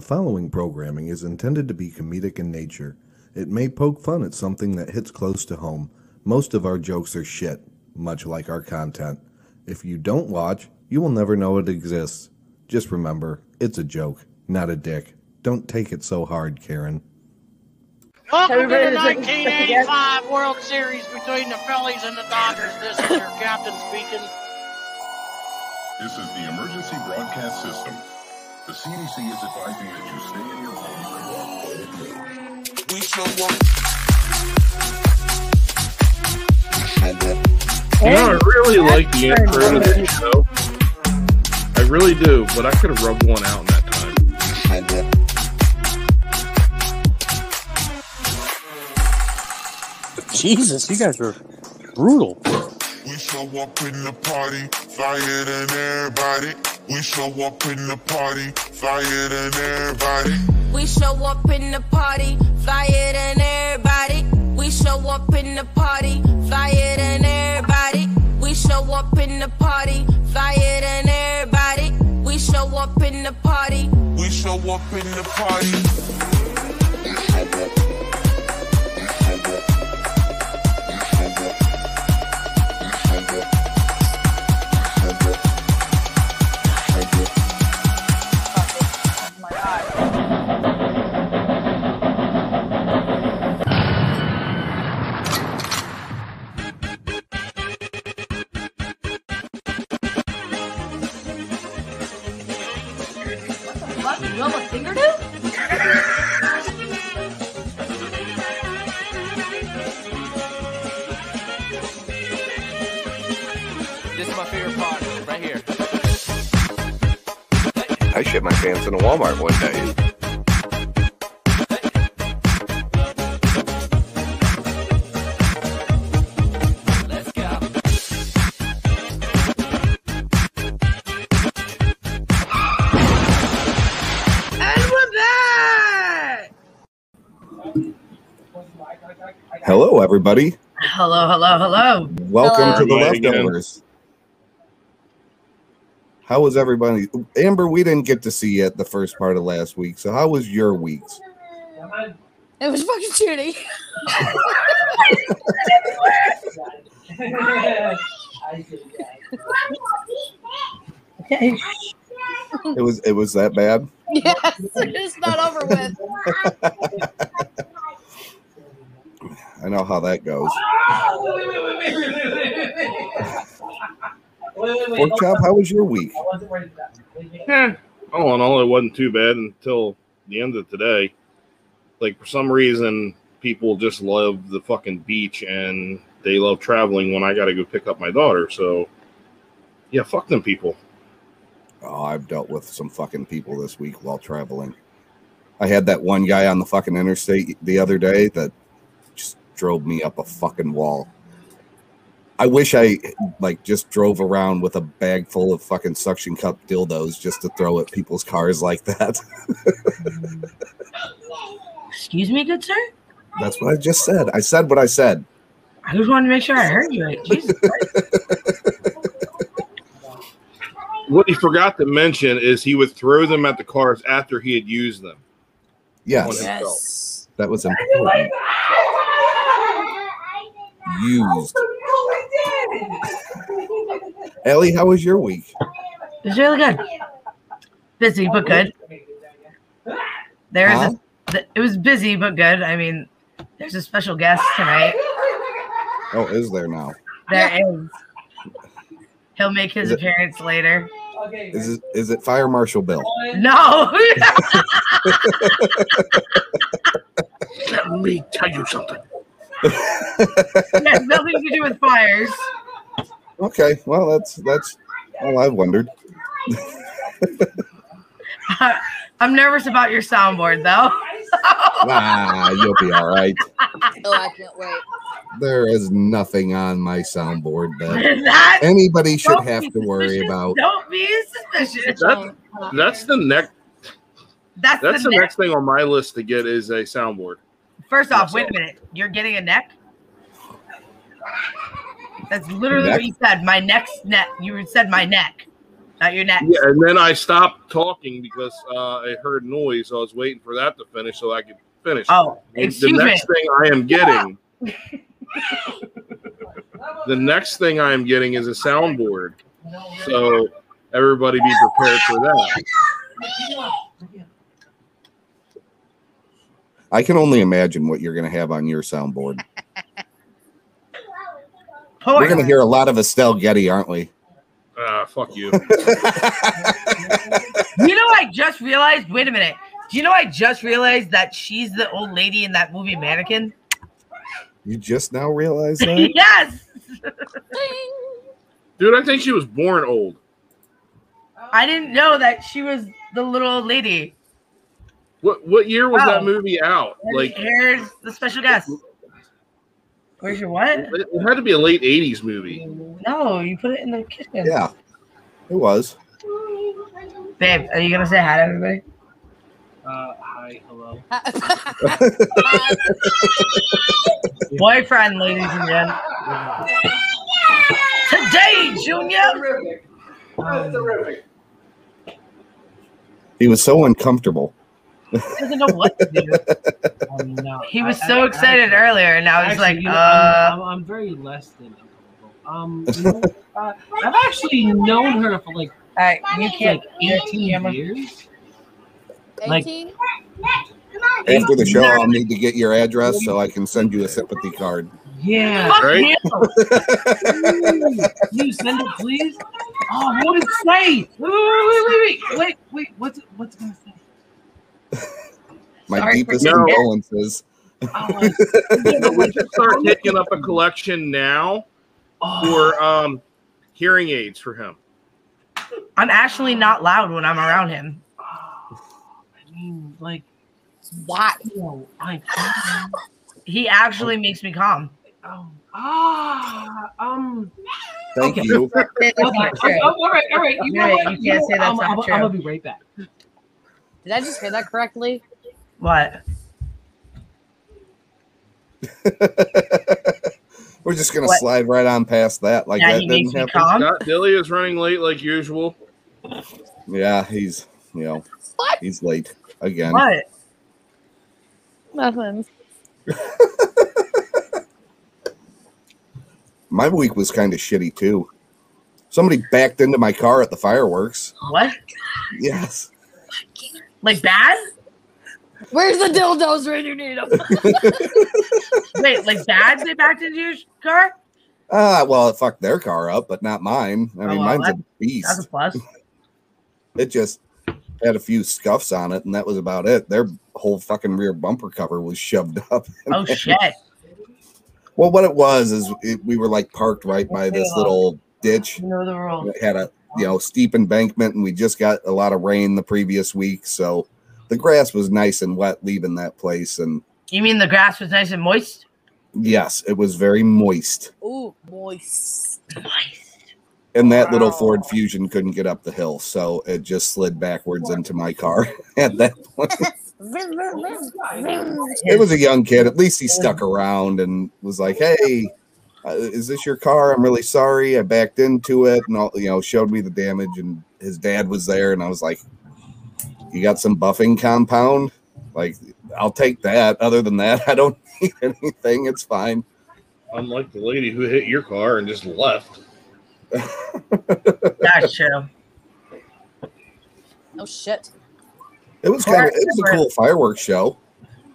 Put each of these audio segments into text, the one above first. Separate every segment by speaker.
Speaker 1: following programming is intended to be comedic in nature. It may poke fun at something that hits close to home. Most of our jokes are shit, much like our content. If you don't watch, you will never know it exists. Just remember, it's a joke, not a dick. Don't take it so hard, Karen.
Speaker 2: Welcome to the
Speaker 3: Everybody's looking sick
Speaker 2: 1985 World Series between the Phillies and the Dodgers. This is your captain speaking.
Speaker 4: This is the emergency broadcast system. The CDC is advising that you stay in your home and walk
Speaker 5: We show up.
Speaker 6: You know, I really like the intro to this show. I really do, but I could have rubbed one out in that time.
Speaker 7: Jesus, you guys are brutal.
Speaker 5: We show up in the party, flyer than everybody. We show up in the party, flyer than everybody.
Speaker 8: We show up in the party, flyer than everybody. We show up in the party, flyer than everybody. We show up in the party, flyer than everybody. We show up in the party.
Speaker 5: We show up in the party.
Speaker 3: What? You have a fingernail?
Speaker 2: This is my favorite part, right here.
Speaker 9: I shit my pants in a Walmart one day.
Speaker 2: Let's go.
Speaker 3: And we're back!
Speaker 1: Hello, everybody.
Speaker 3: Hello, hello, hello.
Speaker 1: Welcome to the
Speaker 6: Hello. Right again.
Speaker 1: leftovers. How was everybody? Amber, we didn't get to see you at the first part of last week. So, how was your weeks?
Speaker 10: It was fucking shitty.
Speaker 1: It was it was that bad.
Speaker 10: yes, it's not over with.
Speaker 1: I know how that goes. Pork chop, how was your week?
Speaker 6: Eh, all in all, it wasn't too bad until the end of today. Like for some reason, people just love the fucking beach and they love traveling. When I got to go pick up my daughter, so yeah, fuck them people.
Speaker 1: Oh, I've dealt with some fucking people this week while traveling. I had that one guy on the fucking interstate the other day that just drove me up a fucking wall. I wish I like just drove around with a bag full of fucking suction cup dildos just to throw at people's cars like that.
Speaker 3: Excuse me, good sir?
Speaker 1: That's what I just said. I said what I said.
Speaker 3: I just wanted to make sure I heard you right. Jesus Christ.
Speaker 6: What he forgot to mention is he would throw them at the cars after he had used them.
Speaker 1: Yes,
Speaker 10: Yes.
Speaker 1: that was important. Used. Ellie, how was your week?
Speaker 3: It's really good. Busy but good. There's
Speaker 1: Huh?
Speaker 3: a, th- it was busy but good. I mean, there's a special guest tonight.
Speaker 1: Oh, is there now?
Speaker 3: There is. He'll make his
Speaker 1: Is it-
Speaker 3: appearance later.
Speaker 1: Is it, is it Fire Marshal Bill?
Speaker 3: No.
Speaker 2: Let me tell you something.
Speaker 3: it has nothing to do with fires.
Speaker 1: Okay, well that's that's all I wondered.
Speaker 3: I'm nervous about your soundboard though.
Speaker 1: Ah, you'll be all right.
Speaker 10: Oh, I can't wait.
Speaker 1: There is nothing on my soundboard that
Speaker 3: that
Speaker 1: anybody should
Speaker 3: don't
Speaker 1: have
Speaker 3: be
Speaker 1: to worry
Speaker 3: suspicious.
Speaker 1: about.
Speaker 3: Don't be suspicious.
Speaker 10: Um,
Speaker 6: That, that's the next.
Speaker 3: That's,
Speaker 6: That's
Speaker 3: the
Speaker 6: the
Speaker 3: neck.
Speaker 6: next thing on my list to get is a soundboard.
Speaker 3: First off,
Speaker 6: That's
Speaker 3: wait a minute. You're getting a neck? That's literally
Speaker 1: Neck?
Speaker 3: what you said. My neck's neck. You said my neck. Not your next.
Speaker 6: Yeah, and then I stopped talking because uh, I heard noise. I was waiting for that to finish so I could finish.
Speaker 3: Oh,
Speaker 6: And the
Speaker 3: excuse
Speaker 6: next
Speaker 3: me.
Speaker 6: thing I am getting, the next thing I am getting is a soundboard. So everybody be prepared for that.
Speaker 1: I can only imagine what you're going to have on your soundboard. We're going to hear a lot of Estelle Getty, aren't we?
Speaker 6: Ah, fuck you.
Speaker 3: You know, I just realized. Wait a minute. Do you know? I just realized that she's the old lady in that movie Mannequin.
Speaker 1: You just now realize that?
Speaker 3: yes.
Speaker 6: Dude, I think she was born old.
Speaker 3: I didn't know that she was the little old lady.
Speaker 6: What what year was that
Speaker 3: Oh.
Speaker 6: movie out?
Speaker 3: Like,
Speaker 6: Like
Speaker 3: here's the special guest. Where's your what?
Speaker 6: it it had to be a late 80s movie.
Speaker 3: No, you put it in the kitchen.
Speaker 1: yeah, it was.
Speaker 3: Babe, are you gonna say hi to everybody?
Speaker 11: Uh, hi, hello.
Speaker 3: Boyfriend, ladies and gentlemen. Today, Junior.
Speaker 11: That's terrific.
Speaker 1: He was so uncomfortable.
Speaker 3: Doesn't know what to do.
Speaker 11: um, No,
Speaker 3: He
Speaker 11: I-
Speaker 3: was
Speaker 11: I-
Speaker 3: so
Speaker 11: I
Speaker 3: excited
Speaker 11: actually-
Speaker 3: earlier, and now he's
Speaker 11: actually,
Speaker 3: like,
Speaker 11: you know,
Speaker 3: uh,
Speaker 11: I'm, I'm, I'm very less than uncomfortable. Um, you know, uh, I've actually known her for like,
Speaker 3: you can't-
Speaker 11: like
Speaker 3: you
Speaker 11: 18 years. Like-
Speaker 10: 18?
Speaker 1: After the show, I'll need to get your address so I can send you a sympathy card.
Speaker 11: Yeah.
Speaker 1: Fuck Right?
Speaker 11: Ooh, you send it, please. Oh, what did it say? Wait, wait, wait, wait, wait, wait, wait. What's it, what's it gonna say?
Speaker 1: My
Speaker 11: Sorry for
Speaker 1: deepest
Speaker 6: No.
Speaker 1: condolences.
Speaker 11: Oh,
Speaker 6: But we should start taking up a collection now
Speaker 11: oh,
Speaker 6: for um, hearing aids for him.
Speaker 3: I'm actually not loud when I'm around him.
Speaker 11: oh, I mean, like,
Speaker 10: Why?
Speaker 11: Oh, I,
Speaker 3: He actually makes me calm.
Speaker 11: oh, ah, um.
Speaker 1: Thank you.
Speaker 3: That's
Speaker 11: Okay,
Speaker 3: not true.
Speaker 11: I'm- I'm- all right, all right. You know
Speaker 3: Right,
Speaker 11: what?
Speaker 3: you
Speaker 11: You
Speaker 3: can't
Speaker 11: know what?
Speaker 3: say that's
Speaker 11: I'm,
Speaker 3: not
Speaker 11: I'm,
Speaker 3: true.
Speaker 11: I'm gonna be right back.
Speaker 10: Did I just hear that correctly?
Speaker 3: What?
Speaker 1: We're just gonna
Speaker 10: What?
Speaker 1: slide right on past that. Like
Speaker 3: Yeah,
Speaker 1: that
Speaker 3: he
Speaker 1: didn't
Speaker 3: makes me
Speaker 1: happen.
Speaker 3: calm.
Speaker 6: Scott Dilly is running late like usual.
Speaker 1: Yeah, he's you know
Speaker 10: What?
Speaker 1: he's late again.
Speaker 3: What?
Speaker 10: Nothing.
Speaker 1: My week was kind of shitty too. Somebody backed into my car at the fireworks.
Speaker 3: What?
Speaker 1: Yes.
Speaker 3: Like bad?
Speaker 10: Where's the dildos when you need them?
Speaker 3: Wait, like bad? They backed into your car?
Speaker 1: Ah, well, it fucked their car up, but not mine. I mean,
Speaker 3: Oh, well,
Speaker 1: mine's a
Speaker 3: that- That's
Speaker 1: beast.
Speaker 3: a plus.
Speaker 1: It just had a few scuffs on it, and that was about it. Their whole fucking rear bumper cover was shoved up.
Speaker 3: Oh shit!
Speaker 1: Well, what it was is it, we were like parked right by this little ditch
Speaker 3: You know the rules.
Speaker 1: It had a you know steep embankment and we just got a lot of rain the previous week so the grass was nice and wet leaving that place and
Speaker 3: You mean the grass was nice and moist?
Speaker 1: yes it was very moist
Speaker 10: Ooh, moist.
Speaker 1: and that little
Speaker 10: Wow.
Speaker 1: ford fusion couldn't get up the hill so it just slid backwards into my car at that point it was a young kid at least he stuck around and was like hey uh, is this your car i'm really sorry i backed into it and all you know showed me the damage and his dad was there and i was like you got some buffing compound like i'll take that other than that i don't need anything it's fine
Speaker 6: Unlike the lady who hit your car and just left.
Speaker 3: That's true.
Speaker 10: Oh shit.
Speaker 1: it was kind of it was a cool fireworks show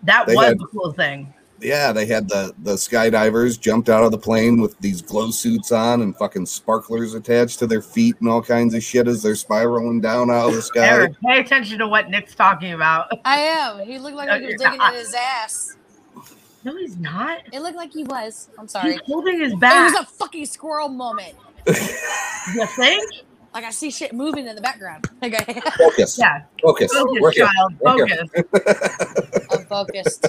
Speaker 3: That
Speaker 1: They
Speaker 3: was
Speaker 1: had-
Speaker 3: the cool thing.
Speaker 1: yeah they had the the skydivers jumped out of the plane with these glow suits on and fucking sparklers attached to their feet and all kinds of shit as they're spiraling down out of the sky
Speaker 3: Eric, pay attention to what Nick's talking about.
Speaker 10: I am. He looked like
Speaker 3: No,
Speaker 10: he was
Speaker 3: you're
Speaker 10: digging
Speaker 3: not.
Speaker 10: in his ass.
Speaker 3: No, he's not.
Speaker 10: It looked like he was. I'm sorry.
Speaker 3: He's holding his
Speaker 10: It
Speaker 3: back.
Speaker 10: was a fucking squirrel moment.
Speaker 3: You think?
Speaker 10: Like I see shit moving in the background. Okay.
Speaker 1: Focus.
Speaker 3: Yeah.
Speaker 1: Focus.
Speaker 3: Focus,
Speaker 1: We're here.
Speaker 3: child.
Speaker 1: We're here.
Speaker 3: Focus.
Speaker 10: I'm focused.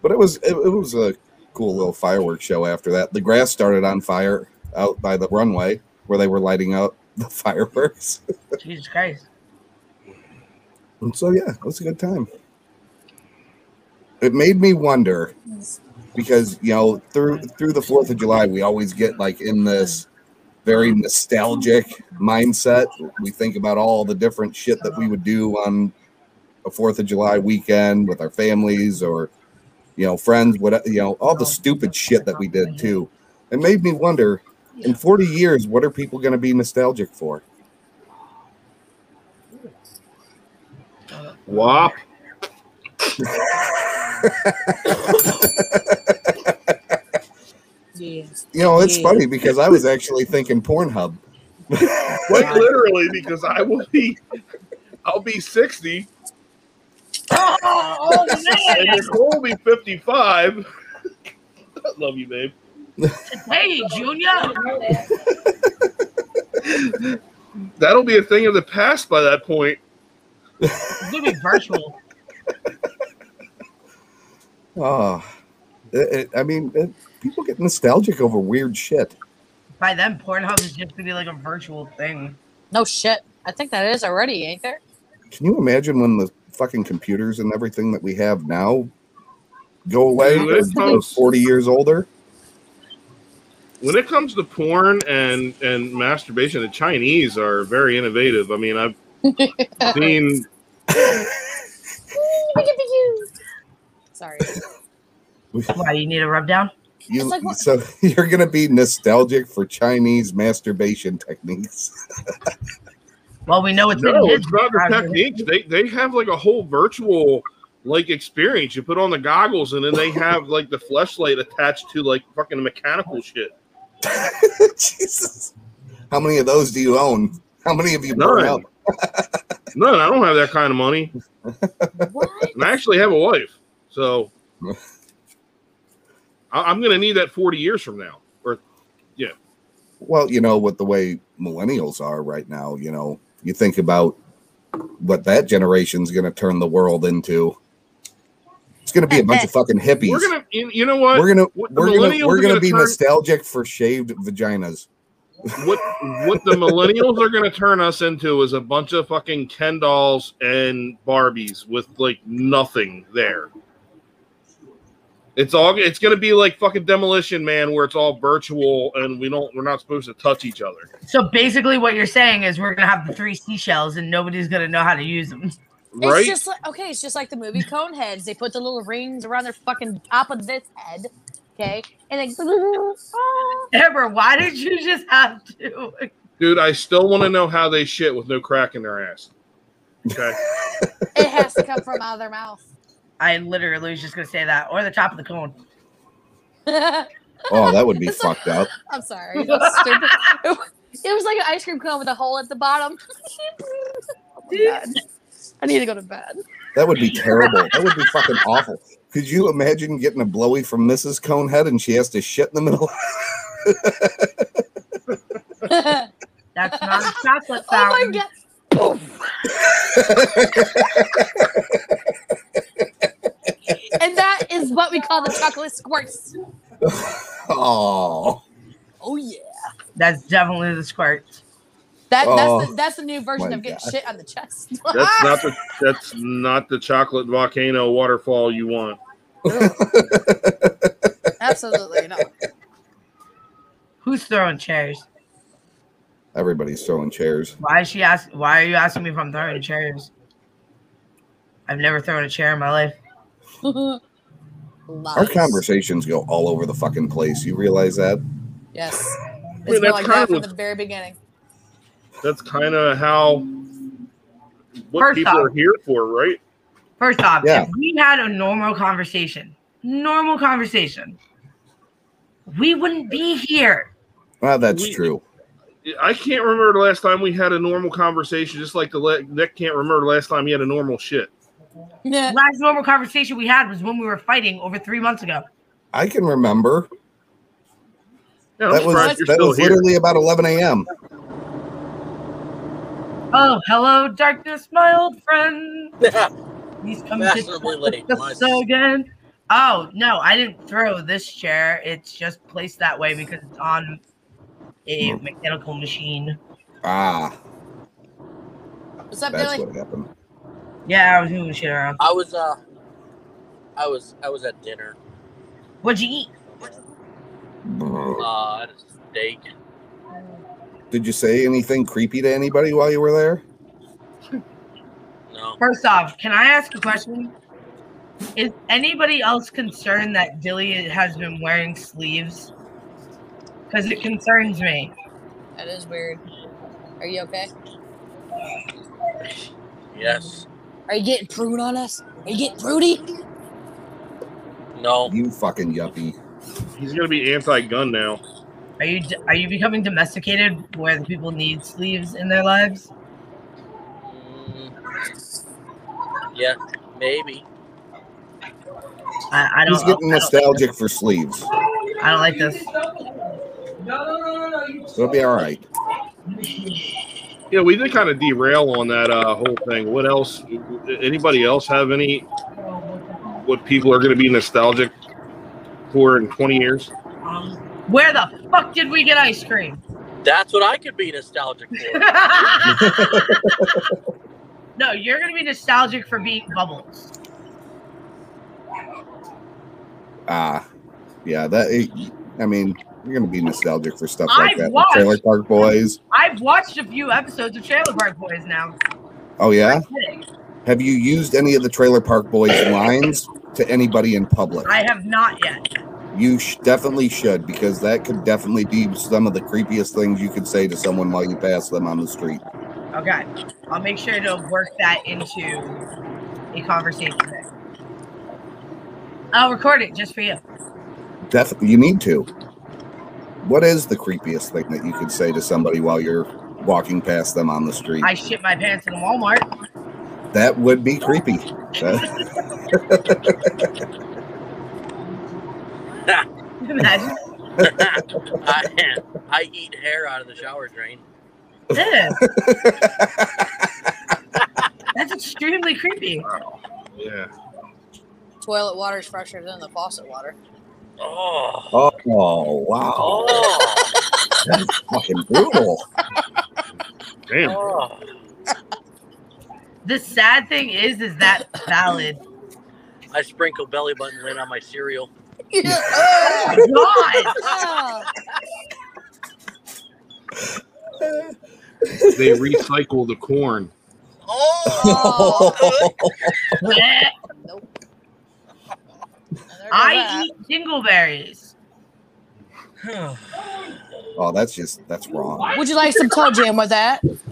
Speaker 1: But it was it, it was a cool little fireworks show after that. The grass started on fire out by the runway where they were lighting up the fireworks.
Speaker 3: Jesus Christ.
Speaker 1: And so yeah, it was a good time. It made me wonder because you know through through the 4th of July we always get like in this very nostalgic mindset. We think about all the different shit that we would do on a Fourth of July weekend with our families or you know friends. What you know, all the stupid shit that we did too. It made me wonder. In 40 years, what are people going to be nostalgic for?
Speaker 6: Wop.
Speaker 10: Yeah.
Speaker 1: You know, it's
Speaker 10: Yeah.
Speaker 1: funny because I was actually thinking Pornhub.
Speaker 6: Quite literally, because I will be, I'll be sixty,
Speaker 11: Oh, oh,
Speaker 6: and
Speaker 11: man.
Speaker 6: Nicole will be fifty-five. I love you, babe.
Speaker 3: Hey, Junior.
Speaker 6: That'll be a thing of the past by that point.
Speaker 3: It's gonna be virtual.
Speaker 1: Oh, it, it- I mean, it, people get nostalgic over weird shit.
Speaker 3: By then, Pornhub is just gonna be like a virtual thing.
Speaker 10: No shit. I think that is already, ain't there?
Speaker 1: Can you imagine when the fucking computers and everything that we have now go away?
Speaker 6: Dude, it's
Speaker 1: We're
Speaker 6: toast.
Speaker 1: Forty years older.
Speaker 6: When it comes to porn and and masturbation, the Chinese are very innovative. I mean, I've seen
Speaker 10: Sorry.
Speaker 3: Why you need a rub down?
Speaker 1: You, so you're gonna be nostalgic for Chinese masturbation techniques.
Speaker 3: Well, we know it's
Speaker 6: no,
Speaker 3: in
Speaker 6: it's not the
Speaker 3: Disney.
Speaker 6: techniques. They they have like a whole virtual like experience. You put on the goggles and then they have like the fleshlight attached to like fucking mechanical shit.
Speaker 1: Jesus, how many of those do you own? How many of you burn
Speaker 6: None.
Speaker 1: out?
Speaker 6: None. I don't have that kind of money. And I actually have a wife, so I, I'm gonna need that 40 years from now. Or yeah,
Speaker 1: Well, you know, with the way millennials are right now, you know, you think about what that generation's going to turn the world into. It's going to be a bunch of fucking hippies.
Speaker 6: we're gonna. You you know what?
Speaker 1: we're gonna
Speaker 6: What the
Speaker 1: we're
Speaker 6: millennials
Speaker 1: gonna we're
Speaker 6: are
Speaker 1: gonna be
Speaker 6: turn-
Speaker 1: nostalgic for shaved vaginas.
Speaker 6: what what the millennials are going to turn us into is a bunch of fucking Ken dolls and Barbies with like nothing there. It's all it's going to be like fucking Demolition Man, where it's all virtual and we don't we're not supposed to touch each other.
Speaker 3: So basically, what you're saying is we're gonna have the three seashells, and nobody's gonna know how to use them.
Speaker 10: It's just like okay, it's just like the movie Coneheads. They put the little rings around their fucking top of this head. Okay. And they "Ah."
Speaker 3: Amber, why did you just have to?
Speaker 6: Dude, I still want to know how they shit with no crack in their ass. Okay,
Speaker 10: it has to come from out of their mouth.
Speaker 3: I literally was just gonna say that, or the top of the cone.
Speaker 1: Oh, that would be fucked up.
Speaker 10: I'm sorry. That's stupid. it was like an ice cream cone with a hole at the bottom. Oh my God. I need to go to bed.
Speaker 1: That would be terrible. That would be fucking awful. Could you imagine getting a blowy from Mrs. Conehead and she has to shit in the middle?
Speaker 3: That's not a chocolate
Speaker 10: Oh my
Speaker 3: fountain.
Speaker 10: god. and that is what we call the chocolate squirts.
Speaker 1: Oh,
Speaker 10: Oh yeah.
Speaker 3: That's definitely the squirt.
Speaker 10: That,
Speaker 6: Oh,
Speaker 10: that's, the, that's the new version
Speaker 6: my
Speaker 10: of getting
Speaker 6: God.
Speaker 10: shit on the chest.
Speaker 6: that's not the that's not the chocolate volcano waterfall you want.
Speaker 10: Absolutely not.
Speaker 3: Who's throwing chairs?
Speaker 1: Everybody's throwing chairs.
Speaker 3: Why is she ask? Why are you asking me if I'm throwing chairs? I've never thrown a chair in my life.
Speaker 1: Our conversations go all over the fucking place. You realize that?
Speaker 10: Yes. It's
Speaker 6: Wait,
Speaker 10: been
Speaker 6: that's
Speaker 10: like
Speaker 6: kind
Speaker 10: that
Speaker 6: of
Speaker 10: from
Speaker 6: what-
Speaker 10: the very beginning.
Speaker 6: That's kind of how what
Speaker 3: First
Speaker 6: people
Speaker 3: off-
Speaker 6: are here for, right?
Speaker 3: First off,
Speaker 6: Yeah.
Speaker 3: if we had a normal conversation, normal conversation, we wouldn't be here.
Speaker 1: Ah, that's true.
Speaker 6: I can't remember the last time we had a normal conversation, just like the le- Nick can't remember the last time he had a normal shit.
Speaker 3: Last normal conversation we had was when we were fighting over three months ago.
Speaker 1: I can remember.
Speaker 6: Yeah, I'm
Speaker 1: that was
Speaker 6: surprised you're
Speaker 1: that
Speaker 6: still
Speaker 1: was
Speaker 6: here.
Speaker 1: literally about 11 a.m.
Speaker 3: Oh, hello, darkness, my old friend. He's coming
Speaker 12: Fashionably
Speaker 3: to
Speaker 12: late, my-
Speaker 3: us again. Oh no, I didn't throw this chair. It's just placed that way because it's on a mechanical machine.
Speaker 1: Ah,
Speaker 10: What's up,
Speaker 1: that's
Speaker 10: Billy?
Speaker 1: what happened.
Speaker 3: Yeah, I was moving shit around.
Speaker 12: I was uh, I was I was at dinner.
Speaker 3: What'd you eat?
Speaker 2: Uh,
Speaker 12: Uh, I had a steak.
Speaker 1: Did you say anything creepy to anybody while you were there?
Speaker 3: First off, can I ask a question? Is anybody else concerned that Dilly has been wearing sleeves? Because it concerns me.
Speaker 10: That is weird. Are you okay?
Speaker 2: Yes.
Speaker 10: Are you getting prude on us? Are you getting prudy?
Speaker 2: No.
Speaker 1: You fucking yuppie.
Speaker 6: He's gonna be anti-gun now.
Speaker 3: Are you are you becoming domesticated where the people need sleeves in their lives?
Speaker 2: mm, Yeah, maybe.
Speaker 3: I, I don't.
Speaker 1: He's getting
Speaker 3: I don't-
Speaker 1: nostalgic for sleeves.
Speaker 3: I don't like this.
Speaker 1: It'll be all right.
Speaker 6: Yeah, we did kind of derail on that uh, whole thing. What else? Anybody else have any? What people are going to be nostalgic for in 20 years?
Speaker 3: Where the fuck did we get ice cream?
Speaker 2: That's what I could be nostalgic for.
Speaker 3: no, you're gonna be nostalgic for being bubbles.
Speaker 1: Ah, yeah. That. I mean, you're gonna be nostalgic for stuff
Speaker 3: I
Speaker 1: like that. with
Speaker 3: was.
Speaker 1: Trailer Park Boys.
Speaker 3: I've watched a few episodes of Trailer Park Boys now.
Speaker 1: Oh yeah.
Speaker 3: Kidding.
Speaker 1: Have you used any of the Trailer Park Boys lines to anybody in public?
Speaker 3: I have not yet.
Speaker 1: You sh- definitely should because that could definitely be some of the creepiest things you could say to someone while you pass them on the street.
Speaker 3: Okay, I'll make sure to work that into a conversation. There. I'll record it just for you.
Speaker 1: Def- you need to. What is the creepiest thing that you could say to somebody while you're walking past them on the street?
Speaker 3: I shit my pants in Walmart.
Speaker 1: that would be creepy.
Speaker 3: Imagine.
Speaker 2: I, I eat hair out of the shower drain.
Speaker 3: Ew. That's extremely creepy.
Speaker 6: Yeah.
Speaker 10: Toilet water is fresher than the faucet water.
Speaker 2: Oh.
Speaker 1: oh, wow. That's fucking brutal.
Speaker 6: Damn.
Speaker 3: The sad thing is, is that valid.
Speaker 2: I sprinkle belly button lint on my cereal.
Speaker 10: Oh,
Speaker 3: God.
Speaker 6: They recycle the corn.
Speaker 10: oh,
Speaker 3: I eat dingleberries.
Speaker 1: Oh, that's just that's wrong.
Speaker 10: Would you like some toe jam with that?
Speaker 3: It's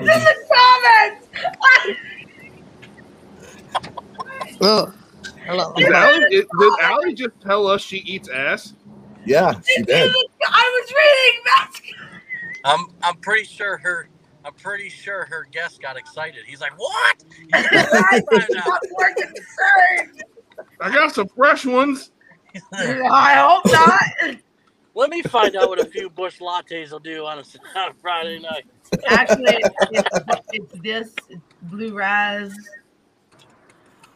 Speaker 3: in the comments.
Speaker 10: Ugh. Hello.
Speaker 6: Did Allie, did, did Allie just tell us she eats ass?
Speaker 1: Yeah,
Speaker 3: she did. I was reading that.
Speaker 2: I'm I'm pretty sure her I'm pretty sure her guest got excited. He's like, "What?
Speaker 3: working the
Speaker 6: I got some fresh ones.
Speaker 3: I hope not."
Speaker 2: Let me find out what a few bush lattes will do on a, on a Friday night."
Speaker 3: Actually, it's, it's this it's blue rise.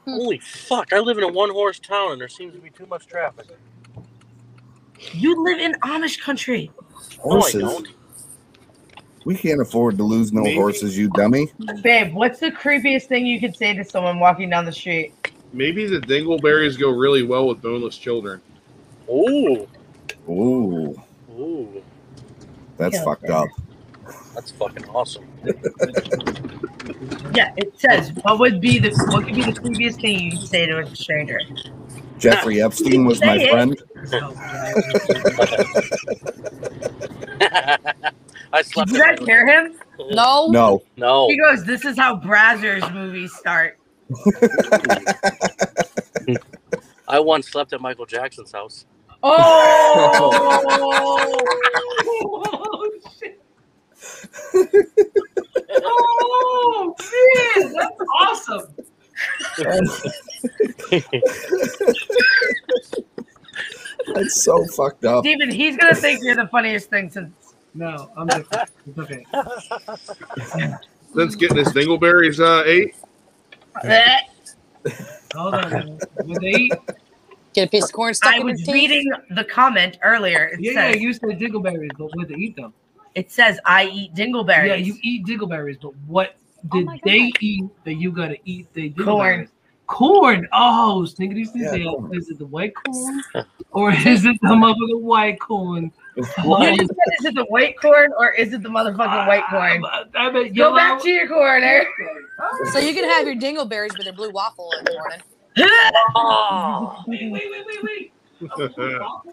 Speaker 2: Holy fuck! I live in a one-horse town, and there seems to be too much traffic.
Speaker 3: You live in Amish country.
Speaker 1: Horses. We can't afford to lose no horses, you dummy.
Speaker 3: Babe, what's the creepiest thing you could say to someone walking down the street?
Speaker 6: Maybe the dingleberries go really well with boneless children.
Speaker 2: Oh.
Speaker 1: Ooh,
Speaker 2: Ooh,
Speaker 1: that's
Speaker 3: Yeah.
Speaker 1: fucked up.
Speaker 2: that's fucking awesome.
Speaker 3: Yeah, it says what would be the what could be the creepiest thing you could say to a stranger?
Speaker 1: Jeffrey Epstein was my
Speaker 3: Say it.
Speaker 1: friend.
Speaker 2: I slept.
Speaker 3: Did you guys hear him?
Speaker 10: No.
Speaker 1: No.
Speaker 12: Oh.
Speaker 2: No.
Speaker 3: He goes, This is how Brazzers movies start.
Speaker 2: I once slept at Michael Jackson's house.
Speaker 3: Oh, oh shit.
Speaker 12: Oh man, that's awesome.
Speaker 1: That's so fucked up.
Speaker 3: Steven, he's gonna think you're the funniest thing since
Speaker 12: No, I'm different. It's okay.
Speaker 6: Since getting his dingleberries uh, ate,
Speaker 12: Hold on. Were they eat?
Speaker 10: Get a piece of corn stuck
Speaker 3: I
Speaker 10: in your
Speaker 3: was
Speaker 10: teeth.
Speaker 3: reading the comment earlier. It
Speaker 12: Yeah, yeah,
Speaker 3: says,
Speaker 12: you said dingleberries, but would they eat them?
Speaker 3: it says I eat dingleberries.
Speaker 12: Yeah, you eat dingleberries, but what
Speaker 10: Oh
Speaker 12: did
Speaker 10: my
Speaker 12: they
Speaker 10: God.
Speaker 12: eat that you gotta eat the
Speaker 3: Corn.
Speaker 12: dingleberries? Corn. Oh, snickety snickety.
Speaker 3: Yeah,
Speaker 12: Is it the white corn or is it the mother the white corn
Speaker 3: You just said, is it the white corn or is it the motherfucking white corn? Go
Speaker 10: yellow-
Speaker 3: back to your corner.
Speaker 10: So you can have your dingleberries with your blue waffle in the morning.
Speaker 3: wait, wait, wait, wait.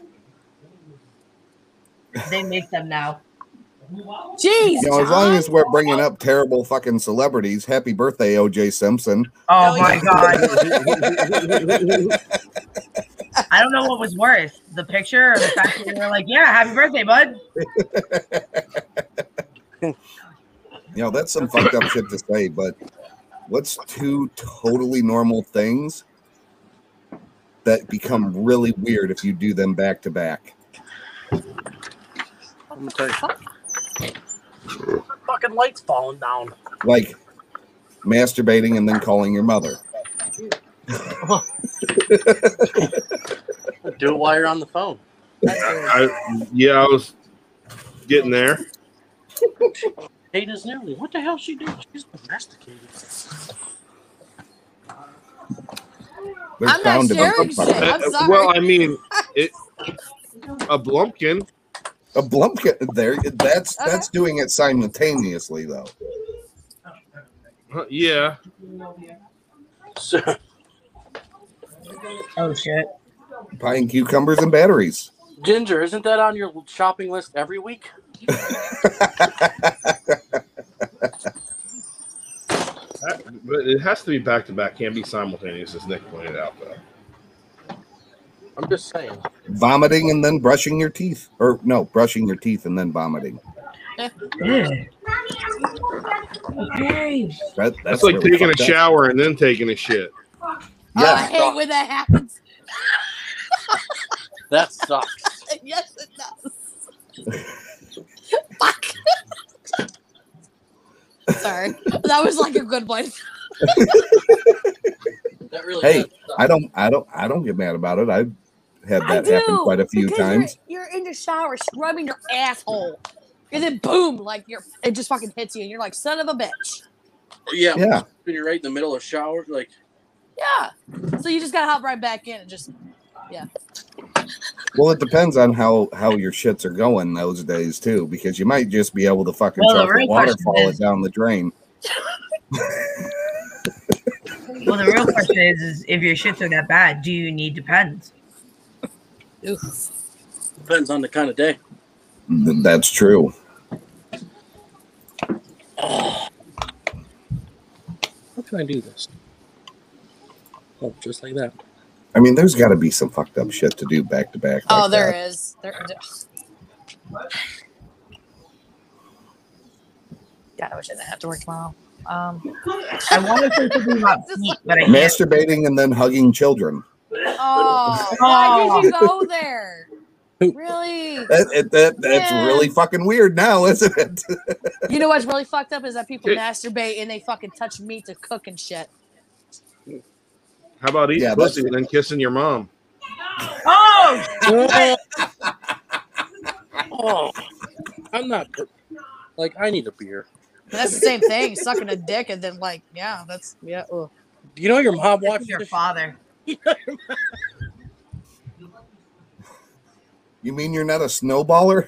Speaker 3: They make them now.
Speaker 1: You
Speaker 10: Jeez.
Speaker 1: know, as long as we're bringing up terrible fucking celebrities, happy birthday, OJ Simpson.
Speaker 3: Oh my god. I don't know what was worse, the picture or the fact that they were like, "Yeah, happy birthday, bud."
Speaker 1: You know, that's some fucked up shit to say, but what's two totally normal things that become really weird if you do them back to back?
Speaker 12: I'm gonna tell you. Fucking lights falling down.
Speaker 1: Like masturbating and then calling your mother.
Speaker 12: Do it while you're on the phone.
Speaker 6: I, yeah, I was getting there.
Speaker 12: Ada's nearly. What the hell she doing? She's domesticated.
Speaker 1: There's
Speaker 12: I'm not sharing shit. I'm
Speaker 6: Uh,
Speaker 12: sorry.
Speaker 6: Well, I mean, it, a blumpkin.
Speaker 1: A blumpkin there that's that's doing it simultaneously though.
Speaker 6: Huh, Yeah.
Speaker 3: Oh shit.
Speaker 1: Pine cucumbers and batteries.
Speaker 12: Ginger, isn't that on your shopping list every week?
Speaker 6: That- but it has to be back to back. Can't be simultaneous, as Nick pointed out. Though.
Speaker 12: I'm just saying.
Speaker 1: Vomiting and then brushing your teeth. Or no, brushing your teeth and then vomiting.
Speaker 3: Okay.
Speaker 1: That,
Speaker 6: That's, like
Speaker 1: really
Speaker 6: taking a
Speaker 1: fucked up.
Speaker 6: shower and then taking a shit.
Speaker 10: Oh, I hate when that happens.
Speaker 12: That sucks.
Speaker 10: yes, it does. Fuck. Sorry. That was like a good one.
Speaker 1: hey, I don't, I don't, I don't get mad about it. I've had that happen quite a few
Speaker 10: because you're-
Speaker 1: times.
Speaker 10: You're, in the shower scrubbing your asshole. And then boom, like you're it just fucking hits you and you're like, son of a bitch.
Speaker 12: Yeah.
Speaker 1: Yeah.
Speaker 12: When you're right in the middle of shower, like
Speaker 10: Yeah. So you just gotta hop right back in and just yeah.
Speaker 1: Well, it depends on how how your shits are going those days too, because you might just be able to fucking
Speaker 3: Well, the
Speaker 1: chocolate
Speaker 3: real question
Speaker 1: waterfall
Speaker 3: is-
Speaker 1: it down the drain.
Speaker 3: Well, the real question is, is if your shits are that bad, do you need depends?
Speaker 12: depends on the kind of day.
Speaker 1: Th- That's true.
Speaker 12: How can I do this? Oh, just like that.
Speaker 1: I mean, there's got to be some fucked up shit to do back to back.
Speaker 10: Oh,
Speaker 1: like
Speaker 10: there
Speaker 1: that.
Speaker 10: is. There, there- God, I wish I didn't have to work tomorrow. Um,
Speaker 3: I want to say something about feet, but I can't.
Speaker 1: Masturbating and then hugging children.
Speaker 10: Oh, why did you go there? Really?
Speaker 1: That, it- that- that's
Speaker 10: Yeah.
Speaker 1: really fucking weird now, isn't it?
Speaker 10: You know what's really fucked up is that people
Speaker 1: Hey.
Speaker 10: masturbate and they fucking touch meat to cook and shit.
Speaker 6: How about eating
Speaker 1: Yeah, that's-
Speaker 6: pussy and then kissing your mom?
Speaker 3: Oh,
Speaker 12: oh, I'm not like I need a beer.
Speaker 10: But that's the same thing, sucking a dick and then like, yeah, that's yeah. ugh.
Speaker 12: Do you know your mom watches
Speaker 10: your
Speaker 3: father?
Speaker 1: you mean you're not a snowballer?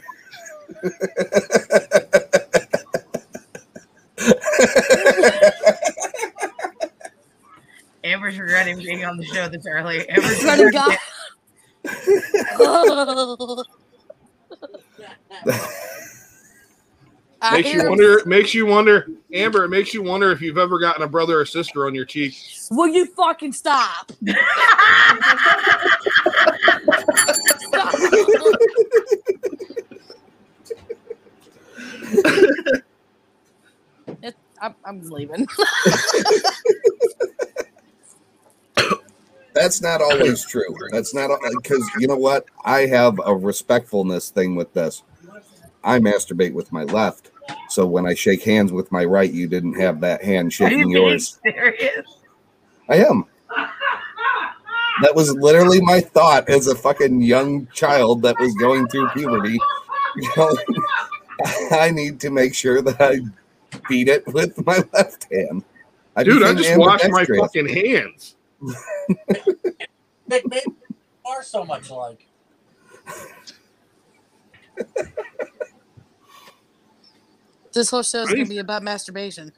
Speaker 3: Amber's regretting being on the show this early. Amber's
Speaker 10: Swear to
Speaker 3: regretting
Speaker 10: God.
Speaker 3: it.
Speaker 10: I
Speaker 6: makes you
Speaker 10: hear-
Speaker 6: wonder. Makes you wonder, Amber. It makes you wonder if you've ever gotten a brother or sister on your cheek.
Speaker 10: Will you fucking stop? Stop. It- I'm, I'm leaving.
Speaker 1: That's not always true. That's not because you know what? I have a respectfulness thing with this. I masturbate with my left, so when I shake hands with my right, you didn't have that hand
Speaker 3: Are you
Speaker 1: shaking
Speaker 3: being
Speaker 1: yours.
Speaker 3: serious?
Speaker 1: I am. That was literally my thought as a fucking young child that was going through puberty. You know, I need to make sure that I beat it with my left hand.
Speaker 6: Dude, I
Speaker 1: became
Speaker 6: just washed my
Speaker 1: ambidextrous.
Speaker 6: fucking hands.
Speaker 12: Nick, maybe you are so much alike.
Speaker 10: This whole show's gonna be about masturbation.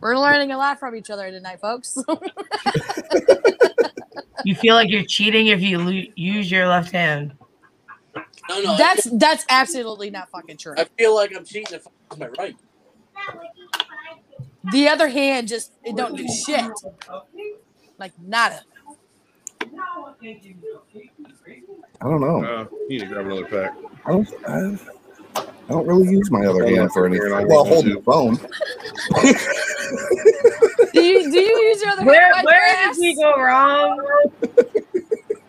Speaker 10: We're learning a lot from each other tonight, folks.
Speaker 3: You feel like you're cheating if you lo- use your left hand.
Speaker 10: that's that's absolutely not fucking true.
Speaker 12: I feel like I'm cheating if I use my right.
Speaker 10: The other hand just it don't do shit. Like nada.
Speaker 1: I don't know.
Speaker 6: Uh, you need to grab another pack.
Speaker 1: I don't. I, I don't really use my other hand for anything.
Speaker 6: I'll
Speaker 1: Well,
Speaker 6: listen
Speaker 1: hold the phone.
Speaker 10: Do you do you use your other
Speaker 3: Where-
Speaker 10: hand?
Speaker 3: where did we go wrong?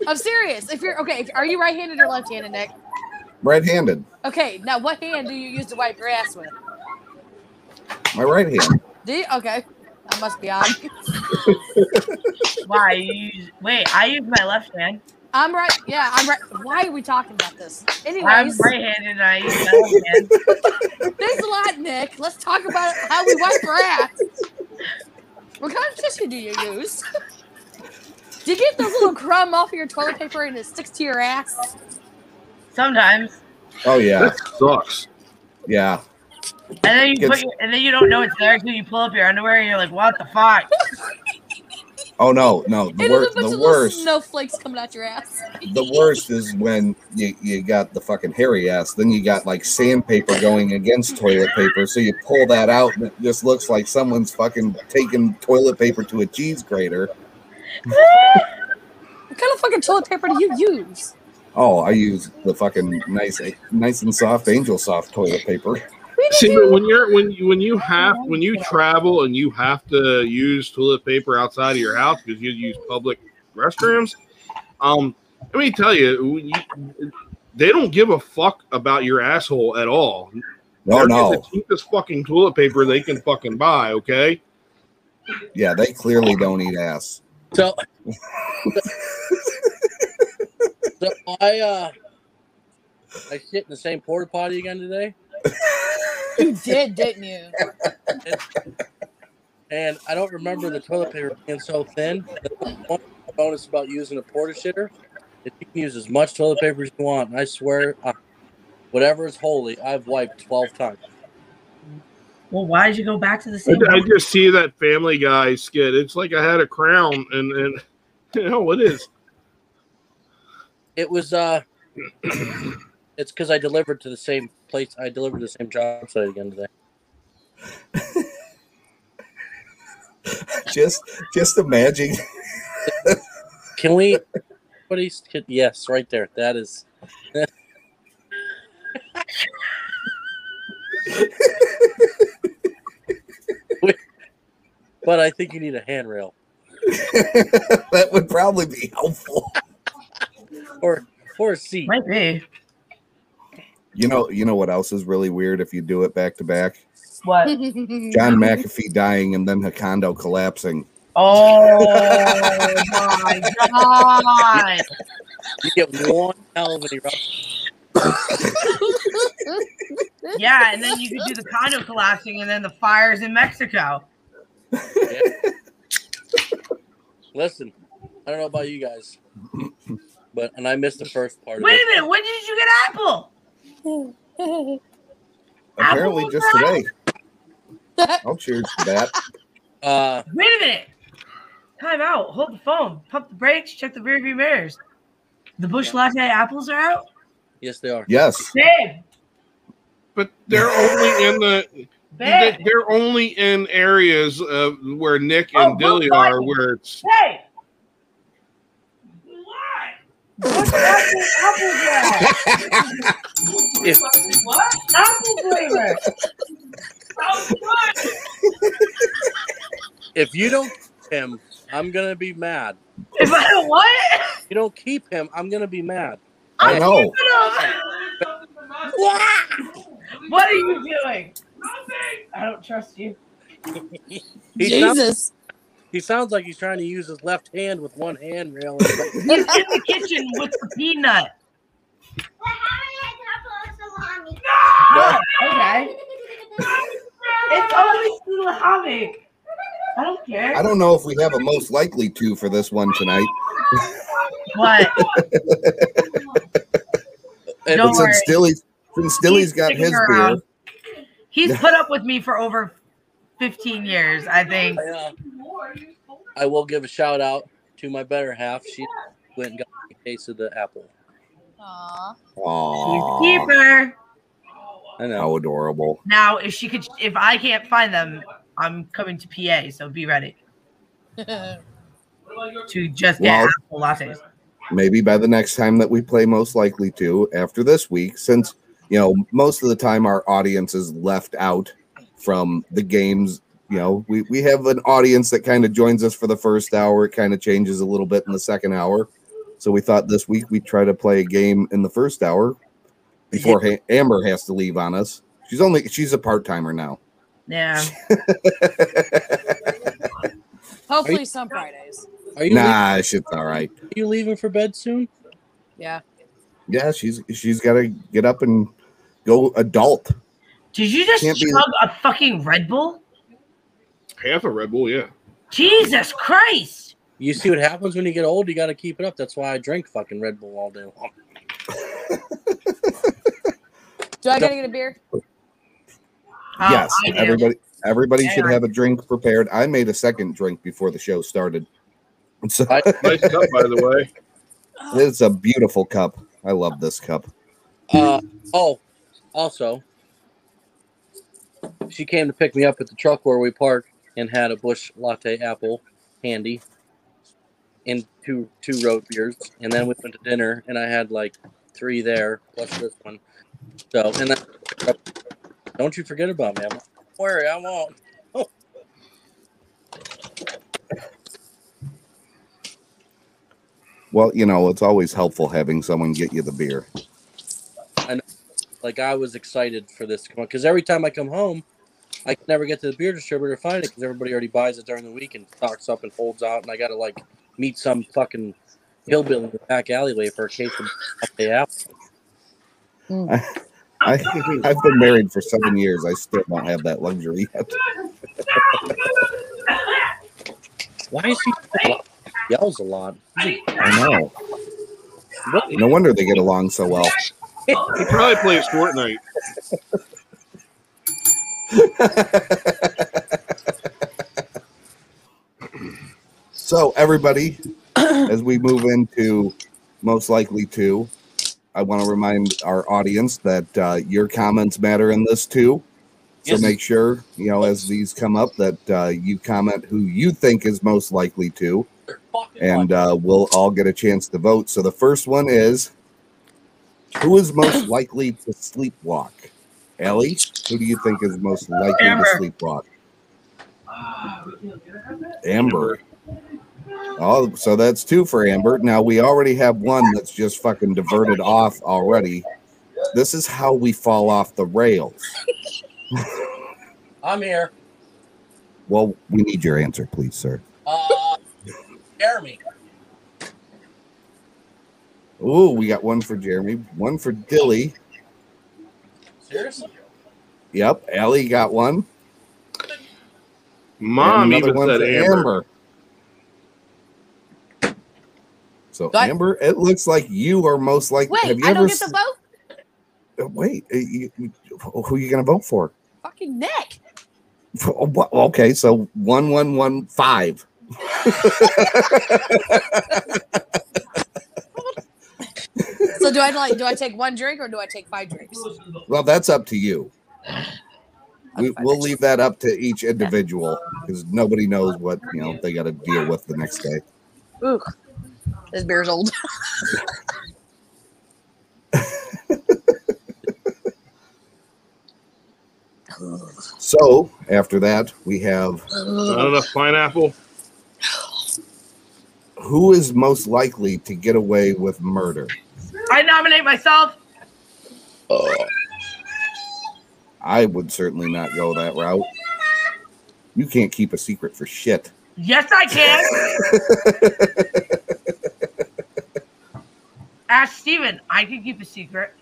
Speaker 10: I'm serious. If you're okay, if, are you right-handed or left-handed, Nick?
Speaker 1: Right-handed.
Speaker 10: Okay, now what hand do you use to wipe your ass with?
Speaker 1: My right hand.
Speaker 10: Do you, okay, I must be on.
Speaker 3: Why you use? Wait, I use my left hand.
Speaker 10: I'm right. Yeah, I'm right. Why are we talking about this? Anyways,
Speaker 3: I'm right-handed. And I use my left hand.
Speaker 10: There's a lot, Nick. Let's talk about how we wipe our ass. What kind of tissue do you use? Do you get the little crumb off of your toilet paper and it sticks to your ass?
Speaker 3: Sometimes,
Speaker 1: Oh yeah.
Speaker 6: That sucks.
Speaker 1: Yeah.
Speaker 3: and then you put
Speaker 1: It's-
Speaker 3: your, and then you don't know it's there until you pull up your underwear and you're like, "What the fuck?"
Speaker 1: Oh no, no.
Speaker 10: And
Speaker 1: The,
Speaker 10: there's
Speaker 1: wor-
Speaker 10: a bunch
Speaker 1: the
Speaker 10: of
Speaker 1: worst.
Speaker 10: little snowflakes coming out your ass.
Speaker 1: The worst is when you, you got the fucking hairy ass, then you got like sandpaper going against toilet paper. So you pull that out and it just looks like someone's fucking taking toilet paper to a cheese grater.
Speaker 10: What kind of fucking toilet paper do you use?
Speaker 1: Oh, I use the fucking nice nice and soft angel soft toilet paper.
Speaker 6: See, but when you're when you when you have when you travel and you have to use toilet paper outside of your house because you use public restrooms, um, let me tell you, when you- they don't give a fuck about your asshole at all.
Speaker 1: No,
Speaker 6: They're
Speaker 1: Oh, no.
Speaker 6: getting the cheapest fucking toilet paper they can fucking buy. Okay,
Speaker 1: Yeah, they clearly don't eat ass.
Speaker 12: So, so I uh, I shit in the same porta potty again today,
Speaker 10: You did, didn't you?
Speaker 12: and I don't remember the toilet paper being so thin. That's One bonus about using a porta shitter is you can use as much toilet paper as you want. And I swear, I, whatever is holy, I've wiped twelve times.
Speaker 3: Well, why did you go back to the same?
Speaker 6: I, I just see that Family Guy skit. It's like I had a crown and and you know it is.
Speaker 12: It was uh, it's because I delivered to the same place. I delivered to the same job site again today.
Speaker 1: Just just imagine
Speaker 12: Can we? What he's yes, right there. That is. but I think you need a handrail,
Speaker 1: that would probably be helpful.
Speaker 12: or or a seat.
Speaker 3: Might be.
Speaker 1: You know, you know what else is really weird if you do it back to back?
Speaker 3: What?
Speaker 1: John McAfee dying and then Hakondo collapsing.
Speaker 3: Oh my god!
Speaker 12: You get one hell of an eruption.
Speaker 3: Yeah, and then you could do the condo collapsing, and then the fires in Mexico.
Speaker 12: Listen, I don't know about you guys, but and I missed the first part.
Speaker 3: Wait
Speaker 12: of
Speaker 3: a
Speaker 12: it.
Speaker 3: minute, when did you get Apple?
Speaker 1: Apparently just today. I'll cheers to that.
Speaker 12: Uh,
Speaker 3: Wait a minute. Time out. Hold the phone. Pump the brakes. Check the rearview mirrors. The bush latte apples are out.
Speaker 12: Yes, they are.
Speaker 1: Yes.
Speaker 3: Babe,
Speaker 6: But they're only in the
Speaker 3: Bad.
Speaker 6: they- they're only in areas uh, where Nick and
Speaker 3: Oh,
Speaker 6: Dilly
Speaker 3: both
Speaker 6: are,
Speaker 3: sides.
Speaker 6: where it's
Speaker 3: hey. What? Bush latte apples are out.
Speaker 12: If-
Speaker 3: What? Apple flavor.
Speaker 12: if you don't keep him, I'm gonna be mad.
Speaker 3: If I don't what?
Speaker 12: If you don't keep him, I'm gonna be mad.
Speaker 1: I know.
Speaker 3: What are you doing? I don't trust you.
Speaker 12: He sounds-
Speaker 10: Jesus.
Speaker 12: he sounds like he's trying to use his left hand with one hand rail.
Speaker 3: He's in the kitchen with the peanut. Oh, okay. It's always little hobby. I don't care.
Speaker 1: I don't know if we have a most likely two for this one tonight.
Speaker 3: What? Don't
Speaker 1: but since
Speaker 3: worry.
Speaker 1: Dilly's since Dilly's got
Speaker 3: sticking
Speaker 1: his
Speaker 3: around.
Speaker 1: beer,
Speaker 3: He's put up with me for over 15 years, I think.
Speaker 12: I will give a shout out to my better half. She went and got a case of the apple.
Speaker 1: Aw,
Speaker 3: Keeper.
Speaker 12: I know.
Speaker 1: how adorable.
Speaker 3: Now, if she could, if I can't find them, I'm coming to PA, so be ready to just get
Speaker 1: Well-
Speaker 3: apple lattes.
Speaker 1: Maybe by the next time that we play, most likely to after this week, since you know most of the time our audience is left out from the games. You know, we, we have an audience that kind of joins us for the first hour. It kind of changes a little bit in the second hour. So we thought this week we'd try to play a game in the first hour before ha- Amber has to leave on us. She's only she's a part timer now.
Speaker 3: Yeah.
Speaker 10: Hopefully, some Fridays.
Speaker 12: Are you
Speaker 1: Nah, shit's all right.
Speaker 12: Are you leaving for bed soon?
Speaker 10: Yeah.
Speaker 1: Yeah, she's she's got to get up and go adult.
Speaker 3: Did you just
Speaker 1: Can't be-
Speaker 3: chug a fucking Red Bull?
Speaker 6: Half a Red Bull, yeah.
Speaker 3: Jesus Christ!
Speaker 12: You see what happens when you get old? You got to keep it up. That's why I drink fucking Red Bull all day long.
Speaker 10: Do I gotta get a beer?
Speaker 3: Oh,
Speaker 1: yes,
Speaker 3: I do.
Speaker 1: everybody everybody
Speaker 10: Hang
Speaker 1: should
Speaker 10: on.
Speaker 1: have a drink prepared. I made a second drink before the show started. So
Speaker 6: Nice cup, by the way.
Speaker 1: it's a beautiful cup. I love this cup.
Speaker 12: Uh, oh, also, she came to pick me up at the truck where we park and had a bush latte apple handy and two two road beers. And then we went to dinner and I had like three there plus this one. So, and then, don't you forget about me. I'm like, Don't worry, I won't.
Speaker 1: Well, you know, it's always helpful having someone get you the beer.
Speaker 12: I know, like I was excited for this to come because every time I come home, I can never get to the beer distributor to find it because everybody already buys it during the week and stocks up and holds out, and I gotta like meet some fucking hillbilly in the back alleyway for a case of latte apple.
Speaker 1: I, I, have been married for seven years. I still don't have that luxury yet.
Speaker 12: Why is he yells a lot?
Speaker 1: I know. No wonder they get along so well.
Speaker 6: He probably plays Fortnite.
Speaker 1: So everybody, as we move into most likely two, I want to remind our audience that uh, your comments matter in this too. So
Speaker 13: Yes.
Speaker 1: make sure you know as these come up that uh, you comment who you think is most likely to, and uh, we'll all get a chance to vote. So the first one is who is most likely to sleepwalk? Ellie, who do you think is most likely
Speaker 11: Amber.
Speaker 1: to sleepwalk? Amber. Oh, so that's two for Amber. Now we already have one that's just fucking diverted off already. This is how we fall off the rails.
Speaker 12: I'm here.
Speaker 1: Well, we need your answer, please, sir.
Speaker 12: Uh, Jeremy.
Speaker 1: Ooh, we got one for Jeremy, one for Dilly.
Speaker 12: Seriously?
Speaker 1: Yep, Ellie got one.
Speaker 6: Mom
Speaker 1: And another
Speaker 6: even
Speaker 1: one
Speaker 6: said
Speaker 1: for
Speaker 6: Amber.
Speaker 1: So
Speaker 10: Do I-
Speaker 1: Amber, it looks like you are most likely. have
Speaker 10: Wait,
Speaker 1: you
Speaker 10: I
Speaker 1: ever
Speaker 10: don't get to vote?
Speaker 1: s- wait? uh, you- you- who are you going to vote for?
Speaker 10: Fucking Nick.
Speaker 1: Oh, wha- Okay, so one one one five.
Speaker 10: So do I like? Do I take one drink or do I take five drinks?
Speaker 1: Well, that's up to you. We, we'll leave that up to each individual because nobody knows what you know they got to deal with the next day.
Speaker 10: Ooh, this beer's old.
Speaker 1: So after that, we have
Speaker 6: Not enough pineapple.
Speaker 1: who is most likely to get away with murder.
Speaker 3: I nominate myself.
Speaker 1: I would certainly not go that route. You can't keep a secret for shit.
Speaker 3: Yes, I can. Ask Steven. I can keep a secret.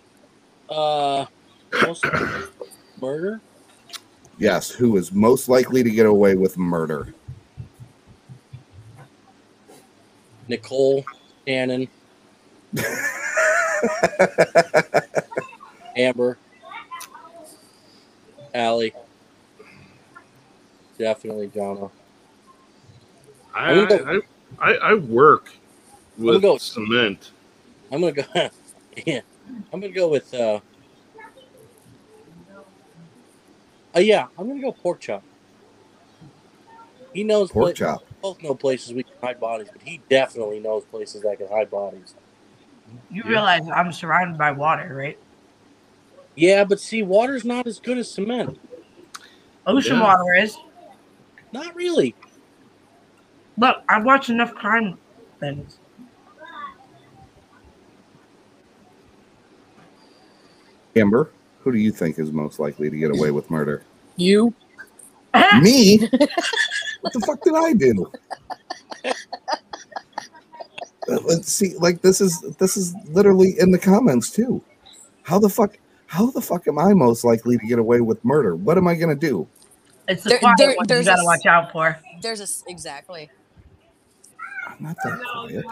Speaker 12: Uh, most- murder.
Speaker 1: Yes, who is most likely to get away with murder?
Speaker 12: Nicole, Shannon. Amber, Allie, definitely Jono.
Speaker 6: I
Speaker 12: I'm gonna
Speaker 6: I, I, I work
Speaker 12: gonna
Speaker 6: with
Speaker 12: go-
Speaker 6: cement.
Speaker 12: I'm gonna go. yeah, I'm gonna go with. Uh, uh, yeah, I'm gonna go pork chop. He knows
Speaker 1: Pork
Speaker 12: pla-
Speaker 1: chop.
Speaker 12: Both know places we can hide bodies, but he definitely knows places that can hide bodies.
Speaker 3: You realize I'm surrounded by water, right?
Speaker 12: Yeah, but see, water's not as good as cement.
Speaker 3: Ocean
Speaker 12: Yeah.
Speaker 3: water is.
Speaker 12: Not really.
Speaker 3: Look, I watch enough crime things.
Speaker 1: Amber, who do you think is most likely to get away with murder?
Speaker 10: You.
Speaker 1: Me? what the fuck did I do? Uh, Let's see. Like this is this is literally in the comments too. How the fuck? How the fuck am I most likely to get away with murder? What am I gonna do?
Speaker 3: It's the
Speaker 10: There-
Speaker 3: quiet
Speaker 10: there-
Speaker 3: ones you
Speaker 10: there's a
Speaker 3: gotta
Speaker 10: s-
Speaker 3: watch out for.
Speaker 10: There's a s- exactly.
Speaker 1: I'm not that quiet.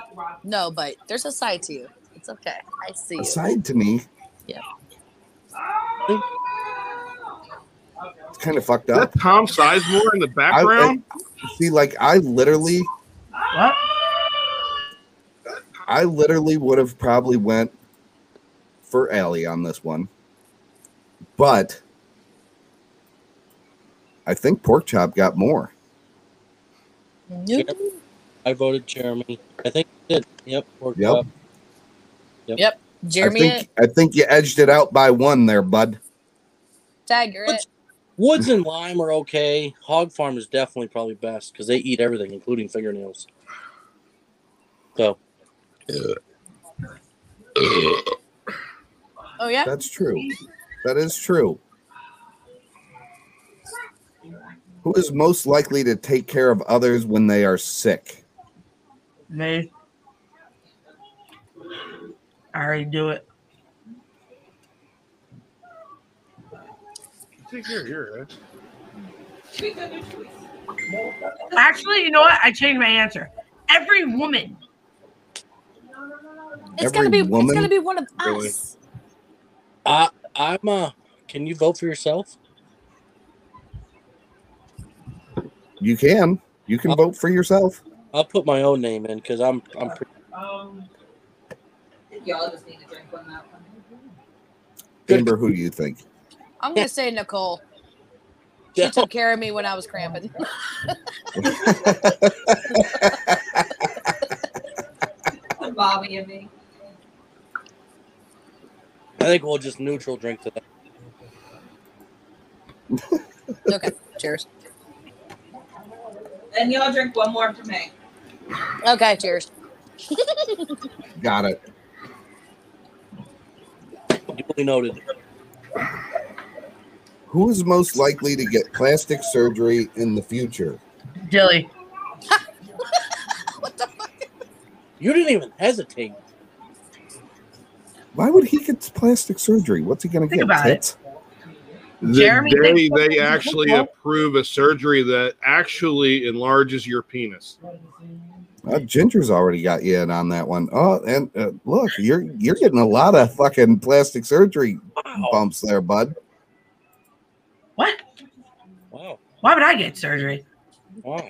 Speaker 10: No, but there's a side to you. It's okay. I see you.
Speaker 1: Aside to me,
Speaker 10: Yeah.
Speaker 1: it's kind of fucked up.
Speaker 6: Tom Sizemore in the
Speaker 1: I-
Speaker 6: background.
Speaker 1: I- see, like I literally,
Speaker 3: What?
Speaker 1: I literally would have probably went for Allie on this one, but I think pork chop got more.
Speaker 12: Yep. I voted Jeremy. I think I did. Yep. Pork
Speaker 1: Yep.
Speaker 12: chop.
Speaker 10: Yep. Jeremy,
Speaker 1: I think I think you edged it out by one there, bud.
Speaker 10: tag, you're it.
Speaker 12: Woods and lime are okay. Hog farm is definitely probably best because they eat everything, including fingernails. So,
Speaker 10: Oh, yeah?
Speaker 1: That's true. That is true. Who is most likely to take care of others when they are sick?
Speaker 3: Me. I already do it.
Speaker 6: Take care eh? of your ass.
Speaker 3: Actually, you know what? I changed my answer. Every woman.
Speaker 10: It's gonna be.
Speaker 12: Every woman-
Speaker 10: It's gonna be one of
Speaker 12: Really?
Speaker 10: us.
Speaker 12: I I'm uh, can you vote for yourself?
Speaker 1: You can. You can vote for yourself.
Speaker 12: I'll put my own name in because I'm I'm pretty
Speaker 11: Um,
Speaker 10: Y'all just need to drink one that one.
Speaker 1: Amber, who do you think?
Speaker 10: I'm gonna say Nicole. She took care of me when I was cramping.
Speaker 13: Bobby and me.
Speaker 12: I think we'll just neutral drink to that.
Speaker 10: okay. Cheers.
Speaker 13: And y'all drink one more for me.
Speaker 10: Okay. Cheers.
Speaker 1: Got it.
Speaker 12: Duly noted.
Speaker 1: Who is most likely to get plastic surgery in the future?
Speaker 3: Dilly.
Speaker 12: You didn't even hesitate.
Speaker 1: Why would he get plastic surgery? What's he going to
Speaker 3: Think
Speaker 1: get?
Speaker 3: about it.
Speaker 1: Tits?
Speaker 6: The
Speaker 3: Jeremy
Speaker 6: day
Speaker 3: thinks-
Speaker 6: they actually approve a surgery that actually enlarges your penis.
Speaker 1: Uh, Ginger's already got you in on that one. Oh, and uh, look, you're you're getting a lot of fucking plastic surgery bumps there, bud.
Speaker 3: What?
Speaker 12: Wow.
Speaker 3: Why would I get surgery?
Speaker 12: Wow.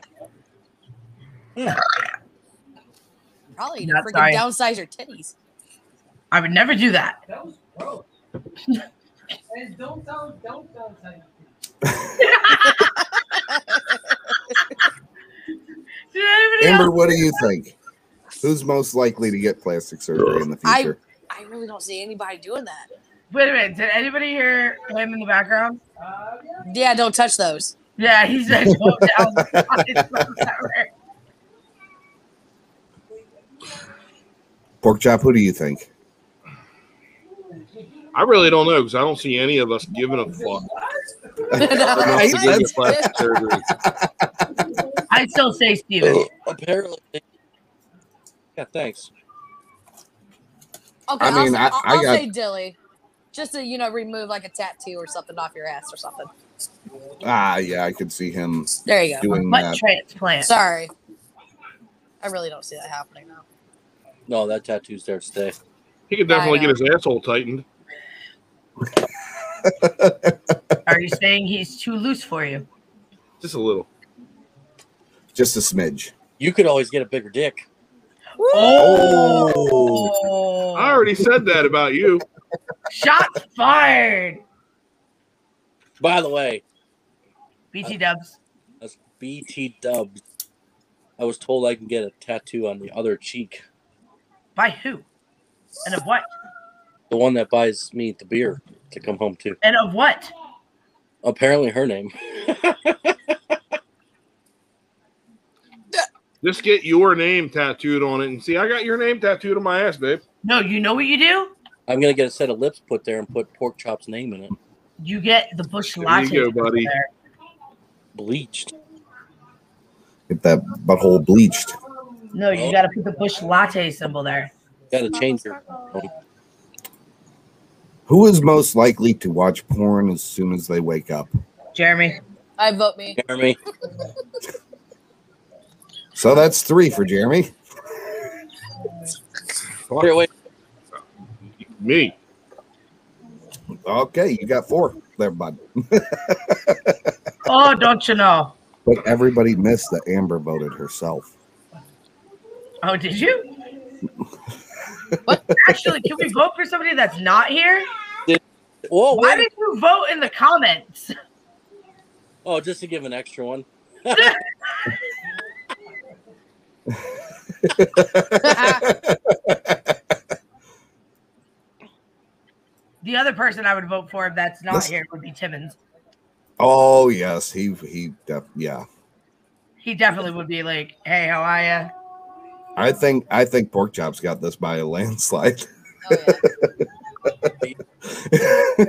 Speaker 10: Probably
Speaker 3: Not
Speaker 10: freaking
Speaker 3: sorry.
Speaker 10: downsize your titties.
Speaker 3: I would never do that.
Speaker 11: and don't tell, don't tell. Teddy.
Speaker 3: Did anybody
Speaker 1: Amber,
Speaker 3: else-
Speaker 1: what do you think? Who's most likely to get plastic surgery in the
Speaker 10: I
Speaker 1: future?
Speaker 10: I really don't see anybody doing that.
Speaker 3: Wait a minute. Did anybody hear him in the background?
Speaker 10: Yeah. Don't touch those.
Speaker 3: Yeah, he's like, "Go down the side."
Speaker 1: Pork chop, who do you think?
Speaker 6: I really don't know because I don't see any of us giving a fuck.
Speaker 1: Right?
Speaker 6: Enough to get plastic surgery.
Speaker 3: I still say
Speaker 10: Oh,
Speaker 3: Steven.
Speaker 12: Apparently. Yeah. Thanks.
Speaker 10: Okay.
Speaker 1: I
Speaker 10: will
Speaker 1: mean, I-
Speaker 10: I'll,
Speaker 1: I
Speaker 10: I'll
Speaker 1: got-
Speaker 10: say Dilly, just to you know remove like a tattoo or something off your ass or something.
Speaker 1: Ah, yeah, I could see him
Speaker 10: There you go.
Speaker 1: doing
Speaker 3: Butt
Speaker 1: that.
Speaker 3: transplant.
Speaker 10: Sorry. I really don't see that happening now.
Speaker 12: No, that tattoo's there to stay.
Speaker 6: He could definitely get his asshole tightened.
Speaker 3: Are you saying he's too loose for you?
Speaker 6: Just a little.
Speaker 1: Just a smidge.
Speaker 12: You could always get a bigger dick.
Speaker 6: Oh. I already said that about you.
Speaker 3: Shots fired.
Speaker 12: By the way,
Speaker 3: BT Dubs.
Speaker 12: that's BT Dubs. I was told I can get a tattoo on the other cheek,
Speaker 3: By who? And of what?
Speaker 12: the one that buys me the beer to come home to.
Speaker 3: And of what?
Speaker 12: Apparently, her name.
Speaker 6: Just get your name tattooed on it and see. I got your name tattooed on my ass, babe.
Speaker 3: No, you know what you do?
Speaker 12: I'm gonna get a set of lips put there and put Pork Chop's name in it.
Speaker 3: You get the bush
Speaker 12: There you
Speaker 3: latte.
Speaker 12: go, buddy.
Speaker 3: there.
Speaker 12: Bleached.
Speaker 1: Get that butthole bleached.
Speaker 3: No,
Speaker 12: Oh.
Speaker 3: you got to put the bush latte symbol there.
Speaker 12: Got to change her.
Speaker 1: Who is most likely to watch porn as soon as they wake up?
Speaker 3: Jeremy.
Speaker 10: I vote me.
Speaker 12: Jeremy.
Speaker 1: So that's three for Jeremy.
Speaker 12: Here, wait.
Speaker 6: Me.
Speaker 1: Okay, you got four there, bud.
Speaker 3: Oh, don't you know?
Speaker 1: But everybody missed that Amber voted herself.
Speaker 3: Oh, did you? What? Actually, can we vote for somebody that's not here?
Speaker 12: Whoa,
Speaker 3: Why
Speaker 12: wait.
Speaker 3: did you vote in the comments?
Speaker 12: Oh, just to give an extra one.
Speaker 3: The other person I would vote for if that's not
Speaker 1: This-
Speaker 3: here would be Timmons.
Speaker 1: Oh yes, he he def- yeah.
Speaker 3: He definitely would be like, "Hey, how are ya?"
Speaker 1: I think I think pork chops got this by a landslide.
Speaker 10: Oh,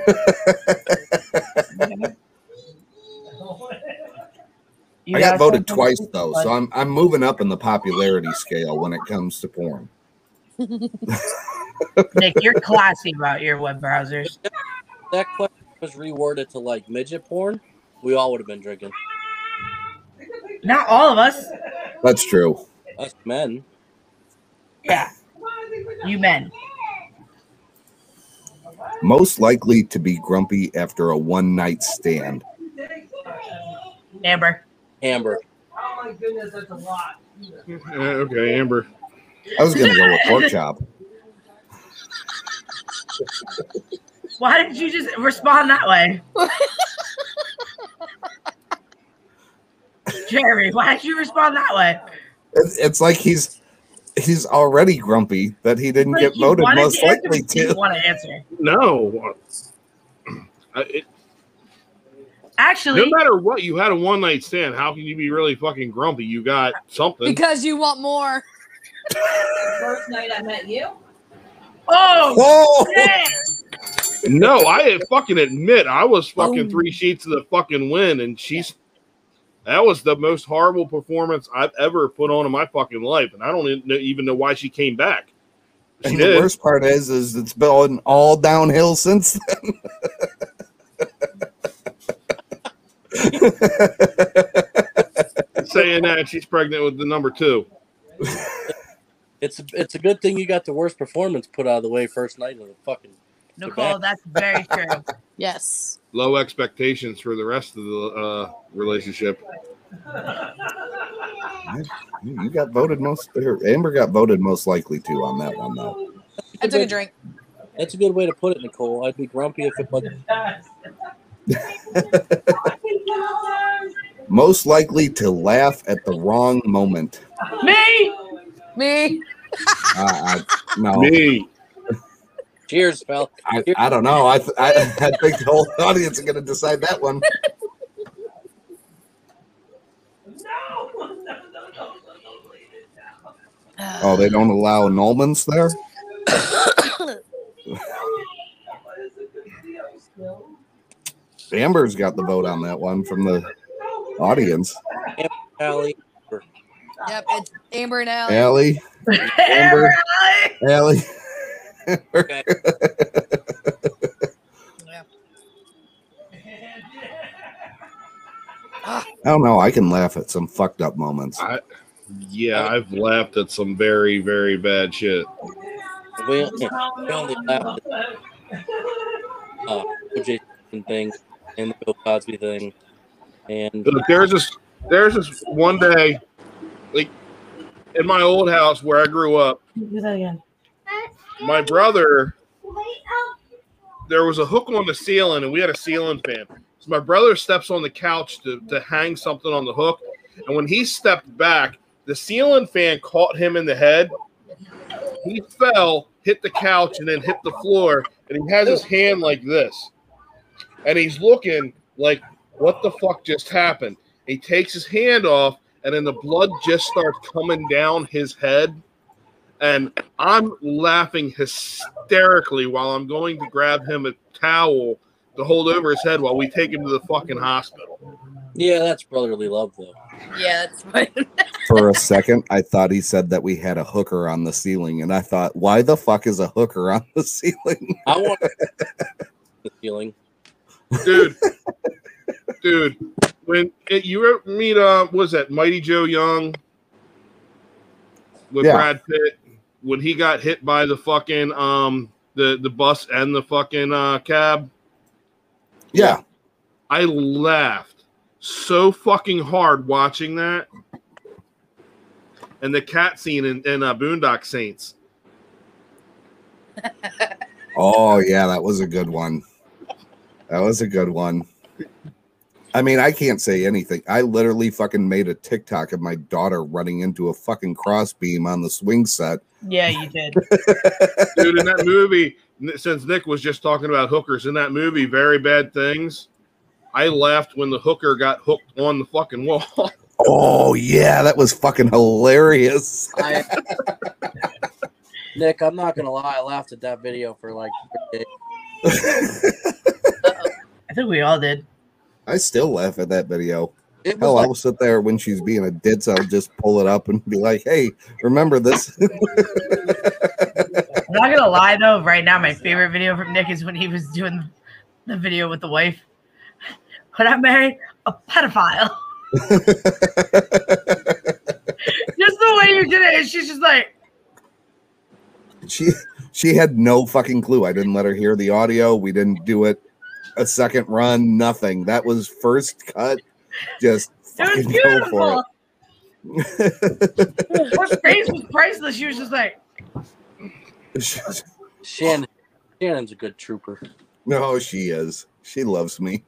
Speaker 3: You
Speaker 1: I got
Speaker 3: guys
Speaker 1: voted
Speaker 3: have
Speaker 1: twice
Speaker 3: something
Speaker 1: though,
Speaker 3: to
Speaker 1: so
Speaker 3: say?
Speaker 1: I'm I'm moving up in the popularity scale when it comes to porn.
Speaker 3: Nick, you're classy about your web browsers.
Speaker 12: That question was reworded to like midget porn. We all would have been drinking.
Speaker 3: Not all of us.
Speaker 1: That's true.
Speaker 12: Us men.
Speaker 3: Yeah. You men.
Speaker 1: Most likely to be grumpy after a one night stand.
Speaker 3: Amber.
Speaker 12: Amber.
Speaker 11: Oh my goodness, that's a lot.
Speaker 6: Uh, okay, Amber.
Speaker 1: I was gonna go with pork chop.
Speaker 3: Why did you just respond that way? Jeremy, why did you respond that way?
Speaker 1: It's, it's like he's he's already grumpy that he didn't
Speaker 3: Like
Speaker 1: get
Speaker 3: you
Speaker 1: voted
Speaker 3: wanted
Speaker 1: most
Speaker 3: to answer,
Speaker 1: likely
Speaker 3: but you didn't
Speaker 1: to.
Speaker 3: want to answer.
Speaker 6: No. I, it,
Speaker 3: Actually,
Speaker 6: no matter what, you had a one night stand. How can you be really fucking grumpy? You got something.
Speaker 10: Because you want more.
Speaker 13: First night I met you.
Speaker 3: Oh,
Speaker 1: Whoa!
Speaker 6: no, I fucking admit I was fucking three sheets of the fucking win, and she's that was the most horrible performance I've ever put on in my fucking life, and I don't even know, even know why she came back. She
Speaker 1: And the
Speaker 6: did.
Speaker 1: worst part is, is it's been all downhill since then.
Speaker 6: Saying that she's pregnant with the number two.
Speaker 12: It's it's a good thing you got the worst performance put out of the way first night of the fucking.
Speaker 3: Nicole, that's very true.
Speaker 10: Yes.
Speaker 6: Low expectations for the rest of the uh, relationship.
Speaker 1: you got voted most. Or Amber got voted most likely to on that one though.
Speaker 10: I took a drink.
Speaker 12: That's a good way to put it, Nicole. I'd be grumpy if it wasn't.
Speaker 1: Most likely to laugh at the wrong moment.
Speaker 3: Me?
Speaker 10: Me?
Speaker 1: I, I, no,
Speaker 6: Me.
Speaker 12: Cheers, pal.
Speaker 1: I, I don't know. I, th- I I think the whole audience is going to decide that one. Oh, they don't allow annulments there. Amber's got the vote on that one from the audience.
Speaker 12: Amber, Allie, Amber.
Speaker 10: Yep, it's Amber and Allie.
Speaker 1: Allie, Amber, Allie.
Speaker 12: Okay.
Speaker 1: I don't know. I can laugh at some fucked up moments.
Speaker 6: I, yeah, I've laughed at some very, very bad shit.
Speaker 12: We, we only laughed at uh, O.J. Simpson thing and the Bill Cosby thing. And
Speaker 6: Look, there's this there's this one day, like in my old house where I grew up,
Speaker 3: Do that again.
Speaker 6: my brother there was a hook on the ceiling and we had a ceiling fan so my brother steps on the couch to, to hang something on the hook and when he stepped back the ceiling fan caught him in the head he fell hit the couch and then hit the floor and he has his hand like this and he's looking like what the fuck just happened he takes his hand off and then the blood just starts coming down his head and I'm laughing hysterically while I'm going to grab him a towel to hold over his head while we take him to the fucking hospital.
Speaker 12: yeah, that's brotherly love, though.
Speaker 10: Yeah, that's right.
Speaker 1: For a second, I thought he said that we had a hooker on the ceiling, and I thought, why the fuck is a hooker on the ceiling?
Speaker 12: I want the feeling.
Speaker 6: Dude, dude, when it, you were- meet, uh, what was that Mighty Joe Young with
Speaker 1: Yeah.
Speaker 6: Brad Pitt when he got hit by the fucking, um, the, the bus and the fucking uh, cab?
Speaker 1: yeah,
Speaker 6: I laughed so fucking hard watching that. And the cat scene in, in uh, Boondock Saints.
Speaker 1: Oh yeah, that was a good one. That was a good one. I mean, I can't say anything. I literally fucking made a TikTok of my daughter running into a fucking crossbeam on the swing set.
Speaker 3: Yeah, you did.
Speaker 6: Dude, in that movie, n- since Nick was just talking about hookers, in that movie, Very Bad Things, I laughed when the hooker got hooked on the fucking wall.
Speaker 1: Oh yeah, that was fucking hilarious.
Speaker 12: I, Nick, I'm not gonna lie, I laughed at that video for like three days.
Speaker 3: I think we all did.
Speaker 1: I still laugh at that video.
Speaker 12: It was
Speaker 1: Hell,
Speaker 12: like-
Speaker 1: I will sit there when she's being a ditz. I'll just pull it up and be like, "Hey, remember this?"
Speaker 3: I'm not gonna lie though, right now my favorite video from Nick is when he was doing the video with the wife. When I married a pedophile. just the way you did it, and she's just like,
Speaker 1: she she had no fucking clue. I didn't let her hear the audio. We didn't do it a second run. Nothing. That was first cut. Just
Speaker 3: it was
Speaker 1: fucking go for
Speaker 3: beautiful.
Speaker 1: it.
Speaker 3: Her face was priceless. She was just like,
Speaker 12: Shannon, Shannon's a good trooper.
Speaker 1: No, she is. She loves me,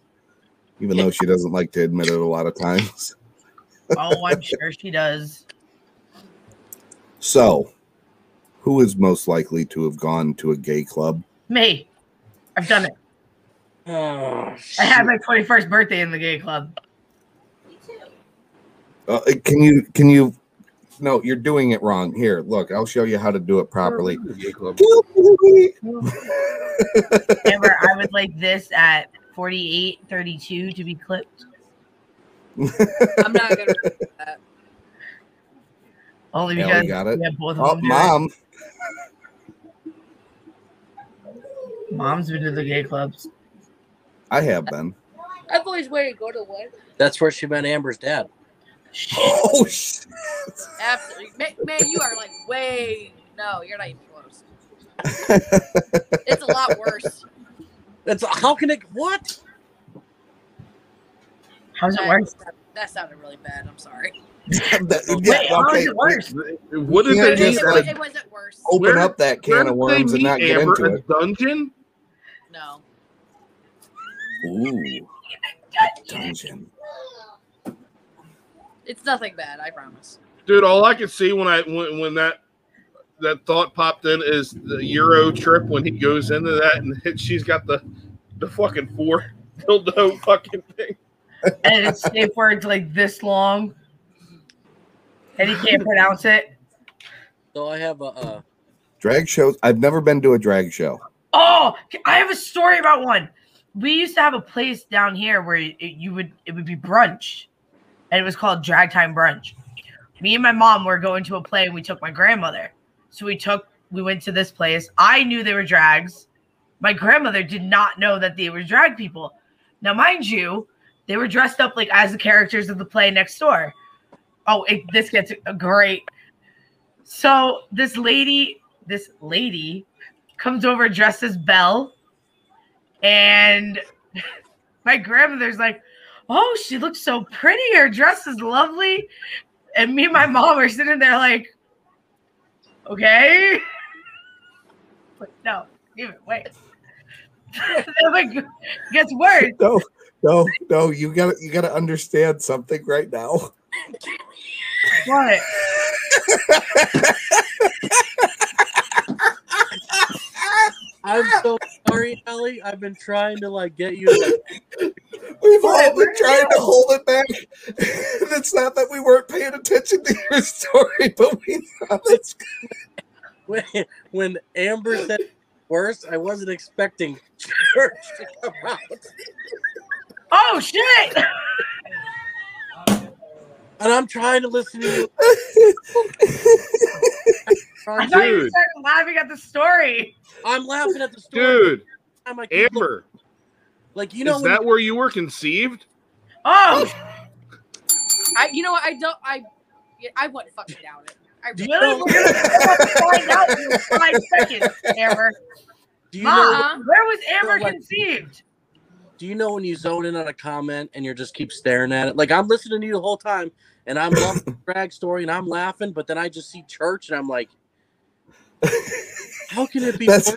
Speaker 1: even though she doesn't like to admit it a lot of times.
Speaker 3: Oh, I'm sure she does.
Speaker 1: So, who is most likely to have gone to a gay club?
Speaker 3: Me. I've done it. I had my 21st birthday in the gay club.
Speaker 1: Uh, can you? Can you? No, you're doing it wrong. Here, look. I'll show you how to do it properly.
Speaker 3: Remember, I was like this at 48, 32 to be clipped.
Speaker 10: I'm not gonna remember that.
Speaker 3: Only
Speaker 1: Ellie
Speaker 3: because
Speaker 1: got it.
Speaker 3: yeah, both of
Speaker 1: oh,
Speaker 3: them do it.
Speaker 1: mom.
Speaker 3: Mom's been to the gay clubs.
Speaker 1: I have been.
Speaker 10: I've always wanted to go to one.
Speaker 12: That's where she met Amber's dad.
Speaker 1: Oh shit.
Speaker 10: Absolutely, man, man, you are like way. No, you're not even close. it's a lot worse.
Speaker 12: That's how can it? What?
Speaker 3: How's
Speaker 10: That-
Speaker 3: it worse?
Speaker 10: That sounded really bad. I'm sorry.
Speaker 1: Wait,
Speaker 3: how is it worse?
Speaker 6: What did
Speaker 1: Yeah,
Speaker 6: they
Speaker 1: it is
Speaker 6: do?
Speaker 10: It, was, it wasn't worse.
Speaker 1: Open
Speaker 6: Where-
Speaker 1: up that
Speaker 6: where
Speaker 1: can
Speaker 6: did
Speaker 1: of worms
Speaker 6: they
Speaker 1: and not
Speaker 6: meet
Speaker 1: get
Speaker 6: Amber?
Speaker 1: into
Speaker 6: A
Speaker 1: it.
Speaker 6: dungeon?
Speaker 10: No.
Speaker 1: Ooh, dungeon.
Speaker 10: It's nothing bad, I promise.
Speaker 6: Dude, all I could see when I when, when that that thought popped in is the Euro trip when he goes into that and she's got the the fucking four dildo fucking thing.
Speaker 3: And it's safe words like this long. And he can't pronounce it.
Speaker 12: So I have a. Uh,
Speaker 1: Drag shows. I've never been to a drag show.
Speaker 3: Oh, I have a story about one. We used to have a place down here where it, you would it would be brunch, and it was called Drag Time Brunch. Me and my mom were going to a play, and we took my grandmother. So we took we went to this place. I knew they were drags. My grandmother did not know that they were drag people. Now, mind you, they were dressed up like as the characters of the play next door. Oh, it, this gets uh, great. So this lady this lady comes over dressed as Belle, and my grandmother's like, "Oh, she looks so pretty. Her dress is lovely." And me and my mom are sitting there like, "Okay." Like, no, give it. Wait. They're like, gets worse.
Speaker 1: No, no, no. You gotta you gotta understand something right now.
Speaker 3: What?
Speaker 12: I'm so sorry, Ellie. I've been trying to like get you. To,
Speaker 1: We've all been trying to hold it back. And it's not that we weren't paying attention to your story, but we know it's
Speaker 12: when, when Amber said worse, I wasn't expecting church to come out.
Speaker 3: Oh shit!
Speaker 12: And I'm trying to listen to you.
Speaker 3: I thought you started laughing at the story.
Speaker 12: I'm laughing at the
Speaker 6: dude.
Speaker 12: I'm like, you look-
Speaker 6: Amber,
Speaker 12: like you know
Speaker 6: is
Speaker 12: when
Speaker 6: that
Speaker 12: you-
Speaker 6: where you were conceived?
Speaker 3: Oh,
Speaker 10: I, you know what? I don't. I, yeah, I wouldn't fucking doubt it. I
Speaker 3: really? We're gonna find out in five seconds, Amber.
Speaker 12: Do you
Speaker 3: Mom,
Speaker 12: know?
Speaker 3: where was Amber
Speaker 12: like-
Speaker 3: conceived?
Speaker 12: Do you know when you zone in on a comment and you just keep staring at it? Like I'm listening to you the whole time, and I'm loving the drag story, and I'm laughing, but then I just see church, and I'm like, how can it be
Speaker 1: That's-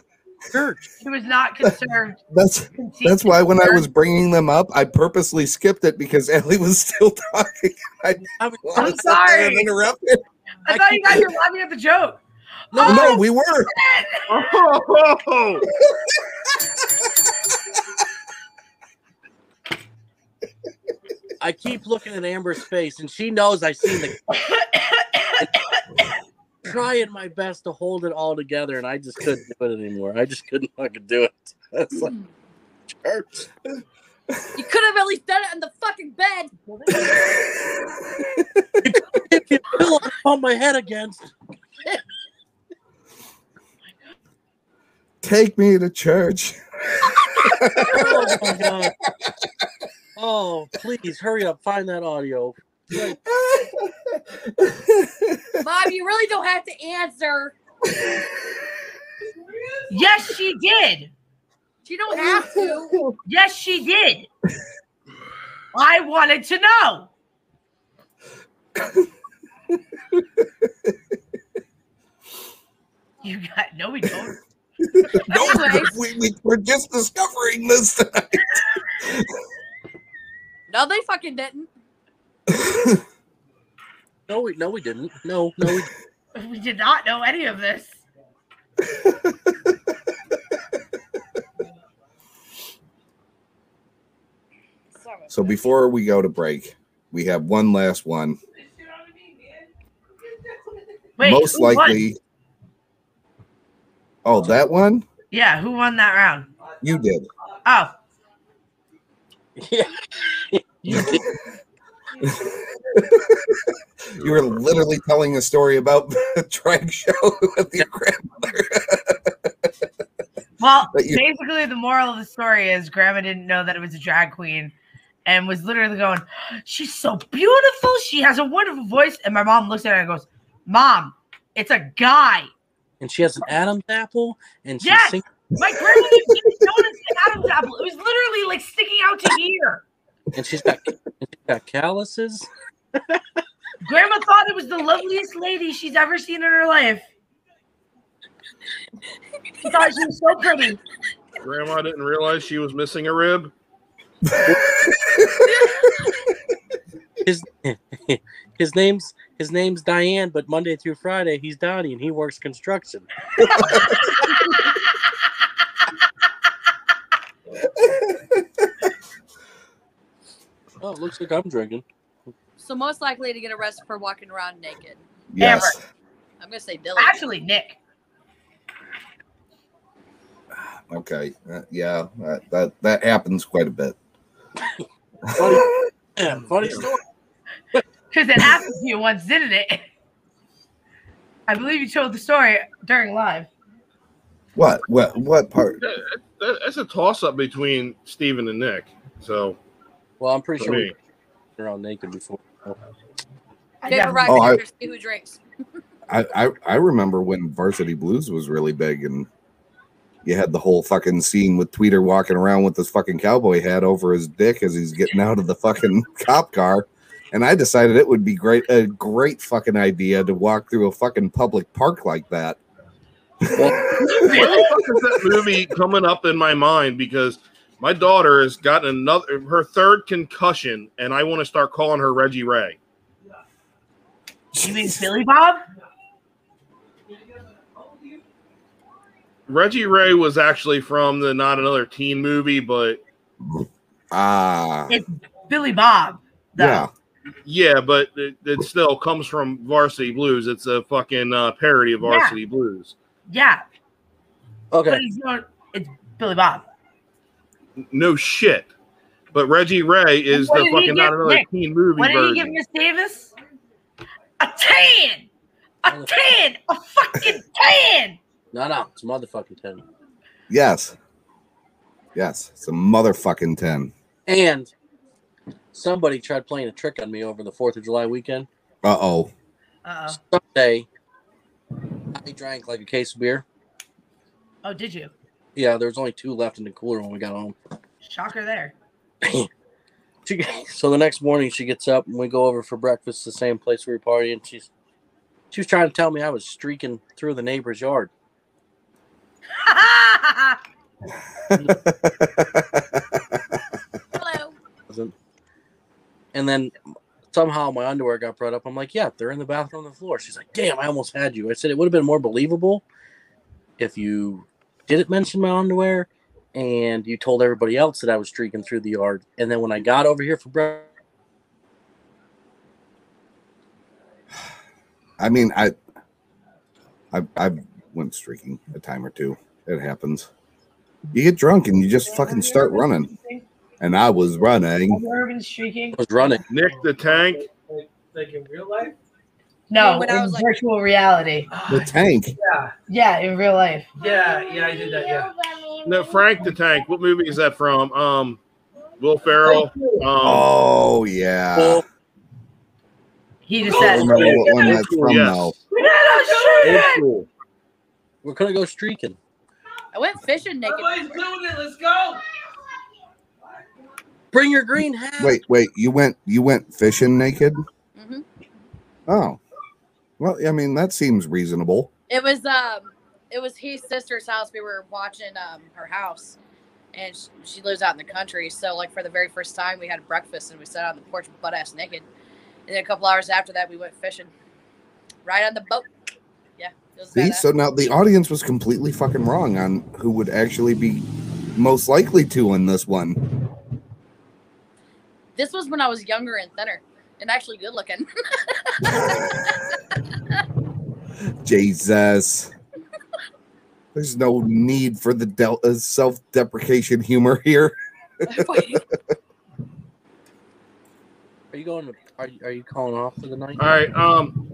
Speaker 12: church?
Speaker 3: She was not conserved.
Speaker 1: That's that's why when I was bringing them up, I purposely skipped it because Ellie was still talking. I
Speaker 12: I'm,
Speaker 3: I'm sorry.
Speaker 1: interrupted.
Speaker 3: I, thought you guys were laughing at the joke.
Speaker 1: No, no, we were.
Speaker 6: Oh,
Speaker 12: I keep looking at Amber's face, and she knows I see the. trying my best to hold it all together, and I just couldn't do it anymore. I just couldn't fucking do it. It's like church.
Speaker 10: You could have at least done it on the fucking bed.
Speaker 12: Get a pillow to bump my head against.
Speaker 1: Take me to church.
Speaker 12: Oh my god. Oh, please hurry up, find that audio.
Speaker 10: Mom, you really don't have to answer.
Speaker 3: Yes, she did.
Speaker 10: You don't have to.
Speaker 3: Yes, she did. I wanted to know. you got no, we don't.
Speaker 1: No,
Speaker 10: Anyways.
Speaker 1: we, we, we're just discovering this tonight.
Speaker 10: No, they fucking didn't.
Speaker 12: No, we no we didn't. No, no we
Speaker 3: We did not know any of this.
Speaker 1: So before we go to break, we have one last one.
Speaker 3: Wait,
Speaker 1: Most
Speaker 3: who won?
Speaker 1: likely. Oh, that one?
Speaker 3: Yeah, who won that round?
Speaker 1: You did.
Speaker 3: Oh,
Speaker 1: You were literally telling a story about the drag show with your grandmother.
Speaker 3: well,
Speaker 1: But you-
Speaker 3: basically, the moral of the story is Grandma didn't know that it was a drag queen and was literally going, She's so beautiful. She has a wonderful voice. And my mom looks at her and goes, Mom, it's a guy.
Speaker 12: and she has an Adam's apple and she
Speaker 3: Yes!
Speaker 12: sings
Speaker 3: My grandma didn't even notice the Adam's apple. It was literally like sticking out to here.
Speaker 12: and she's got and she's got calluses.
Speaker 3: Grandma thought it was the loveliest lady she's ever seen in her life. She thought she was so pretty.
Speaker 6: grandma didn't realize she was missing a rib.
Speaker 12: His his name's his name's Diane, but Monday through Friday he's Donnie and he works construction. oh, it looks like I'm drinking.
Speaker 10: So most likely to get arrested for walking around naked.
Speaker 1: Yes.
Speaker 10: I'm gonna say Dylan.
Speaker 3: Actually, Nick.
Speaker 1: Okay. Uh, yeah. That, that that happens quite a bit.
Speaker 12: Funny, yeah, funny story.
Speaker 3: Because it happened to you once, didn't it? I believe you told the story during live.
Speaker 1: What? What? What part?
Speaker 6: That- that- that's a toss up between Steven and Nick. So,
Speaker 12: Well, I'm pretty
Speaker 6: for
Speaker 12: sure
Speaker 6: me,
Speaker 12: we were around naked before.
Speaker 10: Favorite ride
Speaker 1: Oh, I-
Speaker 10: who drinks.
Speaker 1: I, I I remember when Varsity Blues was really big, and you had the whole fucking scene with Tweeter walking around with his fucking cowboy hat over his dick as he's getting out of the fucking cop car. And I decided it would be great a great fucking idea to walk through a fucking public park like that.
Speaker 6: What the fuck is that movie coming up in my mind? Because my daughter has gotten another her third concussion, and I want to start calling her Reggie Ray.
Speaker 3: You mean Billy Bob?
Speaker 6: Reggie Ray was actually from the Not Another Teen movie, but
Speaker 1: ah,
Speaker 3: It's Billy Bob.
Speaker 1: yeah,
Speaker 6: yeah, but it, it still comes from Varsity Blues. It's a fucking uh, parody of
Speaker 3: Yeah.
Speaker 6: Varsity Blues.
Speaker 3: Yeah. But
Speaker 6: Okay,
Speaker 3: it's not. It's Billy Bob.
Speaker 6: no shit. But Reggie Ray is
Speaker 3: What
Speaker 6: the
Speaker 3: did he
Speaker 6: fucking
Speaker 3: get,
Speaker 6: Not Another
Speaker 3: Nick?
Speaker 6: Teen movie
Speaker 3: What did
Speaker 6: version.
Speaker 3: he give Miss Davis? A tan.
Speaker 1: Oh.
Speaker 3: A tan. A fucking tan.
Speaker 12: No, no, it's motherfucking ten.
Speaker 1: yes, yes, it's a motherfucking ten.
Speaker 12: And somebody tried playing a trick on me over the Fourth of July weekend.
Speaker 1: Uh oh,
Speaker 3: Uh oh.
Speaker 12: Sunday, I drank like a case of beer.
Speaker 3: Oh, did you?
Speaker 12: Yeah, there was only two left in the cooler when we got home.
Speaker 3: Shocker there.
Speaker 12: She, so the next morning, she gets up and we go over for breakfast, the same place we were partying. She's she was trying to tell me I was streaking through the neighbor's yard.
Speaker 10: Hello.
Speaker 12: Wasn't. And then somehow my underwear got brought up. I'm like, yeah, they're in the bathroom on the floor. She's like, damn, I almost had you. I said it would have been more believable if you didn't mention my underwear and you told everybody else that I was streaking through the yard. And then when I got over here for breakfast,
Speaker 1: I mean, I, I, I went streaking a time or two. It happens. You get drunk and you just fucking start running. And I was running.
Speaker 11: Urban streaking.
Speaker 12: running.
Speaker 6: Nick the Tank.
Speaker 11: Like, like in real life?
Speaker 3: No,
Speaker 11: When I
Speaker 3: in
Speaker 11: was, like-
Speaker 3: virtual reality.
Speaker 1: The tank.
Speaker 11: Yeah.
Speaker 3: Yeah, in real life.
Speaker 11: Yeah, yeah, I did that. Yeah.
Speaker 6: No, Frank the Tank. What movie is that from? Um, Will Ferrell. Um,
Speaker 1: Oh yeah.
Speaker 3: He just
Speaker 1: I
Speaker 3: said.
Speaker 1: don't remember what one that's from
Speaker 6: Yes.
Speaker 1: though.
Speaker 3: We gotta shoot it.
Speaker 12: we're going to go streaking.
Speaker 10: I went fishing naked.
Speaker 11: Everybody's doing it. Let's go.
Speaker 12: Bring your green hat.
Speaker 1: Wait, wait. You went you went fishing naked?
Speaker 10: Mm-hmm.
Speaker 1: Oh. Well, I mean that seems reasonable.
Speaker 10: It was um, it was his sister's house. We were watching um her house, and she, she lives out in the country. So like for the very first time, we had breakfast and we sat on the porch butt ass naked. And then a couple hours after that, we went fishing, right on the boat. Yeah, it was
Speaker 1: See,
Speaker 10: badass.
Speaker 1: so now the audience was completely fucking wrong on who would actually be most likely to in this one.
Speaker 10: This was when I was younger and thinner, and actually good looking.
Speaker 1: Jesus. There's no need for the del- uh, self-deprecation humor here.
Speaker 12: Are you going to, are you, are you calling off for the night?
Speaker 6: All right. Um,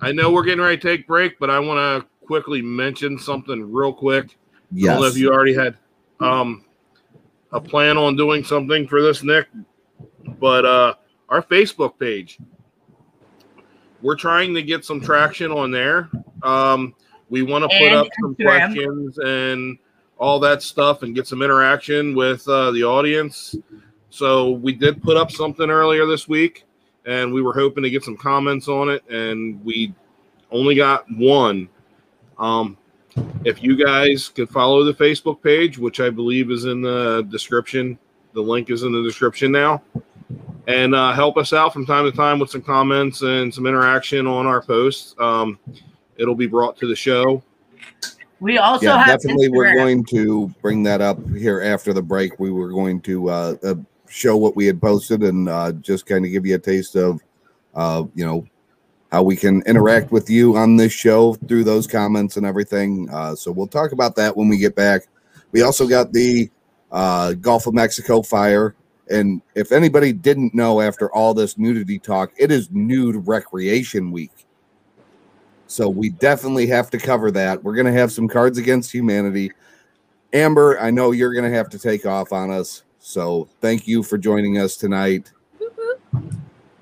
Speaker 6: I know we're getting ready to take break, but I want to quickly mention something real quick. I don't know
Speaker 1: Yes.
Speaker 6: if you already had um a plan on doing something for this, Nick, but uh, our Facebook page. We're trying to get some traction on there. Um, we want to put
Speaker 14: And
Speaker 6: up some
Speaker 14: Instagram.
Speaker 6: questions and all that stuff and get some interaction with uh, the audience. So we did put up something earlier this week, and we were hoping to get some comments on it, and we only got one. Um, if you guys could follow the Facebook page, which I believe is in the description, the link is in the description now, and uh, help us out from time to time with some comments and some interaction on our posts. Um, it'll be brought to the show.
Speaker 3: We also
Speaker 1: yeah,
Speaker 3: have
Speaker 1: definitely. We're
Speaker 3: Instagram.
Speaker 1: going to bring that up here after the break. We were going to uh, uh, show what we had posted and uh, just kind of give you a taste of, uh, you know, how we can interact with you on this show through those comments and everything. Uh, so we'll talk about that when we get back. We also got the uh, Gulf of Mexico fire. And if anybody didn't know after all this nudity talk, it is nude recreation week. So we definitely have to cover that. We're going to have some cards against humanity. Amber, I know you're going to have to take off on us. So thank you for joining us tonight.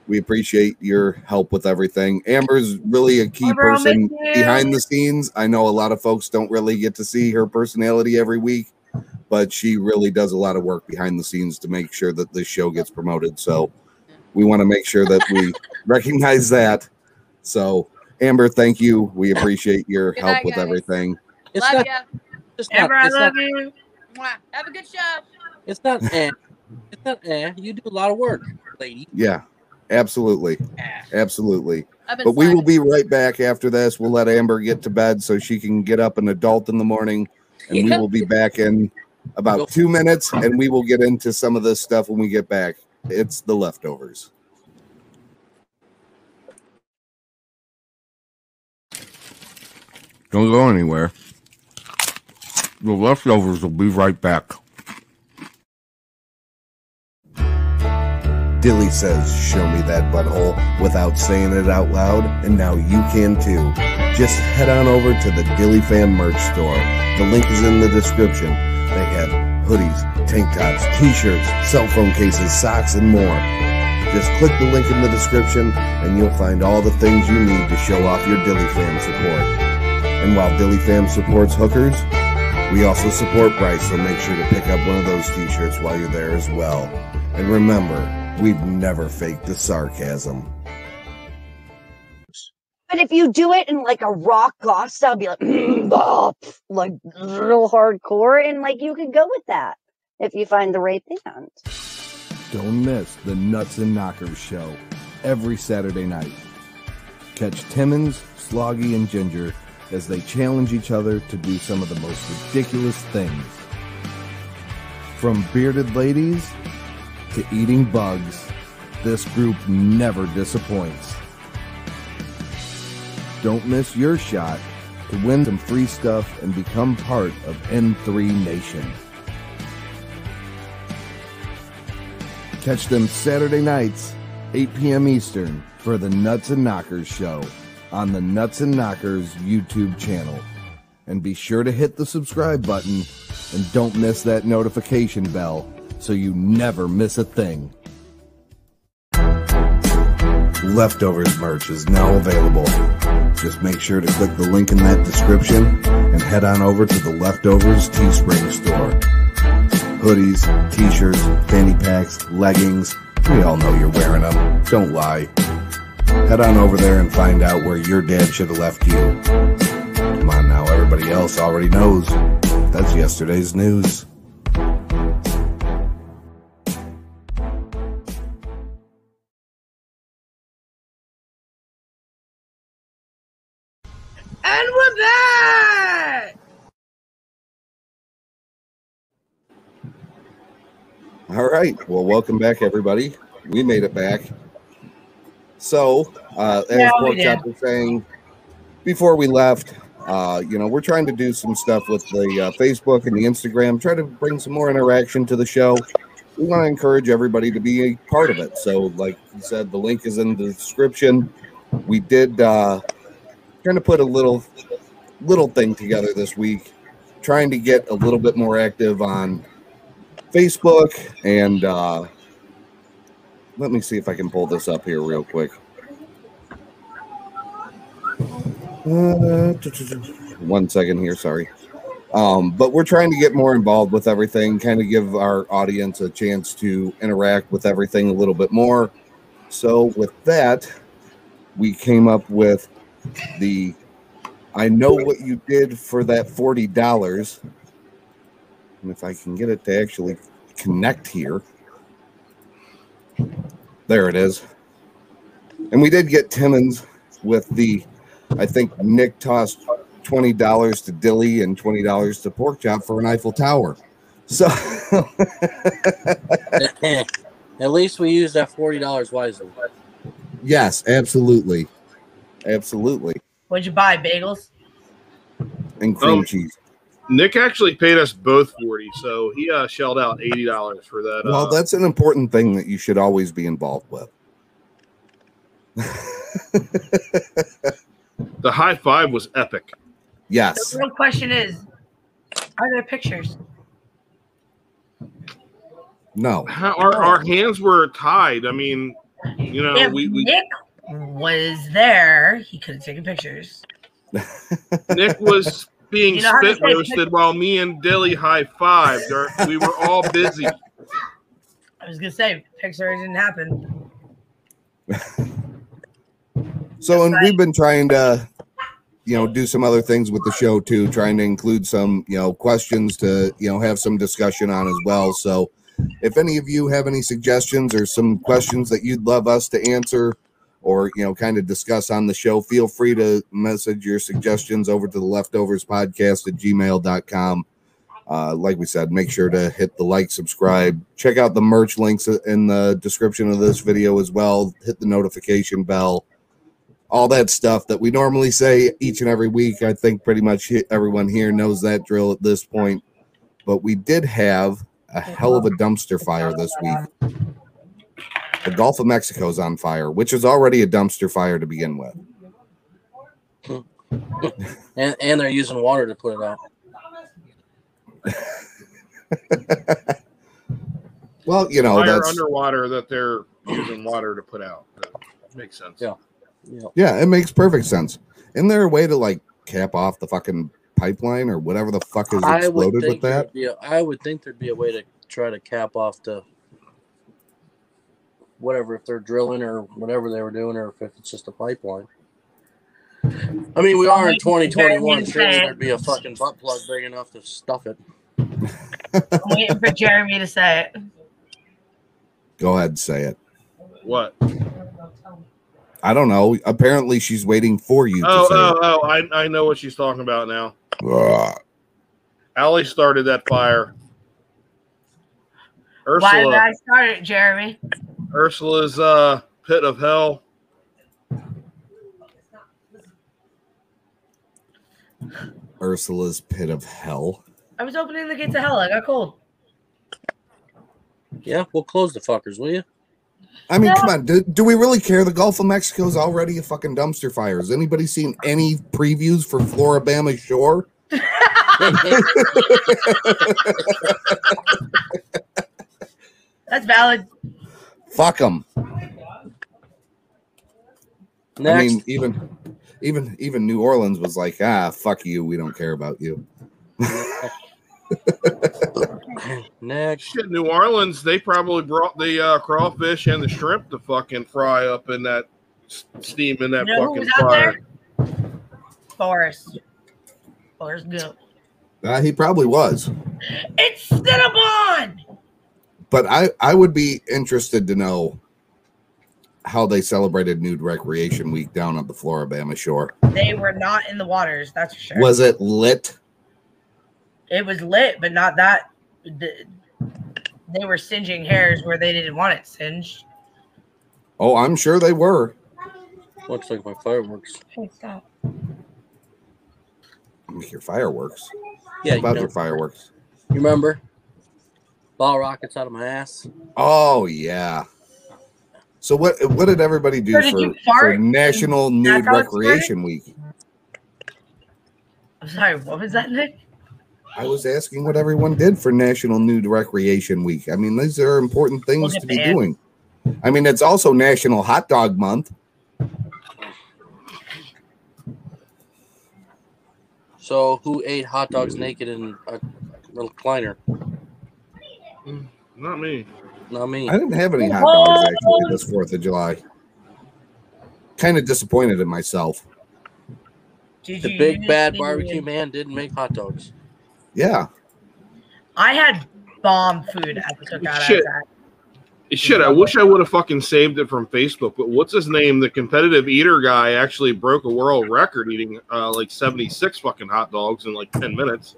Speaker 1: We appreciate your help with everything. Amber's really a key
Speaker 3: Amber, I'll
Speaker 1: person
Speaker 3: miss you.
Speaker 1: behind the scenes. I know a lot of folks don't really get to see her personality every week, but she really does a lot of work behind the scenes to make sure that this show gets promoted. So we want to make sure that we recognize that. So, Amber, thank you. We appreciate your
Speaker 10: Good
Speaker 1: help
Speaker 10: night,
Speaker 1: with
Speaker 10: guys.
Speaker 1: everything.
Speaker 10: Love
Speaker 12: not-
Speaker 10: you.
Speaker 12: It's not- Amber, I it's love not-
Speaker 3: you.
Speaker 10: Have a good show.
Speaker 12: It's not eh. It's not eh. You do a lot of work, lady.
Speaker 1: Yeah, absolutely. Absolutely.
Speaker 10: I've been
Speaker 1: But we will be right back after this. We'll let Amber get to bed so she can get up an adult in the morning. And we
Speaker 10: Yeah.
Speaker 1: will be back in about two minutes and we will get into some of this stuff when we get back. It's the leftovers. Don't go anywhere. The leftovers will be right back. Dilly says, Show me that butthole without saying it out loud, and now you can too. Just head on over to the Dilly Fam merch store. The link is in the description. They have hoodies, tank tops, t shirts, cell phone cases, socks, and more. Just click the link in the description, and you'll find all the things you need to show off your Dilly Fam support. And while Dilly Fam supports hookers, we also support Bryce, so make sure to pick up one of those t shirts while you're there as well. And remember, we've never faked the sarcasm.
Speaker 14: But if you do it in like a rock goth style, be like, "Mm, pff," like real hardcore, and like you could go with that if you find the right band.
Speaker 1: Don't miss the Nuts and Knockers show every Saturday night. Catch Timmons, Sloggy, and Ginger as they challenge each other to do some of the most ridiculous things. From bearded ladies to eating bugs, this group never disappoints. Don't miss your shot to win some free stuff and become part of N3 Nation. Catch them Saturday nights, 8 p.m. Eastern, for the Nuts and Knockers show on the Nuts and Knockers YouTube channel. And be sure to hit the subscribe button and don't miss that notification bell so you never miss a thing. Leftovers merch is now available. Just make sure to click the link in that description and head on over to the Leftovers Teespring store hoodies, t-shirts, fanny packs, leggings. We all know you're wearing them. Don't lie. Head on over there and find out where your dad should have left you. Come on now, everybody else already knows. That's yesterday's news.
Speaker 3: And we're back.
Speaker 1: All right. Well, welcome back, everybody. We made it back. So, uh, as
Speaker 15: Yeah, we
Speaker 1: Pork
Speaker 15: did.
Speaker 1: Chop was saying before we left, uh, you know, we're trying to do some stuff with the uh, Facebook and the Instagram, try to bring some more interaction to the show. We want to encourage everybody to be a part of it. So, like you said, the link is in the description. We did uh, trying to put a little little thing together this week, trying to get a little bit more active on Facebook and uh, let me see if I can pull this up here real quick. Uh, One second here, sorry. Um, but we're trying to get more involved with everything, kind of give our audience a chance to interact with everything a little bit more. So, with that, we came up with the I know what you did for that $40. And if I can get it to actually connect here. There it is. And we did get Timmons with the, I think Nick tossed twenty dollars to Dilly and twenty dollars to Pork Chop for an Eiffel Tower. So
Speaker 12: At least we use that forty dollars wisely.
Speaker 1: yes, absolutely, absolutely,
Speaker 3: What'd you buy? Bagels.
Speaker 1: and cream
Speaker 6: Um,
Speaker 1: cheese.
Speaker 6: Nick actually paid us both forty, so he uh, shelled out eighty dollars for that. Uh,
Speaker 1: Well, that's an important thing that you should always be involved with.
Speaker 6: the high five was epic.
Speaker 1: Yes,
Speaker 3: The real question is, are there pictures?
Speaker 1: no.
Speaker 6: How- Our, our hands were tied. I mean, You know,
Speaker 3: if
Speaker 6: we, we
Speaker 3: Nick was there, he could have taken pictures.
Speaker 6: Nick was being
Speaker 3: You know how to
Speaker 6: spit
Speaker 3: say-
Speaker 6: roasted while me and Dilly high fived. Our- We were all busy.
Speaker 3: I was gonna say pictures didn't happen.
Speaker 1: So, and we've been trying to, you know, do some other things with the show too, trying to include some, you know, questions to, you know, have some discussion on as well. So, if any of you have any suggestions or some questions that you'd love us to answer or, you know, kind of discuss on the show, feel free to message your suggestions over to the leftovers podcast at gmail.com. Uh, like we said, make sure to hit the like, subscribe, check out the merch links in the description of this video as well. Hit the notification bell all that stuff that we normally say each and every week. I think pretty much he- everyone here knows that drill at this point. But we did have a hell of a dumpster fire this week. The Gulf of Mexico is on fire, which is already a dumpster fire to begin with.
Speaker 12: and and they're using water to put it out.
Speaker 1: Well, you know,
Speaker 6: fire
Speaker 1: Oh, that's
Speaker 6: underwater that they're using water to put out. That makes sense. Yeah.
Speaker 1: yeah, it makes perfect sense. Isn't there a way to like cap off the fucking pipeline or whatever the fuck is
Speaker 12: I would
Speaker 1: exploded with
Speaker 12: think
Speaker 1: that?
Speaker 12: there'd be a, I would think there'd be a way to try to cap off the whatever if they're drilling or whatever they were doing or if it's just a pipeline. I mean, we are in 2021. Surely there'd be a fucking butt plug big enough to stuff it.
Speaker 3: I'm waiting for Jeremy to say it.
Speaker 1: Go ahead and say it.
Speaker 6: What?
Speaker 1: I don't know. Apparently, she's waiting for you to
Speaker 6: Oh,
Speaker 1: say
Speaker 6: oh, oh! I, I know what she's talking about now.
Speaker 1: it.
Speaker 6: Allie started that fire.
Speaker 3: Why did I
Speaker 6: Ursula,
Speaker 3: start it, Jeremy?
Speaker 6: Ursula's uh, pit of hell.
Speaker 1: Ursula's pit of hell.
Speaker 3: I was opening the gate to hell. I got cold.
Speaker 12: Yeah, we'll close the fuckers, will you?
Speaker 1: I mean, come on. Do, do we really care? The Gulf of Mexico is already a fucking dumpster fire. Has anybody seen any previews for Floribama Shore?
Speaker 3: That's valid.
Speaker 1: Fuck them. I mean,
Speaker 12: Next.
Speaker 1: even, even, even New Orleans was like, ah, fuck you. We don't care about you.
Speaker 12: Next.
Speaker 6: Shit, New Orleans, they probably brought the uh, crawfish and the shrimp to fucking fry up in that s- steam in that
Speaker 3: You know who
Speaker 6: fucking
Speaker 3: was out
Speaker 6: fire.
Speaker 3: Forrest. Forrest Gump.
Speaker 1: Uh, he probably was.
Speaker 3: It's Cinnabon!
Speaker 1: But I, I would be interested to know how they celebrated Nude Recreation Week down on the Floribama Shore.
Speaker 3: They were not in the waters, that's for sure.
Speaker 1: Was it lit?
Speaker 3: It was lit, but not that. the- They were singeing hairs where they didn't want it singed.
Speaker 1: Oh, I'm sure they were.
Speaker 12: Looks like my fireworks.
Speaker 3: Hey, stop.
Speaker 1: Make your fireworks.
Speaker 12: Yeah, you
Speaker 1: about
Speaker 12: know.
Speaker 1: your fireworks.
Speaker 12: You remember? Ball rockets out of my ass.
Speaker 1: Oh yeah. So what what did everybody do
Speaker 12: So did you
Speaker 1: for,
Speaker 12: fart
Speaker 1: for National
Speaker 3: and
Speaker 1: Nude
Speaker 3: that's how it started?
Speaker 1: Recreation Week?
Speaker 3: I'm sorry, what was that, Nick?
Speaker 1: I was asking what everyone did for National Nude Recreation Week. I mean, these are important things to
Speaker 3: Look at
Speaker 1: be
Speaker 3: that.
Speaker 1: doing. I mean, it's also National Hot Dog Month.
Speaker 12: So, who ate hot dogs naked in a little recliner?
Speaker 6: Not me.
Speaker 12: Not me.
Speaker 1: I didn't have any hot dogs actually this 4th of July. Kind of disappointed in myself.
Speaker 3: Did
Speaker 12: The
Speaker 3: you
Speaker 12: big
Speaker 3: use
Speaker 12: bad
Speaker 3: the-
Speaker 12: barbecue man didn't make hot dogs.
Speaker 1: Yeah.
Speaker 3: I had bomb food at the cookout.
Speaker 6: Shit.
Speaker 3: I
Speaker 6: Shit, I wish I would have fucking saved it from Facebook. But what's his name? The competitive eater guy actually broke a world record eating uh, like 76 fucking hot dogs in like 10 minutes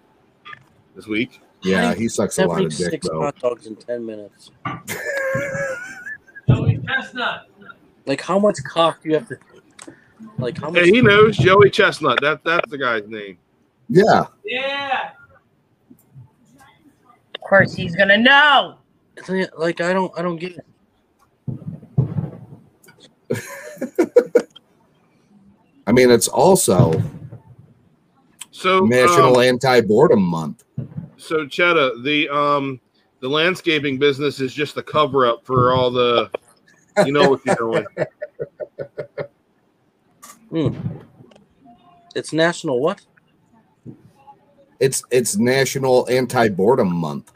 Speaker 6: this week.
Speaker 1: Yeah, he sucks a lot of dick
Speaker 12: 76
Speaker 1: though.
Speaker 12: hot dogs in 10 minutes. Like, how much cock do you have to. Like, how much.
Speaker 6: Hey, he knows Joey Chestnut. That that's the guy's name.
Speaker 1: Yeah.
Speaker 3: Yeah. Of course, he's gonna know.
Speaker 12: It's Like, like, I don't, I don't get it.
Speaker 1: I mean, it's also
Speaker 6: So
Speaker 1: National
Speaker 6: um,
Speaker 1: Anti Boredom Month.
Speaker 6: So Chetta, the um the landscaping business is just a cover up for all the You know what you're doing.
Speaker 12: It's national what?
Speaker 1: It's it's National Anti Boredom Month.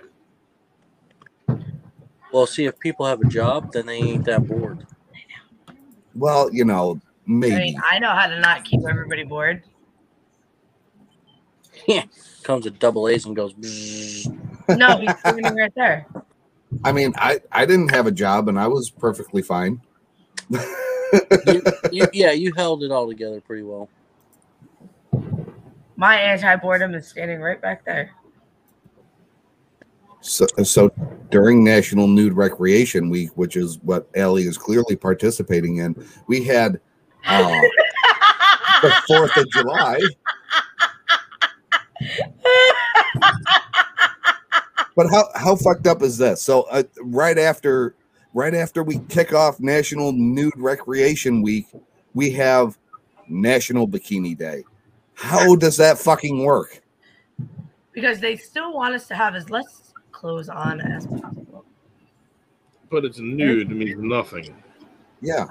Speaker 12: Well, see, if people have a job, then they ain't that bored.
Speaker 1: Well, you know,
Speaker 16: I
Speaker 1: maybe
Speaker 16: mean, I know how to not keep everybody bored.
Speaker 12: Comes with double A's and goes. "Bzzz."
Speaker 16: No, he's standing right there.
Speaker 1: I mean, I I didn't have a job and I was perfectly fine.
Speaker 12: You, yeah, you held it all together pretty well.
Speaker 16: My anti boredom is standing right back there.
Speaker 1: So, so during National Nude Recreation Week, which is what Ellie is clearly participating in, we had uh, the Fourth of July. But how how fucked up is this? So uh, right after right after we kick off National Nude Recreation Week, we have National Bikini Day. How does that fucking work?
Speaker 16: Because they still want us to have as less clothes on as possible.
Speaker 6: But it's nude means nothing.
Speaker 1: Yeah.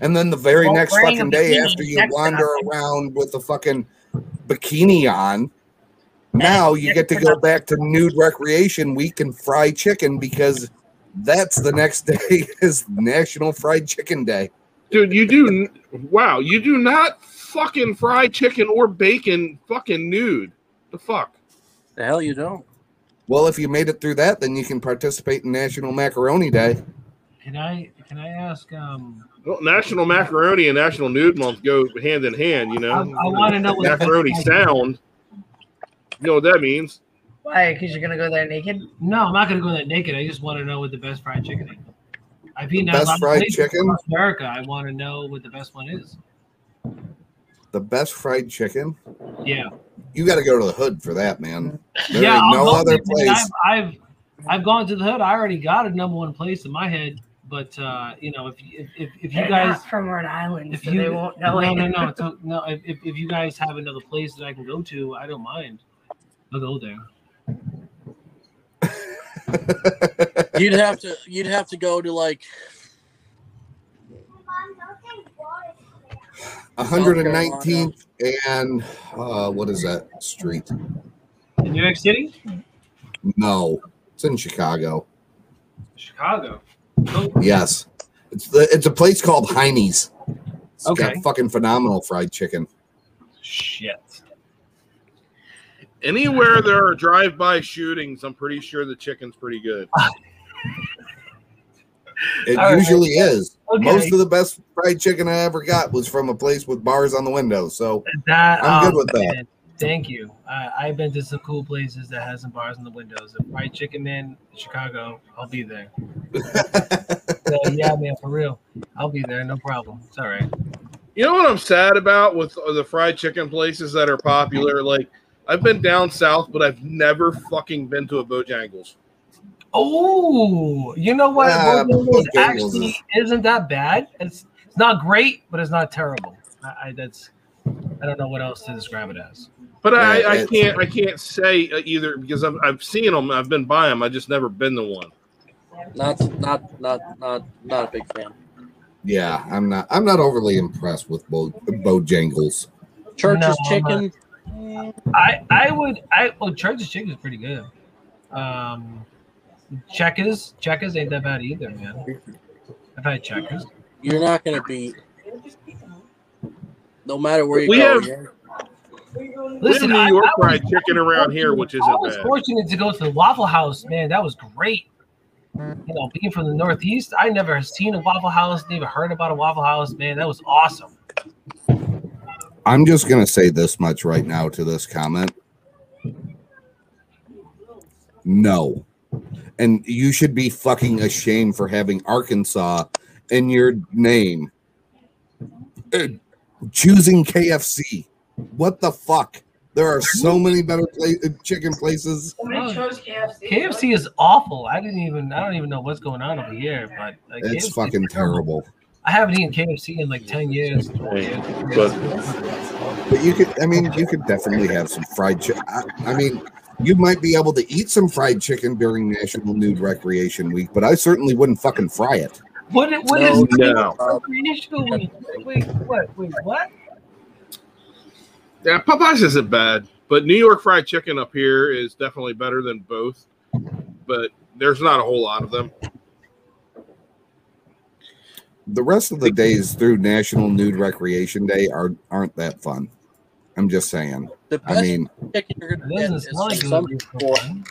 Speaker 1: And then the very
Speaker 6: Well,
Speaker 1: next
Speaker 6: wearing a
Speaker 1: fucking day
Speaker 6: bikini
Speaker 1: after you
Speaker 6: next to
Speaker 1: wander around with a fucking bikini on, now you get to go back to nude recreation week and fry chicken because that's the next day is National Fried Chicken Day.
Speaker 6: Dude, you do. Wow, you do not fucking fry chicken or bacon fucking nude. The fuck?
Speaker 12: The hell you don't.
Speaker 1: Well, if you made it through that, then you can participate in National Macaroni Day.
Speaker 3: Can I can I ask? Um,
Speaker 6: Well, National Macaroni and National Nude Month go hand in hand, you know.
Speaker 3: I- I wanna know what-
Speaker 6: macaroni sound. You know what that means?
Speaker 16: Why? Because you're gonna go there naked?
Speaker 3: no, I'm not gonna go that naked. I just want to know what the best fried chicken is. I've eaten
Speaker 1: The
Speaker 3: at a
Speaker 1: best
Speaker 3: lot of
Speaker 1: fried
Speaker 3: places
Speaker 1: chicken?
Speaker 3: across America. I want to know what the best one is.
Speaker 1: The best fried chicken.
Speaker 3: Yeah.
Speaker 1: You got to go to the hood for that, man. There
Speaker 3: yeah,
Speaker 1: ain't
Speaker 3: I'll
Speaker 1: no
Speaker 3: go
Speaker 1: other
Speaker 3: there, but
Speaker 1: place.
Speaker 3: I've, I've I've gone to the hood. I already got a number one place in my head, but uh, you know, if if if, if you
Speaker 16: They're
Speaker 3: guys
Speaker 16: not from Rhode Island,
Speaker 3: if
Speaker 16: so
Speaker 3: you
Speaker 16: they won't know
Speaker 3: no,
Speaker 16: it.
Speaker 3: no no it's o- no if, if if you guys have another place that I can go to, I don't mind. I'll go there.
Speaker 12: You'd have to. You'd have to go to like
Speaker 1: 119th and uh, what is that street?
Speaker 3: In New York City,
Speaker 1: No, it's in Chicago.
Speaker 3: Chicago.
Speaker 1: Yes, it's the, it's a place called Heine's. It's
Speaker 3: Okay.
Speaker 1: got fucking phenomenal fried chicken.
Speaker 3: Shit.
Speaker 6: Anywhere there are drive-by shootings, I'm pretty sure the chicken's pretty good.
Speaker 1: It
Speaker 6: All right.
Speaker 1: usually is.
Speaker 6: Okay.
Speaker 1: Most of the best fried chicken I ever got was from a place with bars on the windows. So
Speaker 3: That
Speaker 1: I'm good
Speaker 3: um,
Speaker 1: with that.
Speaker 3: man, Thank you. I, I've been to some cool places that has some bars in the windows. If fried chicken man in Chicago, I'll be there. so, yeah, man, for real, I'll be there. No problem. It's all right.
Speaker 6: You know what I'm sad about with the fried chicken places that are popular? Like, I've been down south, but I've never fucking been to a Bojangles.
Speaker 3: Oh, you know what?
Speaker 6: Yeah,
Speaker 3: Bojangles
Speaker 6: Bojangles
Speaker 3: actually
Speaker 6: is-
Speaker 3: isn't that bad. It's it's not great, but it's not terrible. I, I that's I don't know what else to describe it as.
Speaker 6: But
Speaker 3: Yeah,
Speaker 6: I, I
Speaker 3: it's-
Speaker 6: can't I can't say uh, either because I've, I've seen them, I've been by them, I just never been to one.
Speaker 12: not not not not not a big fan.
Speaker 1: Yeah, I'm not. I'm not overly impressed with Bo, Bojangles.
Speaker 3: No, I'm not. I I would I oh, well Church's chicken is pretty good. Um, checkers checkers ain't that bad either, man. I've had checkers.
Speaker 12: You're not gonna be. No matter where you
Speaker 6: We
Speaker 12: go,
Speaker 6: have-
Speaker 12: you're-
Speaker 3: Listen,
Speaker 6: we have
Speaker 3: I-
Speaker 6: New York
Speaker 3: I was-
Speaker 6: fried chicken around here, which
Speaker 3: I
Speaker 6: isn't
Speaker 3: was
Speaker 6: bad.
Speaker 3: fortunate to go to the Waffle House, man. That was great. You know, being from the Northeast, I never seen a Waffle House, never heard about a Waffle House, man. That was awesome.
Speaker 1: I'm just gonna say this much right now to this comment. No, and you should be fucking ashamed for having Arkansas in your name. Uh, Choosing KFC. What the fuck? There are so many better pla- uh, chicken places.
Speaker 3: Somebody
Speaker 16: chose KFC.
Speaker 3: KFC is awful. I didn't even I don't even know what's going on over here, but like,
Speaker 1: It's
Speaker 3: KFC
Speaker 1: fucking terrible.
Speaker 3: I haven't eaten KFC in like ten years. But
Speaker 1: But you could, I mean, you could definitely have some fried chicken. I, I mean, you might be able to eat some fried chicken during National Nude Recreation Week, but I certainly wouldn't fucking fry it.
Speaker 11: What? it- What
Speaker 6: No,
Speaker 11: is
Speaker 6: no.
Speaker 11: Racial? Wait, wait, what? Wait, what?
Speaker 6: Yeah, Popeyes isn't bad, but New York fried chicken up here is definitely better than both. But there's not a whole lot of them.
Speaker 1: The rest of the days through National Nude Recreation Day are aren't that fun. I'm just saying.
Speaker 12: The
Speaker 1: I mean,
Speaker 12: chicken you're gonna get is
Speaker 11: smell like
Speaker 12: some form.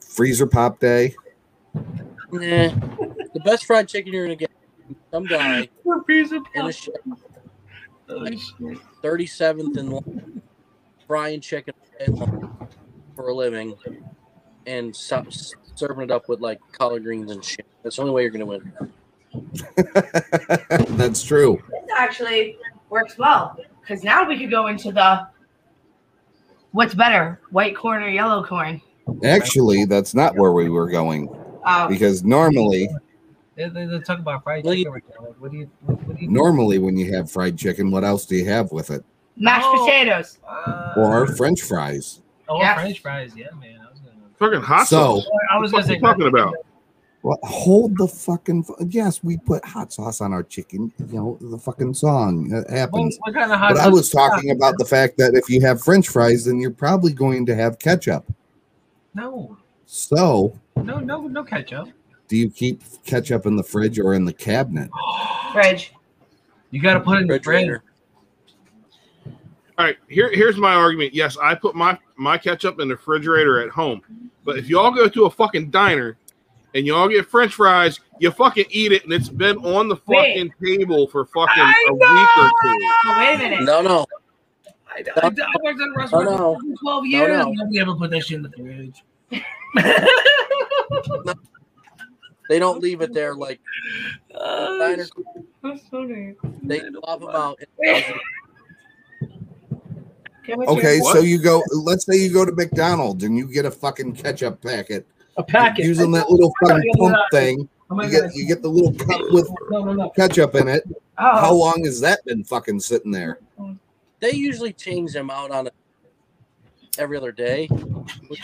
Speaker 1: freezer pop day.
Speaker 12: Nah. The best fried chicken you're gonna get is some guy
Speaker 11: The pizza
Speaker 12: in a shit. Like 37th and long, frying chicken all day long for a living and so- serving it up with like collard greens and shit. That's the only way you're gonna win.
Speaker 1: That's true.
Speaker 3: This actually works well because now we could go into the what's better, white corn or yellow corn.
Speaker 1: Actually, that's not where we were going
Speaker 3: Um,
Speaker 1: because normally,
Speaker 11: They, they, they talk about fried chicken right now. Like, what do you? What, what do you?
Speaker 1: normally when you have fried chicken, what else do you have with it?
Speaker 3: mashed potatoes.
Speaker 1: Or French fries?
Speaker 11: Oh, French fries. Yeah, man. I was gonna,
Speaker 6: Fucking hot
Speaker 1: So-
Speaker 6: sauce.
Speaker 11: I was
Speaker 6: What
Speaker 11: gonna say
Speaker 6: the fuck you talking about?
Speaker 1: Well, hold the fucking. f- Yes, we put hot sauce on our chicken. You know the fucking song it
Speaker 11: What,
Speaker 1: happens.
Speaker 11: what kind of hot?
Speaker 1: But I
Speaker 11: sauce
Speaker 1: was
Speaker 11: you got?
Speaker 1: talking about the fact that if you have French fries, then you're probably going to have ketchup.
Speaker 11: No,
Speaker 1: So,
Speaker 11: no, no, no ketchup.
Speaker 1: do you keep ketchup in the fridge or in the cabinet?
Speaker 11: Oh,
Speaker 3: Fridge.
Speaker 11: You gotta put it in the fridge.
Speaker 6: All right, here, here's my argument. Yes, I put my my ketchup in the refrigerator at home, but if y'all go to a fucking diner and y'all get French fries, you fucking eat it, and it's been on the fucking table for fucking
Speaker 11: I
Speaker 6: a week or two.
Speaker 3: Oh, wait a minute.
Speaker 12: No, no.
Speaker 11: I, I, I worked at a restaurant
Speaker 12: No, no.
Speaker 11: for twelve years.
Speaker 12: No, no.
Speaker 11: Nobody ever put that shit in the fridge.
Speaker 12: They don't leave it there like
Speaker 3: Oh,
Speaker 12: diner,
Speaker 11: That's funny.
Speaker 12: they swap them out.
Speaker 1: Okay, so you go. Let's say you go to McDonald's and you get a fucking ketchup packet.
Speaker 11: A packet.
Speaker 1: Using that little fucking
Speaker 11: Oh my
Speaker 1: pump
Speaker 11: God.
Speaker 1: thing.
Speaker 11: Oh my
Speaker 1: You get
Speaker 11: God.
Speaker 1: you get the little cup with
Speaker 11: No, no, no.
Speaker 1: ketchup in it.
Speaker 11: Oh.
Speaker 1: How long has that been fucking sitting there?
Speaker 12: They usually change them out on a, every other day.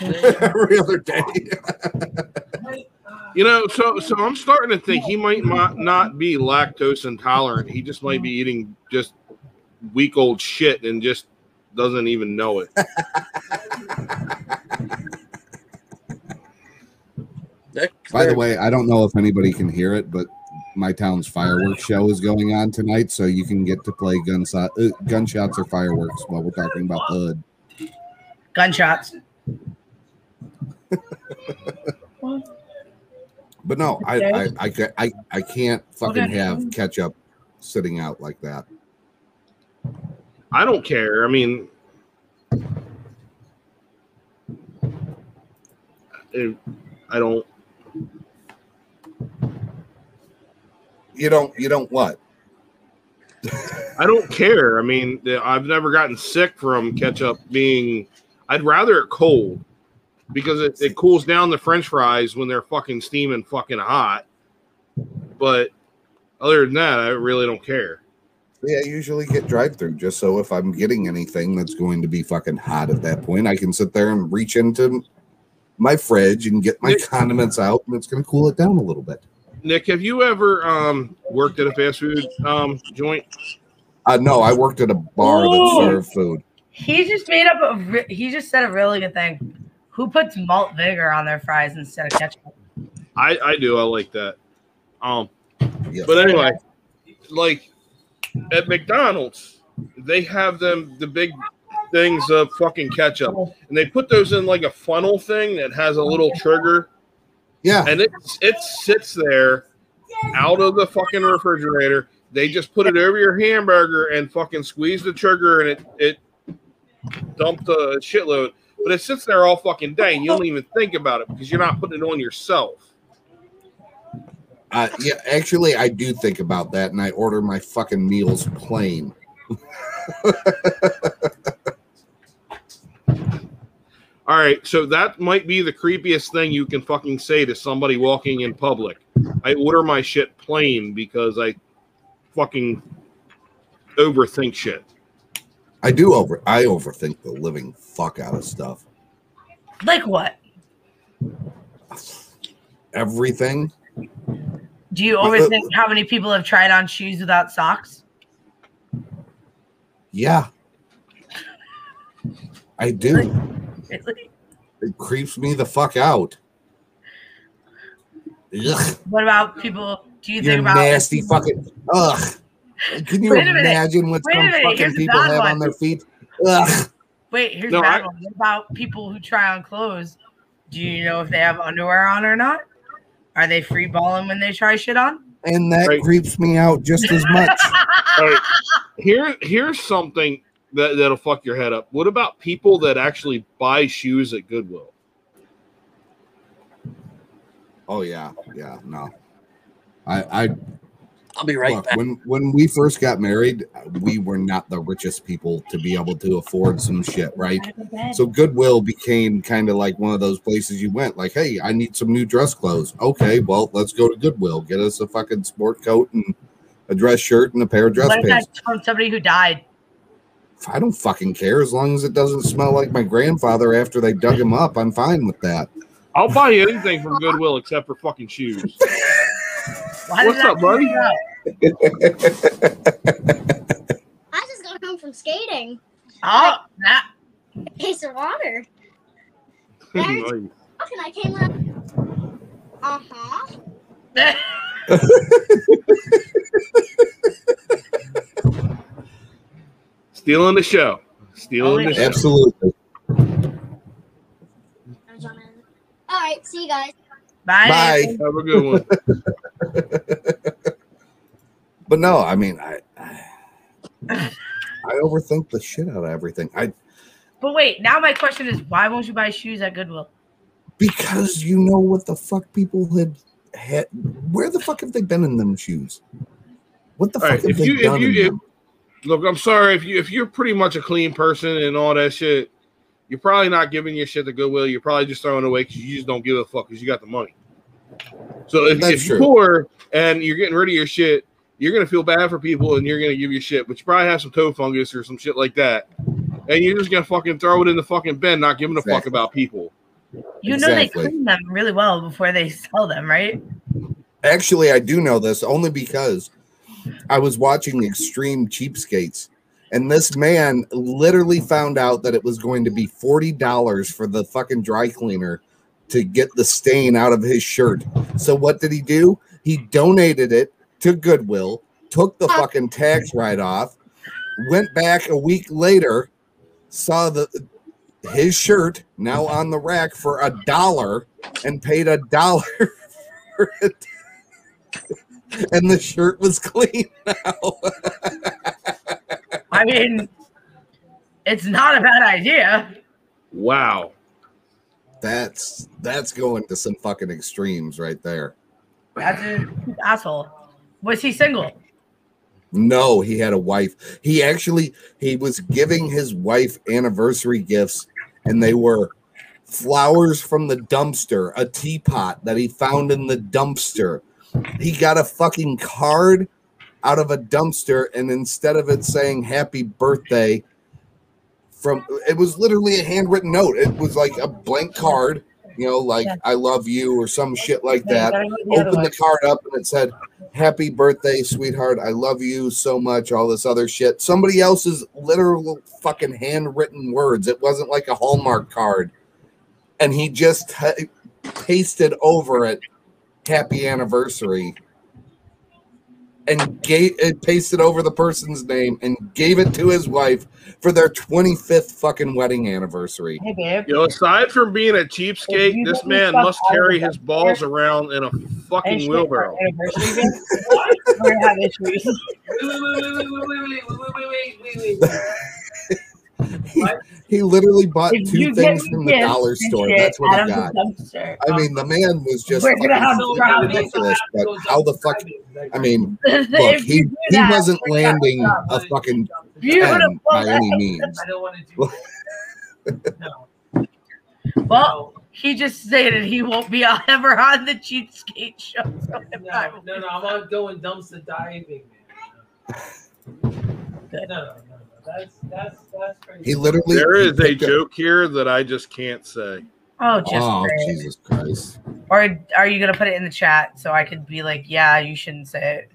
Speaker 1: Every other day.
Speaker 6: You know, so so I'm starting to think he might not, not be lactose intolerant. He just might be eating just week old shit and just doesn't even know it.
Speaker 1: By the way, I don't know if anybody can hear it, but my town's fireworks show is going on tonight, so you can get to play gunshot, uh, gunshots or fireworks while we're talking about the hood.
Speaker 3: Gunshots.
Speaker 1: But no, I I, I, ca- I, I can't fucking
Speaker 6: Okay.
Speaker 1: have ketchup sitting out like that.
Speaker 6: I don't care. I mean, it, I don't.
Speaker 1: You don't. You don't what?
Speaker 6: I don't care. I mean, the- I've never gotten sick from ketchup being. I'd rather it cold because it, it cools down the French fries when they're fucking steaming fucking hot. But other than that, I really don't care.
Speaker 1: Yeah, I usually get drive through just so if I'm getting anything that's going to be fucking hot at that point, I can sit there and reach into my fridge and get my condiments out, and it's going to cool it down a little bit.
Speaker 6: Nick, have you ever um, worked at a fast food um, joint?
Speaker 1: Uh, no, I worked at a bar
Speaker 3: Ooh.
Speaker 1: that served food.
Speaker 3: He just made up a. Re- he just said a really good thing. Who puts malt vinegar on their fries instead of ketchup?
Speaker 6: I, I do. I like that. Um,
Speaker 1: Yes.
Speaker 6: but anyway, like at McDonald's, they have them the big things of fucking ketchup, and they put those in like a funnel thing that has a little trigger.
Speaker 1: Yeah,
Speaker 6: and it it sits there out of the fucking refrigerator. They just put it over your hamburger and fucking squeeze the trigger, and it it dumped a shitload. But it sits there all fucking day, and you don't even think about it because you're not putting it on yourself.
Speaker 1: Uh, yeah, actually, I do think about that, and I order my fucking meals plain.
Speaker 6: All right, so that might be the creepiest thing you can fucking say to somebody walking in public. I order my shit plain because I fucking overthink shit.
Speaker 1: I do over. I overthink the living fuck out of stuff.
Speaker 3: Like what?
Speaker 1: Everything.
Speaker 3: Do you always think how many people have tried on shoes without socks?
Speaker 1: Yeah. I do.
Speaker 3: Really?
Speaker 1: It creeps me the fuck out. Ugh,
Speaker 3: What about people? Do you
Speaker 1: you're
Speaker 3: think about
Speaker 1: nasty fucking. Ugh. Can you
Speaker 3: Wait a minute.
Speaker 1: imagine what
Speaker 3: Wait a
Speaker 1: some
Speaker 3: minute.
Speaker 1: fucking
Speaker 3: Here's a
Speaker 1: people
Speaker 3: bad
Speaker 1: have
Speaker 3: one.
Speaker 1: on their feet? Ugh.
Speaker 3: Wait, here's
Speaker 1: No,
Speaker 3: a bad
Speaker 1: I-
Speaker 3: one. What about people who try on clothes? Do you know if they have underwear on or not? Are they free balling when they try shit on?
Speaker 1: And that creeps me out just as much.
Speaker 6: All right. Here, here's something that, that'll fuck your head up. What about people that actually buy shoes at Goodwill?
Speaker 1: Oh yeah, yeah, no. I, I
Speaker 12: I'll be right
Speaker 1: Look,
Speaker 12: back.
Speaker 1: When when we first got married, we were not the richest people to be able to afford some shit, right? So Goodwill became kind of like one of those places you went, like, hey, I need some new dress clothes. Okay, well, let's go to Goodwill, get us a fucking sport coat and a dress shirt and a pair of dress
Speaker 3: what if
Speaker 1: pants.
Speaker 3: that's from somebody who died?
Speaker 1: I don't fucking care as long as it doesn't smell like my grandfather after they dug him up. I'm fine with that.
Speaker 6: I'll buy you anything from Goodwill except for fucking shoes.
Speaker 3: Why
Speaker 6: What's
Speaker 3: did that
Speaker 6: up, buddy?
Speaker 3: come up?
Speaker 15: I just got home from skating.
Speaker 3: Oh, that.
Speaker 15: Case of water.
Speaker 6: Nice.
Speaker 15: How can I came around? Uh huh.
Speaker 6: Stealing the show. Stealing the show.
Speaker 1: Absolutely.
Speaker 15: All right. See you guys.
Speaker 3: Bye.
Speaker 1: Bye.
Speaker 6: Have a good one.
Speaker 1: But no, I mean, I I, I overthink the shit out of everything. I
Speaker 3: But wait, now my question is why won't you buy shoes at Goodwill?
Speaker 1: Because you know what the fuck people had had. Where the fuck have they been in them shoes? What the
Speaker 6: All
Speaker 1: fuck
Speaker 6: right,
Speaker 1: have
Speaker 6: if
Speaker 1: they
Speaker 6: you
Speaker 1: done?
Speaker 6: if
Speaker 1: in
Speaker 6: you
Speaker 1: them?
Speaker 6: if, look, I'm sorry if you if you're pretty much a clean person and all that shit, you're probably not giving your shit to Goodwill. You're probably just throwing it away because you just don't give a fuck because you got the money. So if,
Speaker 1: That's
Speaker 6: if you're
Speaker 1: true.
Speaker 6: poor and you're getting rid of your shit, you're gonna feel bad for people and you're gonna give your shit, but you probably have some toe fungus or some shit like that, and you're just gonna fucking throw it in the fucking bin, not giving a fuck about people.
Speaker 3: You know
Speaker 1: Exactly.
Speaker 3: they clean them really well before they sell them, right?
Speaker 1: Actually, I do know this only because I was watching Extreme Cheapskates, and this man literally found out that it was going to be forty dollars for the fucking dry cleaner to get the stain out of his shirt. So what did he do? He donated it to Goodwill, took the fucking tax write off, went back a week later, saw the his shirt now on the rack for a dollar and paid a dollar for it. And the shirt was clean now.
Speaker 3: I mean, it's not a bad idea.
Speaker 6: Wow.
Speaker 1: That's that's going to some fucking extremes right there.
Speaker 3: That's an asshole. Was he single?
Speaker 1: No, he had a wife. He actually he was giving his wife anniversary gifts, and they were flowers from the dumpster, a teapot that he found in the dumpster. He got a fucking card out of a dumpster, and instead of it saying happy birthday, from it was literally a handwritten note. It was like a blank card, you know, like I love you or some shit like
Speaker 3: Yeah, you
Speaker 1: that.
Speaker 3: gotta go with the other
Speaker 1: Opened
Speaker 3: one.
Speaker 1: the card up and it said, Happy birthday, sweetheart. I love you so much. All this other shit. Somebody else's literal fucking handwritten words. It wasn't like a Hallmark card. And he just t- pasted over it, Happy anniversary. And gave it pasted over the person's name and gave it to his wife for their 25th fucking wedding anniversary.
Speaker 3: Hey, babe.
Speaker 6: You know, aside from being a cheapskate, this man must carry his balls around in a fucking wheelbarrow.
Speaker 3: We're gonna have issues.
Speaker 1: He literally bought
Speaker 3: If
Speaker 1: two
Speaker 3: you get
Speaker 1: things from
Speaker 3: me
Speaker 1: the
Speaker 3: gifts
Speaker 1: dollar
Speaker 3: and
Speaker 1: store.
Speaker 3: shit
Speaker 1: That's what
Speaker 3: out
Speaker 1: he
Speaker 3: of
Speaker 1: got.
Speaker 3: the dumpster,
Speaker 1: I mean, the man was just
Speaker 3: Um, We're
Speaker 1: fucking
Speaker 3: gonna have
Speaker 1: completely
Speaker 3: problems.
Speaker 1: ridiculous. But how the fuck? I mean,
Speaker 3: If
Speaker 1: look,
Speaker 3: you
Speaker 1: he,
Speaker 3: do
Speaker 1: he
Speaker 3: that,
Speaker 1: wasn't landing a fucking
Speaker 3: Beautiful.
Speaker 1: ten by any means.
Speaker 11: I don't want to do
Speaker 3: Well, he just stated he won't be ever on the cheapskate show. So
Speaker 11: No, no, no, I'm not going dumpster diving, man. No, no, no, no. That's that's that's crazy.
Speaker 1: He literally
Speaker 6: There is a
Speaker 1: picked up-
Speaker 6: joke here that I just can't say.
Speaker 3: Oh,
Speaker 1: Oh, Jesus Christ.
Speaker 3: Or are you gonna put it in the chat so I could be like, yeah, you shouldn't say it.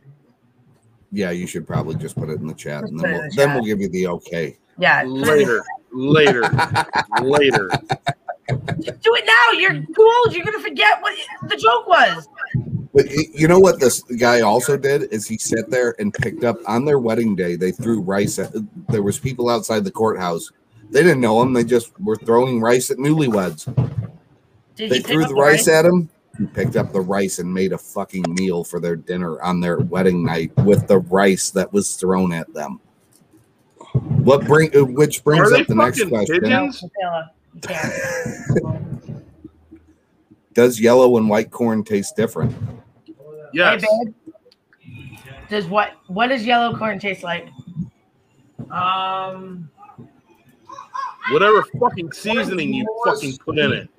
Speaker 1: Yeah, you should probably just put it in the chat, and
Speaker 3: Put
Speaker 1: then
Speaker 3: it in
Speaker 1: we'll,
Speaker 3: the
Speaker 1: then
Speaker 3: chat.
Speaker 1: we'll give you the okay.
Speaker 3: Yeah. put it in the
Speaker 6: Later, later, later.
Speaker 3: Do it now. You're
Speaker 11: Mm.
Speaker 3: too old. You're gonna forget what the joke was.
Speaker 1: But y- you know what this guy also did is he sat there and picked up on their wedding day. They threw rice. At, there was people outside the courthouse. They didn't know him. They just were throwing rice at newlyweds.
Speaker 3: Did
Speaker 1: They
Speaker 3: you pick
Speaker 1: threw
Speaker 3: up
Speaker 1: the rice
Speaker 3: rice?
Speaker 1: at him. He picked up the rice and made a fucking meal for their dinner on their wedding night with the rice that was thrown at them. What bring? uh, Which brings
Speaker 6: Are they
Speaker 1: up the next
Speaker 6: fucking
Speaker 1: question:
Speaker 6: pigeons?
Speaker 1: Does yellow and white corn taste different?
Speaker 6: Yes.
Speaker 3: Does what? What does yellow corn taste like?
Speaker 11: Um,
Speaker 6: Whatever fucking seasoning you fucking put in it.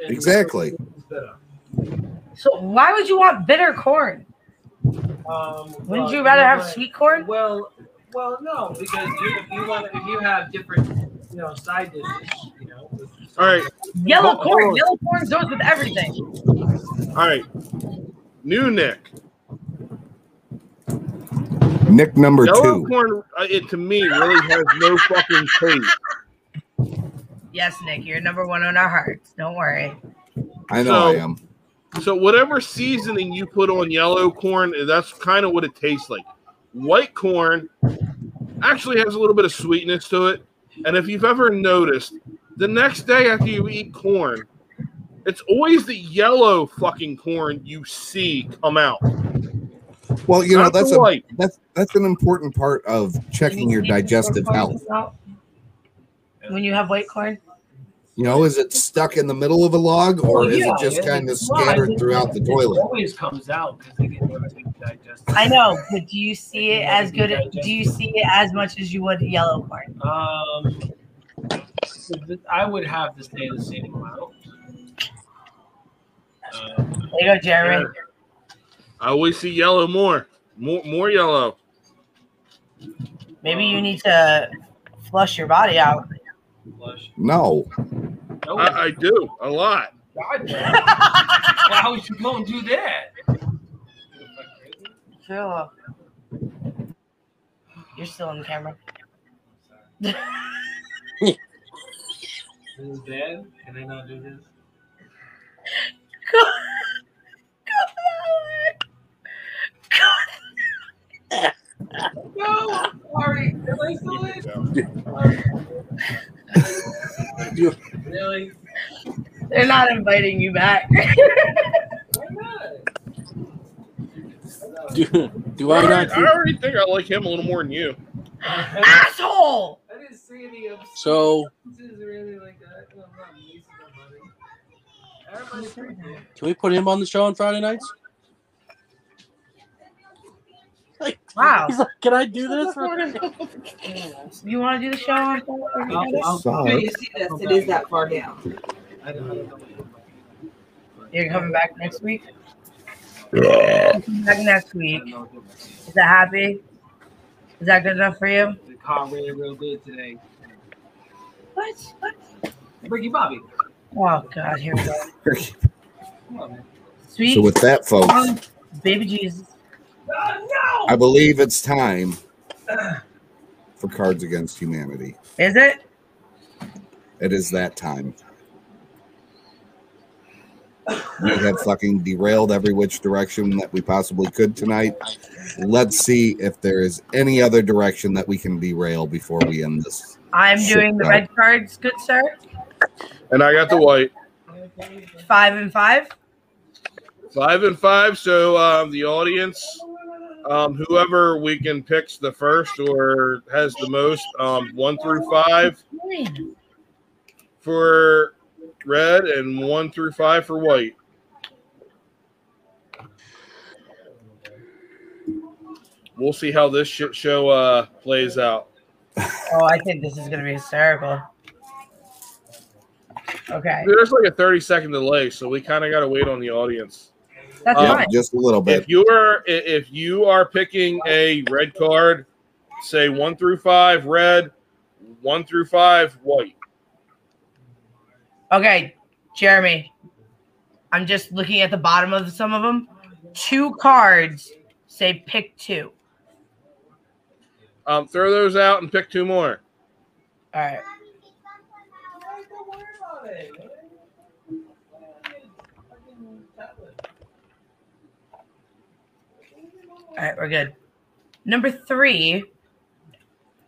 Speaker 1: Exactly.
Speaker 3: So why would you want bitter corn?
Speaker 11: um,
Speaker 3: Wouldn't
Speaker 11: well,
Speaker 3: you rather have
Speaker 11: might-
Speaker 3: sweet corn?
Speaker 11: Well, well, no, because you, if you want, if you have different, you know, side dishes, you know. with-
Speaker 6: All right.
Speaker 3: Yellow
Speaker 6: Hold-
Speaker 3: corn.
Speaker 11: oh.
Speaker 6: hold
Speaker 3: Yellow corn goes with everything.
Speaker 6: on. All right. New Nick.
Speaker 1: Nick number
Speaker 6: Yellow
Speaker 1: two.
Speaker 6: corn, uh, it to me really has no fucking taste.
Speaker 3: Yes, Nick, you're number one on our hearts. Don't worry.
Speaker 1: I know I
Speaker 6: So-
Speaker 1: am.
Speaker 6: So whatever seasoning you put on yellow corn, that's kind of what it tastes like. White corn actually has a little bit of sweetness to it, and if you've ever noticed, the next day after you eat corn, it's always the yellow fucking corn you see come out.
Speaker 1: Well, you know
Speaker 6: Not
Speaker 1: that's
Speaker 6: the
Speaker 1: a,
Speaker 6: white.
Speaker 1: that's that's an important part of checking your digestive health.
Speaker 3: When you have white corn,
Speaker 1: You know, is it stuck in the middle of a log, or
Speaker 11: Well,
Speaker 1: is
Speaker 11: yeah,
Speaker 1: it just
Speaker 11: it's-
Speaker 1: kind of
Speaker 11: well, I
Speaker 1: scattered
Speaker 11: think
Speaker 1: throughout the
Speaker 11: it
Speaker 1: toilet?
Speaker 11: Always comes out because they get everything digested.
Speaker 3: I know, but do you see it as good? Do you
Speaker 11: Digestive.
Speaker 3: see it as much as you would yellow corn?
Speaker 11: Um, so th- I would have to say the same amount. Um,
Speaker 3: There you go, Jeremy.
Speaker 6: Yeah. I always see yellow more, more, more yellow.
Speaker 3: Maybe you need to flush your body out.
Speaker 11: flush.
Speaker 1: No,
Speaker 6: I, I do a lot.
Speaker 11: God damn. Why would you go and do that?
Speaker 3: Phil, you're still on camera.
Speaker 11: This is bad. Can they not do this? No, I'm sorry. Am I still
Speaker 12: You-
Speaker 11: in? Really?
Speaker 3: They're not inviting you back.
Speaker 11: Why not?
Speaker 12: do, do I not?
Speaker 6: I already think I like him a little more than you.
Speaker 3: Asshole!
Speaker 11: I didn't see any of
Speaker 12: So,
Speaker 11: this is really like that. I'm not using Everybody's pretty cool.
Speaker 12: can we put him on the show on Friday nights? Like,
Speaker 3: Wow.
Speaker 12: he's like, can I do this?
Speaker 3: You want to do the show on Friday?
Speaker 1: Sorry.
Speaker 13: You see this? It is that far down.
Speaker 11: I don't know.
Speaker 3: You're coming back next week? Coming back next week. Is that happy? Is that good enough for you?
Speaker 11: The car ran real good today.
Speaker 3: What?
Speaker 11: Ricky Bobby.
Speaker 3: Oh, God, here we go.
Speaker 11: Come on, man.
Speaker 3: Sweet.
Speaker 1: So with that, folks-
Speaker 3: Um, Baby Jesus.
Speaker 11: Oh,
Speaker 1: I believe it's time for Cards Against Humanity.
Speaker 3: Is it?
Speaker 1: It is that time. We have fucking derailed every which direction that we possibly could tonight. Let's see if there is any other direction that we can derail before we end this.
Speaker 3: I'm
Speaker 1: shit
Speaker 3: doing the
Speaker 1: show.
Speaker 3: red cards, good sir.
Speaker 6: And I got the white.
Speaker 3: Five and five.
Speaker 6: Five and five. So um, the audience, um, whoever we can picks the first or has the most, um, one through five
Speaker 3: Oh,
Speaker 6: for red and one through five for white. We'll see how this shit show uh, plays out.
Speaker 3: Oh, I think this is gonna be hysterical. Okay,
Speaker 6: There's like a 30 second delay, so we kind of got to wait on the audience.
Speaker 3: that's
Speaker 6: Um,
Speaker 3: fine.
Speaker 1: Just a little bit.
Speaker 6: If you are i- if you are picking a red card, say one through five red, one through five white.
Speaker 3: Okay, Jeremy, I'm just looking at the bottom of some of them. Two cards say pick two.
Speaker 6: Um, throw those out and pick two more.
Speaker 3: All right. All right, we're good. Number three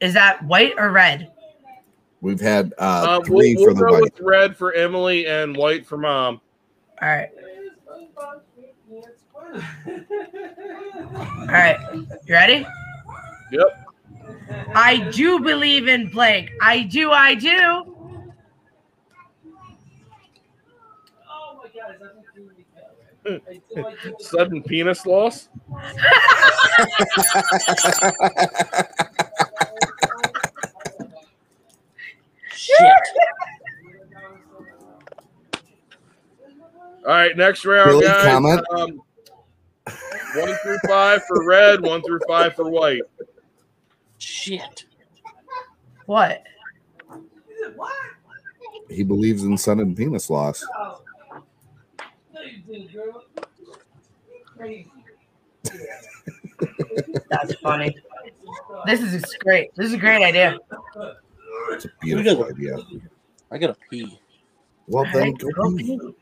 Speaker 3: is that white or red?
Speaker 1: We've had uh,
Speaker 6: Um,
Speaker 1: 3
Speaker 6: we'll we'll
Speaker 1: for the
Speaker 6: go
Speaker 1: white.
Speaker 6: with red for Emily and white for mom.
Speaker 3: All right. All right. You ready?
Speaker 6: Yep.
Speaker 3: I do believe in blank. I do. I do.
Speaker 6: Sudden penis loss.
Speaker 3: Shit.
Speaker 6: All right, next round,
Speaker 1: Billy,
Speaker 6: guys.
Speaker 1: comment?
Speaker 6: Um, one through five for red, one through five for white.
Speaker 3: Shit. What?
Speaker 1: He believes in sun and penis loss.
Speaker 3: That's funny. This is great. This is a great idea.
Speaker 1: It's a beautiful idea.
Speaker 12: I gotta pee.
Speaker 1: Well,
Speaker 3: All
Speaker 1: then
Speaker 3: right,
Speaker 1: go
Speaker 3: go pee. Do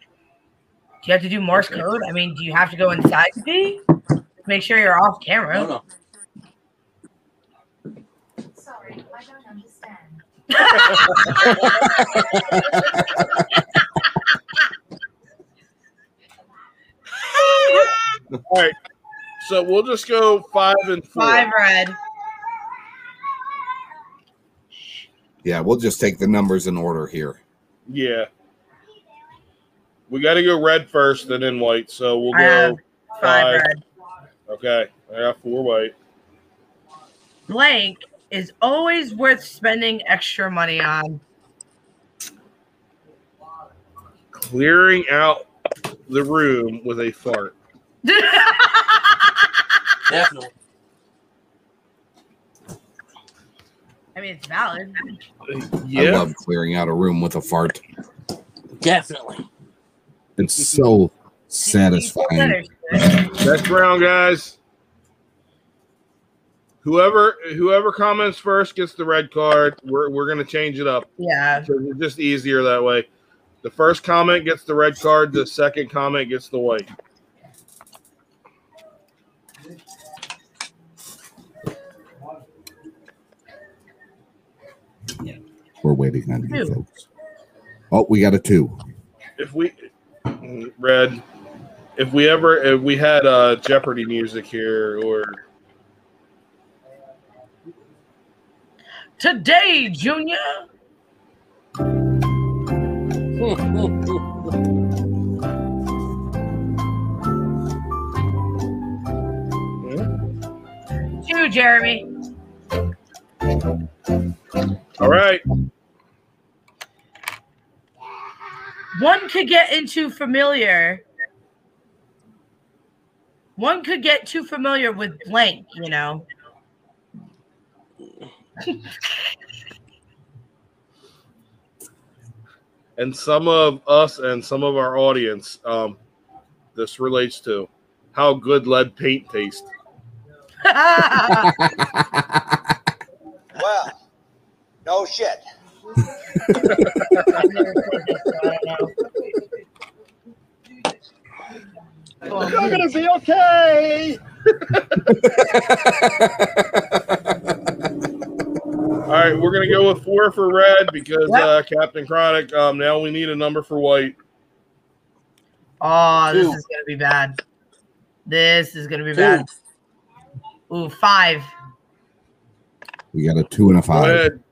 Speaker 3: you have to do Morse code? I mean, do you have to go inside to pee? Make sure you're off camera.
Speaker 12: No, no.
Speaker 17: Sorry, I don't understand.
Speaker 6: All right, so we'll just go five and four.
Speaker 3: Five red.
Speaker 1: Yeah, we'll just take the numbers in order here.
Speaker 6: Yeah. We got to go red first and then white. So we'll
Speaker 3: I
Speaker 6: go
Speaker 3: have five
Speaker 6: five. Okay. I got four white.
Speaker 3: Blank is always worth spending extra money on.
Speaker 6: Clearing out the room with a fart.
Speaker 12: Definitely.
Speaker 3: I mean, it's valid.
Speaker 1: I
Speaker 6: Yeah.
Speaker 1: love clearing out a room with a fart.
Speaker 12: Definitely.
Speaker 1: It's so
Speaker 3: Better.
Speaker 1: satisfying.
Speaker 6: Next round, guys. Whoever whoever comments first gets the red card. We're we're gonna change it up.
Speaker 3: Yeah.
Speaker 6: So It's just easier that way. The first comment gets the red card. The second comment gets the white.
Speaker 1: We're waiting on you
Speaker 6: Two.
Speaker 1: folks. Oh, we got a two.
Speaker 6: If we red, if we ever if we had uh, Jeopardy music here or
Speaker 3: Today, Junior. Two, Jeremy.
Speaker 6: all right.
Speaker 3: One could get into familiar. One could get too familiar with blank, you know.
Speaker 6: and some of us and some of our audience um, this relates to how good lead paint tastes
Speaker 3: Oh,
Speaker 18: Well, no shit.
Speaker 15: You're gonna be okay.
Speaker 6: all right we're gonna go with four for red because uh, captain chronic um, now we need a number for white
Speaker 3: Oh, this
Speaker 6: Two.
Speaker 3: is gonna be bad. This is gonna be bad. Ooh, five.
Speaker 1: We got a two and a
Speaker 6: go
Speaker 1: five.
Speaker 6: ahead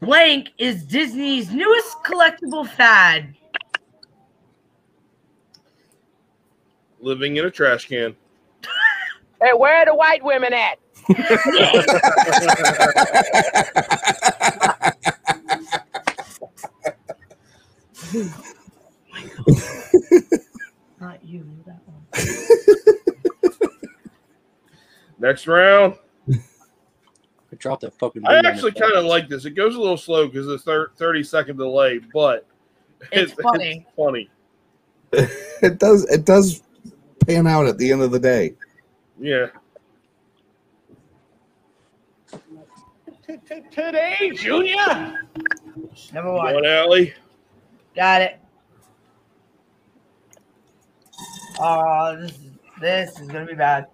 Speaker 3: Blank is Disney's newest collectible fad.
Speaker 6: living in a trash can
Speaker 15: Hey, where are the white women at?
Speaker 3: Not you, that one.
Speaker 6: next round
Speaker 12: I dropped that fucking.
Speaker 6: i
Speaker 12: ring on
Speaker 6: actually
Speaker 12: the phone.
Speaker 6: kind of like this it goes a little slow because it's thir- 30 second delay but
Speaker 3: It's funny.
Speaker 6: funny
Speaker 1: it does it does pan out at the end of the day.
Speaker 6: Yeah.
Speaker 2: Today, Junior.
Speaker 3: Never
Speaker 6: Come
Speaker 3: watched.
Speaker 6: on, Allie.
Speaker 3: Got it. Oh, this is this is gonna be bad.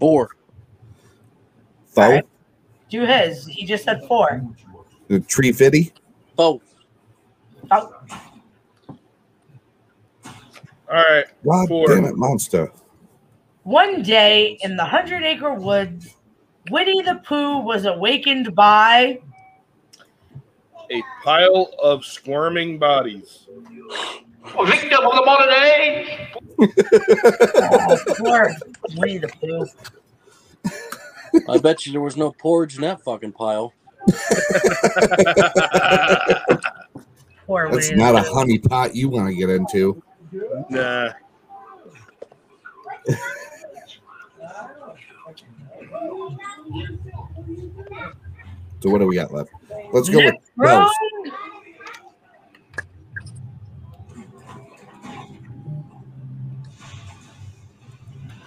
Speaker 12: Four.
Speaker 1: Faux?
Speaker 3: Do his. He just said four.
Speaker 1: The tree fitty?
Speaker 12: Faux.
Speaker 3: Oh,
Speaker 6: All right.
Speaker 1: God damn it, monster.
Speaker 3: One day in the Hundred Acre Woods, Winnie the Pooh was awakened by
Speaker 6: A pile of squirming bodies.
Speaker 11: Oh,
Speaker 2: Victim of the modern age.
Speaker 11: eh?
Speaker 3: Poor Winnie the Pooh.
Speaker 12: I bet you there was no porridge in that fucking pile.
Speaker 3: Poor
Speaker 1: That's
Speaker 3: Winnie
Speaker 1: not
Speaker 3: the
Speaker 1: a honey pot you want to get into.
Speaker 6: Nah.
Speaker 1: So what do we got left? Let's go with
Speaker 3: Wrong.
Speaker 1: bells.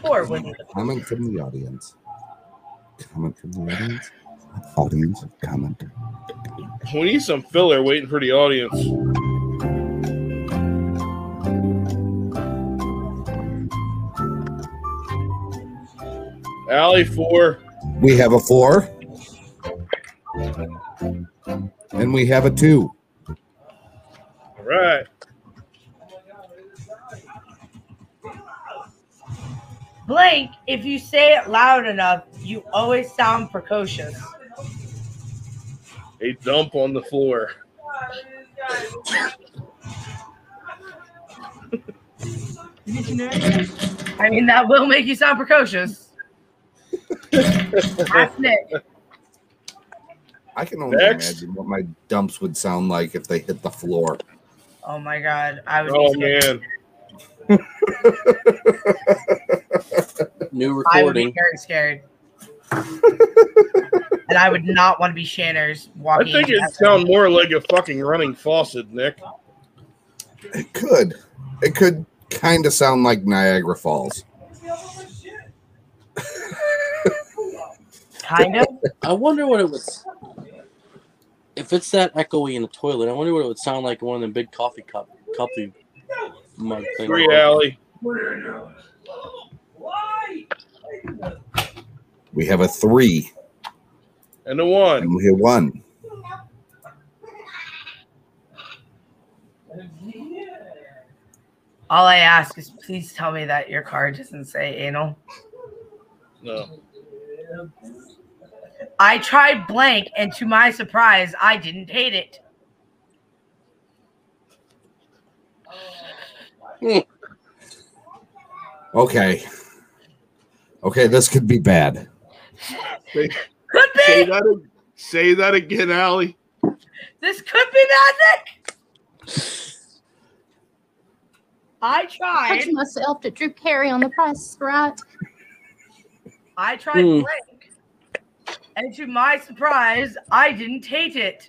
Speaker 3: Poor Winnie the
Speaker 1: Comment from the audience. Comment from the audience. Audience comment.
Speaker 6: We need some filler waiting for the audience. Alley four.
Speaker 1: We have a four. And we have a two.
Speaker 6: All right.
Speaker 3: Blank, if you say it loud enough, you always sound precocious.
Speaker 6: A dump on the floor.
Speaker 3: I mean, that will make you sound precocious. That's it.
Speaker 1: I can only
Speaker 3: Next.
Speaker 1: imagine what my dumps would sound like if they hit the floor.
Speaker 3: Oh my god, I would.
Speaker 6: Oh
Speaker 3: be scared.
Speaker 6: man.
Speaker 12: New
Speaker 3: I would be
Speaker 12: recording.
Speaker 3: very scared. and I would not want to be Shanner's
Speaker 6: I
Speaker 3: walking.
Speaker 6: think
Speaker 3: into
Speaker 6: it
Speaker 3: that
Speaker 6: sound more like a fucking running faucet, Nick.
Speaker 1: It could. It could kind of sound like Niagara Falls.
Speaker 3: Kind of.
Speaker 12: I wonder what it was. If it's that echoey in the toilet, I wonder what it would sound like in one of them big coffee cup, coffee mug thing.
Speaker 6: Three alley.
Speaker 1: We have a three
Speaker 6: And the one.
Speaker 1: and we have one.
Speaker 3: All I ask is please tell me that your card doesn't say anal.
Speaker 6: No.
Speaker 3: I tried blank, and to my surprise, I didn't hate it.
Speaker 1: Okay. Okay, this could be bad.
Speaker 6: Say,
Speaker 3: Could be.
Speaker 6: say that, ag- say that again, Allie.
Speaker 3: This could be magic. I tried.
Speaker 10: Catch myself to Drew Carey on the price, right?
Speaker 3: I tried
Speaker 10: Hmm.
Speaker 3: blank, and to my surprise, I didn't hate it.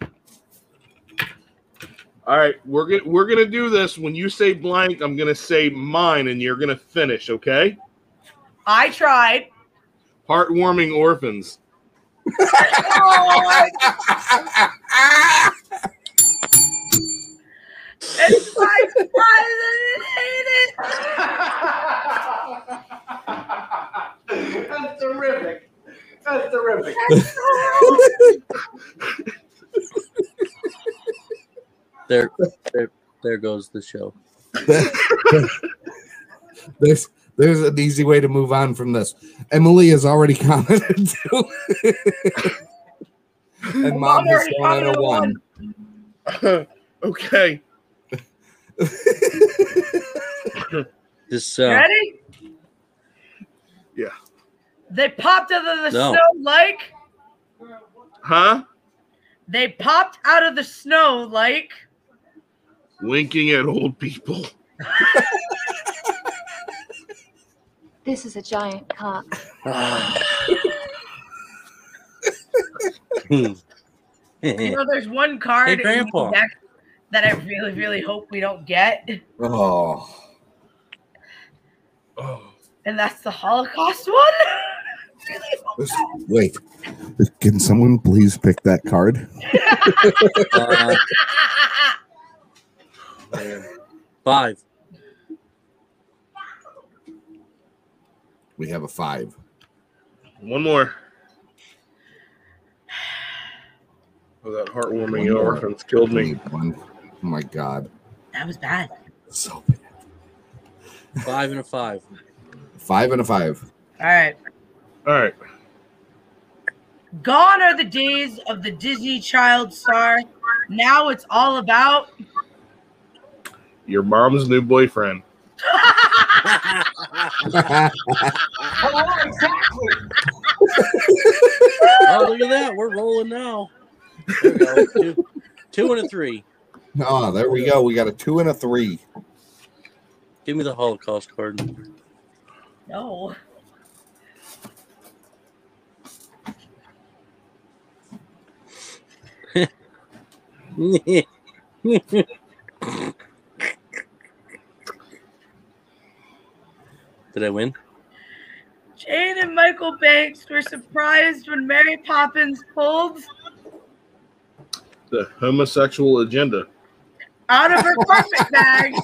Speaker 6: All right, we're gonna we're gonna do this. When you say blank, I'm gonna say mine, and you're gonna finish. Okay?
Speaker 3: I tried.
Speaker 6: Heartwarming orphans.
Speaker 3: And to my surprise, I didn't hate it.
Speaker 2: That's terrific. That's terrific.
Speaker 12: There, there, there goes the show.
Speaker 1: there's there's an easy way to move on from this. Emily has already commented too. and mom
Speaker 6: Mom
Speaker 1: has
Speaker 6: already
Speaker 1: gone on
Speaker 6: commented
Speaker 1: a
Speaker 6: on
Speaker 1: one.
Speaker 6: okay.
Speaker 12: This
Speaker 3: You
Speaker 12: uh,
Speaker 3: Ready?
Speaker 6: Yeah.
Speaker 3: They popped out of the
Speaker 12: No.
Speaker 3: snow like
Speaker 6: Huh?
Speaker 3: they popped out of the snow like
Speaker 6: Winking at old people.
Speaker 10: This is a giant cock.
Speaker 12: Hmm.
Speaker 3: you know. There's one card.
Speaker 12: Hey,
Speaker 3: in the
Speaker 12: Grandpa.
Speaker 3: exact- that I really, really hope we don't get,
Speaker 1: Oh,
Speaker 3: and that's the Holocaust one.
Speaker 1: this, wait. Can someone please pick that card?
Speaker 12: Uh, Five.
Speaker 1: We have a five.
Speaker 6: One more. Oh, that heartwarming
Speaker 1: One more.
Speaker 6: orphans killed
Speaker 1: We
Speaker 6: me.
Speaker 1: need One. Oh my god.
Speaker 3: that was bad.
Speaker 1: So
Speaker 12: Five and a five.
Speaker 1: Five and a five.
Speaker 3: All right.
Speaker 6: All right.
Speaker 3: Gone are the days of the Disney child star. Now it's all about.
Speaker 6: Your mom's new boyfriend.
Speaker 18: exactly.
Speaker 12: oh, look at that. We're rolling now. There we go. Two, two and a three.
Speaker 1: Oh, there we go. We got a two and a three.
Speaker 12: Give me the Holocaust card.
Speaker 3: No.
Speaker 12: Did I win?
Speaker 3: Jane and Michael Banks were surprised when Mary Poppins pulled
Speaker 6: The homosexual agenda.
Speaker 3: out of her carpet bag.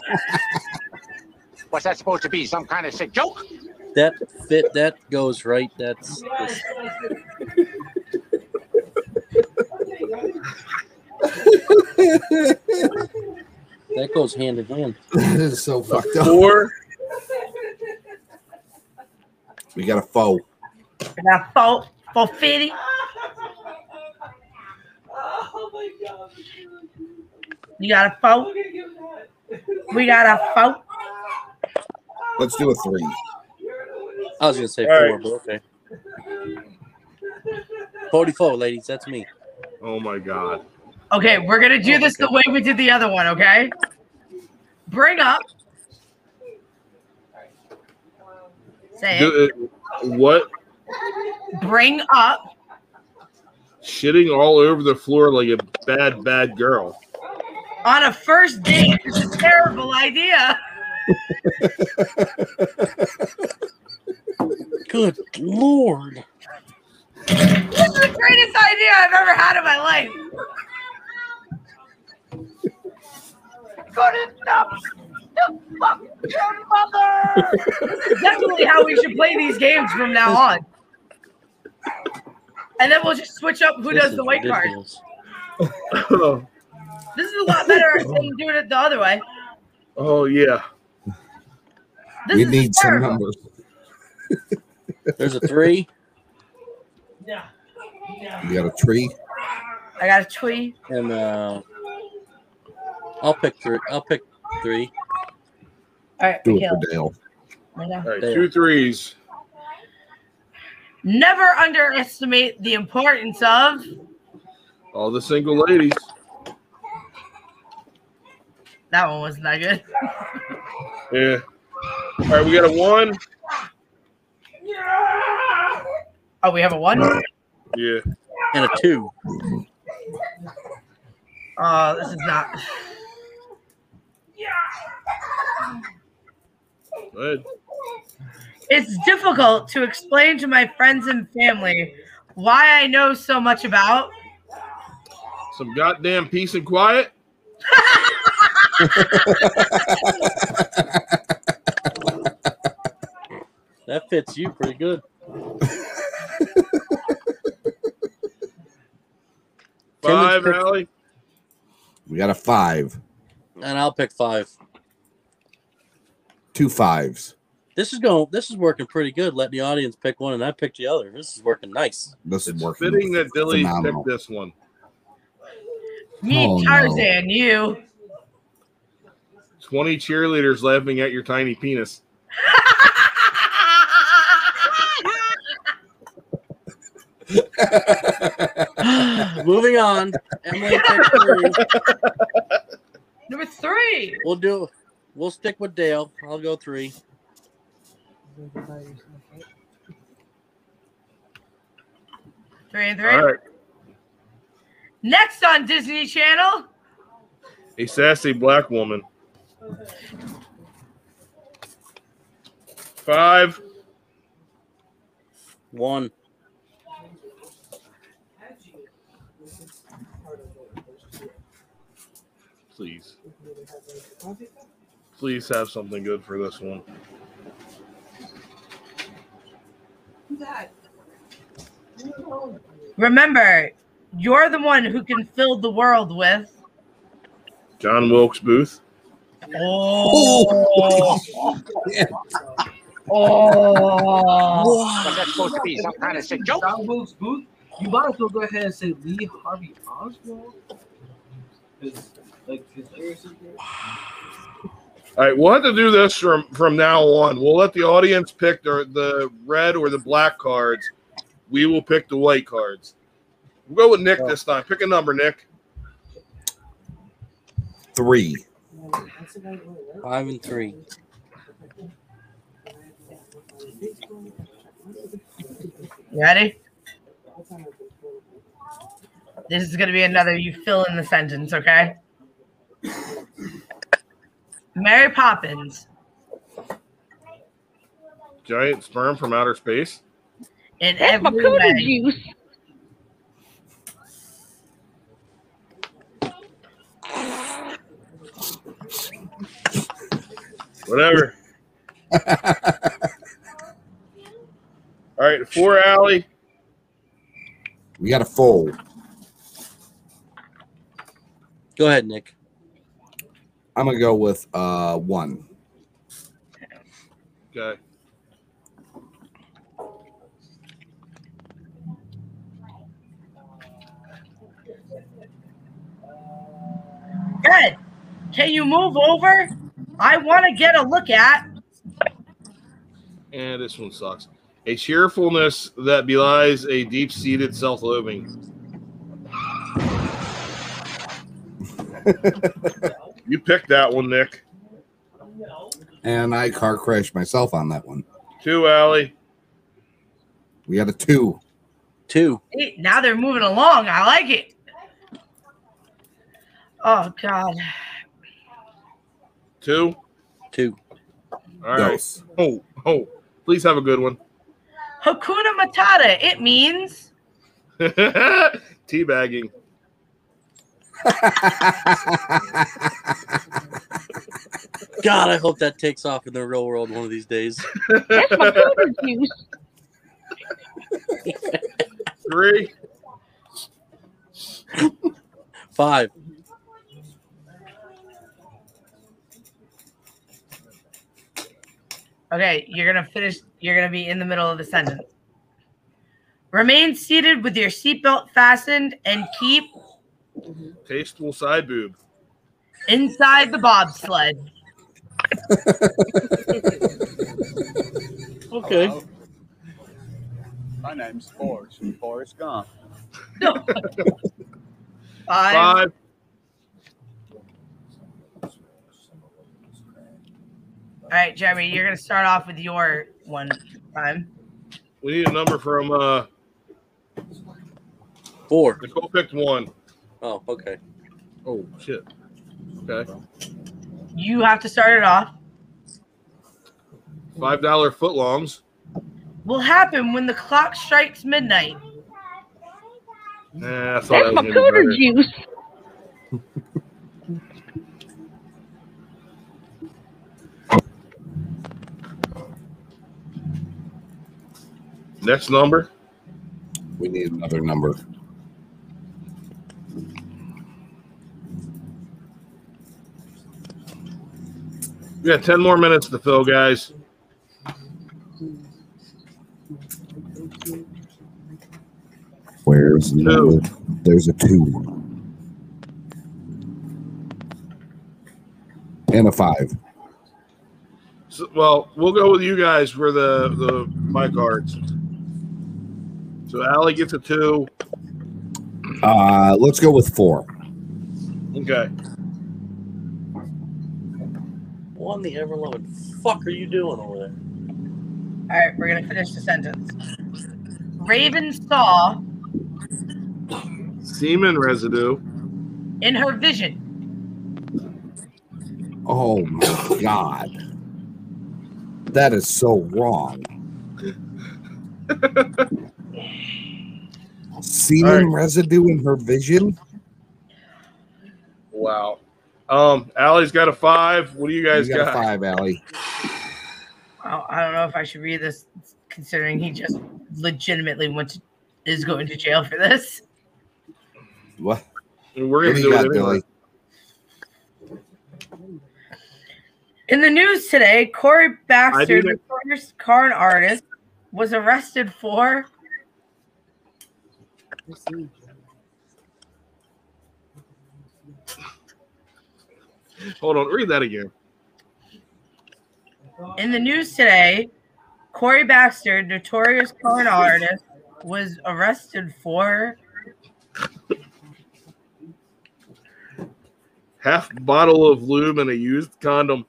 Speaker 18: What's that supposed to be? Some kind of sick joke?
Speaker 12: That fit. That goes right. That's. that's- that goes hand in hand.
Speaker 1: That is so fucked up. We got a foe.
Speaker 3: And I fought for Fitty.
Speaker 15: Oh my god.
Speaker 3: You got a fault. We got a fault.
Speaker 1: Let's do a three.
Speaker 12: I was gonna say
Speaker 6: All
Speaker 12: four,
Speaker 6: right.
Speaker 12: but okay. Forty-four, ladies. That's me.
Speaker 6: Oh my god.
Speaker 3: Okay, we're gonna do this the way we did the other one. Okay. Bring up. Say it.
Speaker 6: Do it- what?
Speaker 3: Bring up.
Speaker 6: Shitting all over the floor like a bad, bad girl.
Speaker 3: on a first date is a terrible idea.
Speaker 12: Good lord.
Speaker 3: This is the greatest idea I've ever had in my life. Couldn't stop the fuck your mother. This is definitely how we should play these games from now on. And then we'll just switch up who
Speaker 12: This
Speaker 3: does
Speaker 12: is
Speaker 3: the white card.
Speaker 12: ridiculous.
Speaker 3: This is a lot better than doing it the other way.
Speaker 6: Oh yeah.
Speaker 3: This
Speaker 1: we
Speaker 3: is
Speaker 1: need some
Speaker 3: terrible.
Speaker 1: numbers.
Speaker 12: There's a three.
Speaker 3: Yeah.
Speaker 1: We got a tree.
Speaker 3: I got a tree.
Speaker 12: And uh, I'll pick three. I'll pick three.
Speaker 3: All right,
Speaker 1: Do it
Speaker 3: Michaela.
Speaker 1: for Dale.
Speaker 3: Michaela.
Speaker 6: All right, two threes.
Speaker 3: Never underestimate the importance of
Speaker 6: All the single ladies.
Speaker 3: that one was not good.
Speaker 6: Yeah. All right, we got a one.
Speaker 3: Oh, we have a one.
Speaker 6: Yeah.
Speaker 12: And a two.
Speaker 3: Oh, this is not.
Speaker 6: Good.
Speaker 3: It's difficult to explain to my friends and family why I know so much about.
Speaker 6: Some goddamn peace and quiet.
Speaker 12: That fits you pretty good.
Speaker 6: Five,
Speaker 12: Timmons
Speaker 6: Allie.
Speaker 1: We got a five.
Speaker 12: And I'll pick five.
Speaker 1: Two fives.
Speaker 12: This is going. This is working pretty good. Letting the audience pick one, and I picked the other. This is working nice.
Speaker 1: This is working.
Speaker 6: Fitting that Dilly
Speaker 1: phenomenal.
Speaker 6: picked this one.
Speaker 3: Me,
Speaker 1: Oh, no.
Speaker 3: Tarzan, you.
Speaker 6: Twenty cheerleaders laughing at your tiny penis.
Speaker 12: Moving on. Emily picked three.
Speaker 3: Number three.
Speaker 12: We'll do. We'll stick with Dale. I'll go three.
Speaker 3: Three and three.
Speaker 6: All right.
Speaker 3: Next on Disney Channel.
Speaker 6: A sassy black woman. Five.
Speaker 12: One.
Speaker 6: Please. Please have something good for this one.
Speaker 3: Remember, you're the one who can fill the world with.
Speaker 6: John Wilkes Booth.
Speaker 3: Oh.
Speaker 2: Oh.
Speaker 18: What's that supposed to be? Some kind of sick joke?
Speaker 11: John Wilkes Booth? You might as well go ahead and say Lee Harvey Oswald. 'Cause, Like his lyricism.
Speaker 6: All right, we'll have to do this from from now on. We'll let the audience pick the, the red or the black cards. We will pick the white cards. We'll go with Nick this time. Pick a number, Nick.
Speaker 1: Three.
Speaker 12: Five and three.
Speaker 3: Ready? This is going to be another you fill in the sentence, okay? Mary Poppins
Speaker 6: Giant sperm from outer space.
Speaker 3: in every way.
Speaker 6: Whatever. All right, four alley.
Speaker 1: We got a fold.
Speaker 12: Go ahead, Nick.
Speaker 1: I'm gonna go with uh one.
Speaker 6: Okay.
Speaker 3: Good. Can you move over? I want to get a look at.
Speaker 6: And this one sucks. A cheerfulness that belies a deep seated self loathing. you picked that one, Nick.
Speaker 1: And I car crashed myself on that one.
Speaker 6: Two, Allie.
Speaker 1: We got a two.
Speaker 12: Two.
Speaker 3: Hey, Now they're moving along. I like it. Oh, God.
Speaker 6: Two.
Speaker 12: Two.
Speaker 6: All right.
Speaker 1: Nice.
Speaker 6: Oh, oh. Please have a good one.
Speaker 3: Hakuna Matata. It means.
Speaker 6: Teabagging.
Speaker 12: God, I hope that takes off in the real world one of these days.
Speaker 6: Three.
Speaker 12: Five.
Speaker 3: Okay, you're going to finish. You're going to be in the middle of the sentence. Remain seated with your seatbelt fastened and keep
Speaker 6: Tasteful side boob.
Speaker 3: inside the bobsled.
Speaker 12: Okay.
Speaker 19: My name's Forrest. from Forrest Gump.
Speaker 3: Five.
Speaker 6: Five.
Speaker 3: All right, Jeremy, you're going to start off with your one time.
Speaker 6: We need a number from uh
Speaker 12: Four.
Speaker 6: Nicole picked one.
Speaker 12: Oh, okay.
Speaker 6: Oh shit. Okay.
Speaker 3: You have to start it off.
Speaker 6: Five dollar footlongs.
Speaker 3: Will happen when the clock strikes midnight.
Speaker 6: Nah, I thought that was gonna be better.
Speaker 3: juice.
Speaker 6: Next number.
Speaker 1: We need another number.
Speaker 6: We got ten more minutes to fill, guys.
Speaker 1: Where's the
Speaker 6: Two.
Speaker 1: number? There's a two. And a five.
Speaker 6: So, well, we'll go with you guys for the the my cards. So Allie gets a two.
Speaker 1: Uh let's go with four.
Speaker 6: Okay.
Speaker 12: What in the ever loving fuck are you doing over there?
Speaker 3: All right, we're going to finish the sentence. Raven saw
Speaker 6: Semen residue.
Speaker 3: in her vision
Speaker 1: Oh my god. That is so wrong. Semen residue in her vision?
Speaker 6: Wow. Um, Allie's got a five. What do you guys
Speaker 1: You got a
Speaker 6: got?
Speaker 1: five, Allie.
Speaker 3: Well, Oh, I don't know if I should read this, considering he just legitimately went to, is going to jail for this.
Speaker 1: What?
Speaker 6: We're
Speaker 1: What do
Speaker 6: gonna
Speaker 1: you
Speaker 6: do it
Speaker 1: got,
Speaker 6: anyway.
Speaker 1: Billy?
Speaker 3: In the news today, Corey
Speaker 6: I
Speaker 3: Baxter,
Speaker 6: do
Speaker 3: the
Speaker 6: it.
Speaker 3: first corn artist, was arrested for
Speaker 6: Hold on, read that again.
Speaker 3: In the news today, Corey Baxter, notorious con artist, was arrested for
Speaker 6: Half bottle of lube and a used condom.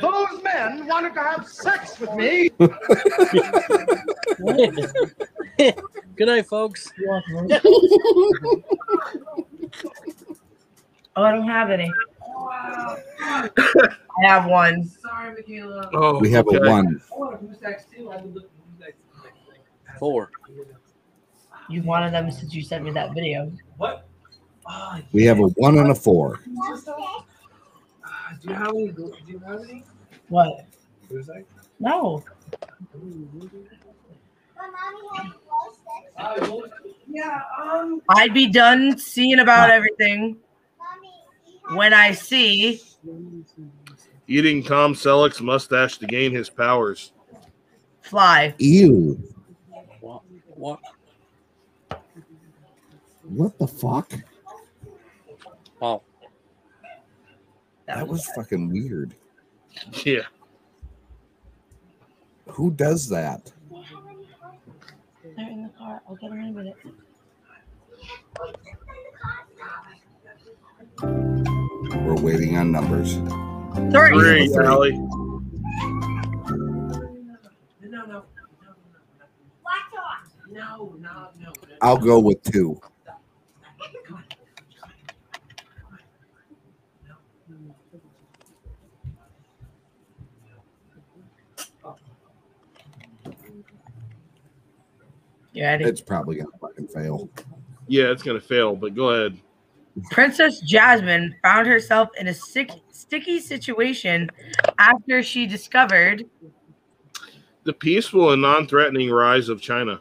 Speaker 2: Those men wanted to have sex with me.
Speaker 12: Good night, folks.
Speaker 3: Oh, I don't have any. I have one.
Speaker 11: Sorry, Michaela.
Speaker 6: Oh,
Speaker 1: We have a
Speaker 6: okay.
Speaker 1: one.
Speaker 11: I want a boost axe too. I would look for boost
Speaker 12: Four.
Speaker 3: You wanted them since you sent me that video.
Speaker 11: What? Oh,
Speaker 1: We have a one and a four.
Speaker 11: do you have any? Do you have any?
Speaker 3: What?
Speaker 11: Boost axe?
Speaker 3: No.
Speaker 11: Yeah. Um.
Speaker 3: I'd be done seeing about everything when I see
Speaker 6: Eating Tom Selleck's mustache to gain his powers.
Speaker 3: fly.
Speaker 1: Ew.
Speaker 12: What? What?
Speaker 1: What the fuck?
Speaker 12: Wow.
Speaker 1: That was fucking weird.
Speaker 6: Yeah.
Speaker 1: Who does that?
Speaker 3: They're in the car. I'll get them in a minute.
Speaker 1: We're waiting on numbers.
Speaker 3: Three.
Speaker 6: Three,
Speaker 1: Three.
Speaker 6: Allie.
Speaker 11: No, no. No, no, no.
Speaker 1: I'll go with two.
Speaker 3: Yeah,
Speaker 1: It's probably gonna fucking fail.
Speaker 6: Yeah, it's gonna fail, but go ahead.
Speaker 3: Princess Jasmine found herself in a sick, sticky situation after she discovered
Speaker 6: The peaceful and non-threatening rise of China.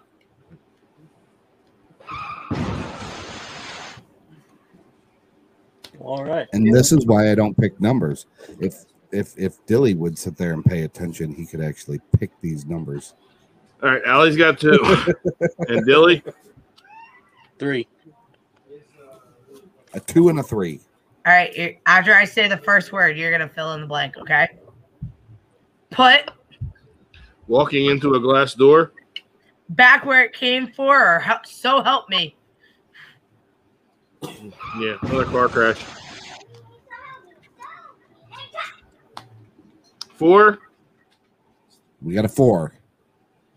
Speaker 12: All right.
Speaker 1: And this is why I don't pick numbers. If if if Dilly would sit there and pay attention, he could actually pick these numbers.
Speaker 6: All right, Allie's got two, and Dilly
Speaker 12: three.
Speaker 1: A two and a three.
Speaker 3: All right. you- After I say the first word, you're gonna fill in the blank. Okay. Put
Speaker 6: walking into a glass door.
Speaker 3: back where it came for, or help, so help me.
Speaker 6: Yeah, another car crash. Four.
Speaker 1: We got a four,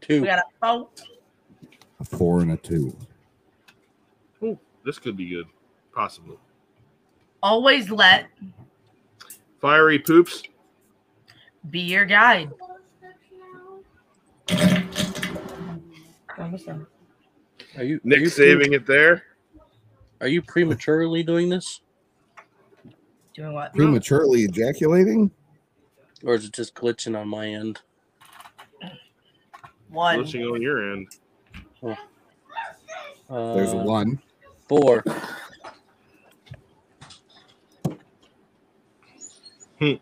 Speaker 12: Two.
Speaker 3: We got a oh,
Speaker 1: a four and a two.
Speaker 6: Ooh, this could be good, possibly.
Speaker 3: always let
Speaker 6: Fiery poops.
Speaker 3: be your guide. Almost done.
Speaker 12: Are you are
Speaker 6: Nick
Speaker 12: you
Speaker 6: saving it there.
Speaker 12: Are you prematurely doing this,
Speaker 3: Doing what?
Speaker 1: Prematurely ejaculating?
Speaker 12: or is it just glitching on my end?
Speaker 3: One.
Speaker 6: Glitching on your end.
Speaker 12: Uh,
Speaker 1: There's a one.
Speaker 12: Four.
Speaker 6: Hmm.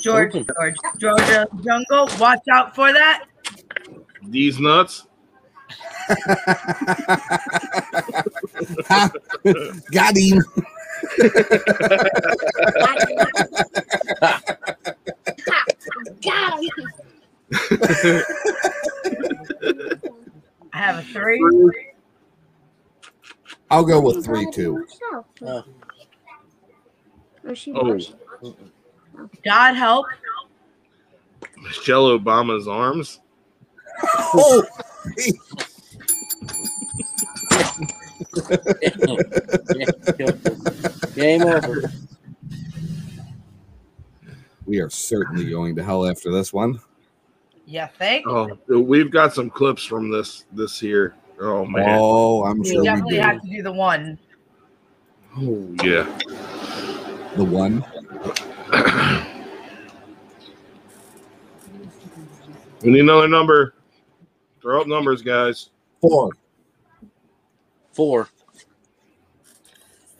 Speaker 3: George, George, Georgia jungle. Watch out for that.
Speaker 6: These nuts.
Speaker 1: Ha! got him.
Speaker 15: Got him.
Speaker 3: I have a three.
Speaker 1: I'll go with three two.
Speaker 12: Oh.
Speaker 6: Oh,
Speaker 3: God help.
Speaker 6: Michelle Obama's arms.
Speaker 1: Oh
Speaker 12: Game over.
Speaker 1: We are certainly going to hell after this one.
Speaker 3: Yeah, thank
Speaker 6: Oh, we've got some clips from this this here. Oh man.
Speaker 1: Oh, I'm
Speaker 3: you.
Speaker 1: sure we
Speaker 3: definitely
Speaker 1: do.
Speaker 3: have to do the one.
Speaker 6: Oh yeah.
Speaker 1: The one.
Speaker 6: We need another number. Throw up numbers, guys.
Speaker 1: Four.
Speaker 12: Four.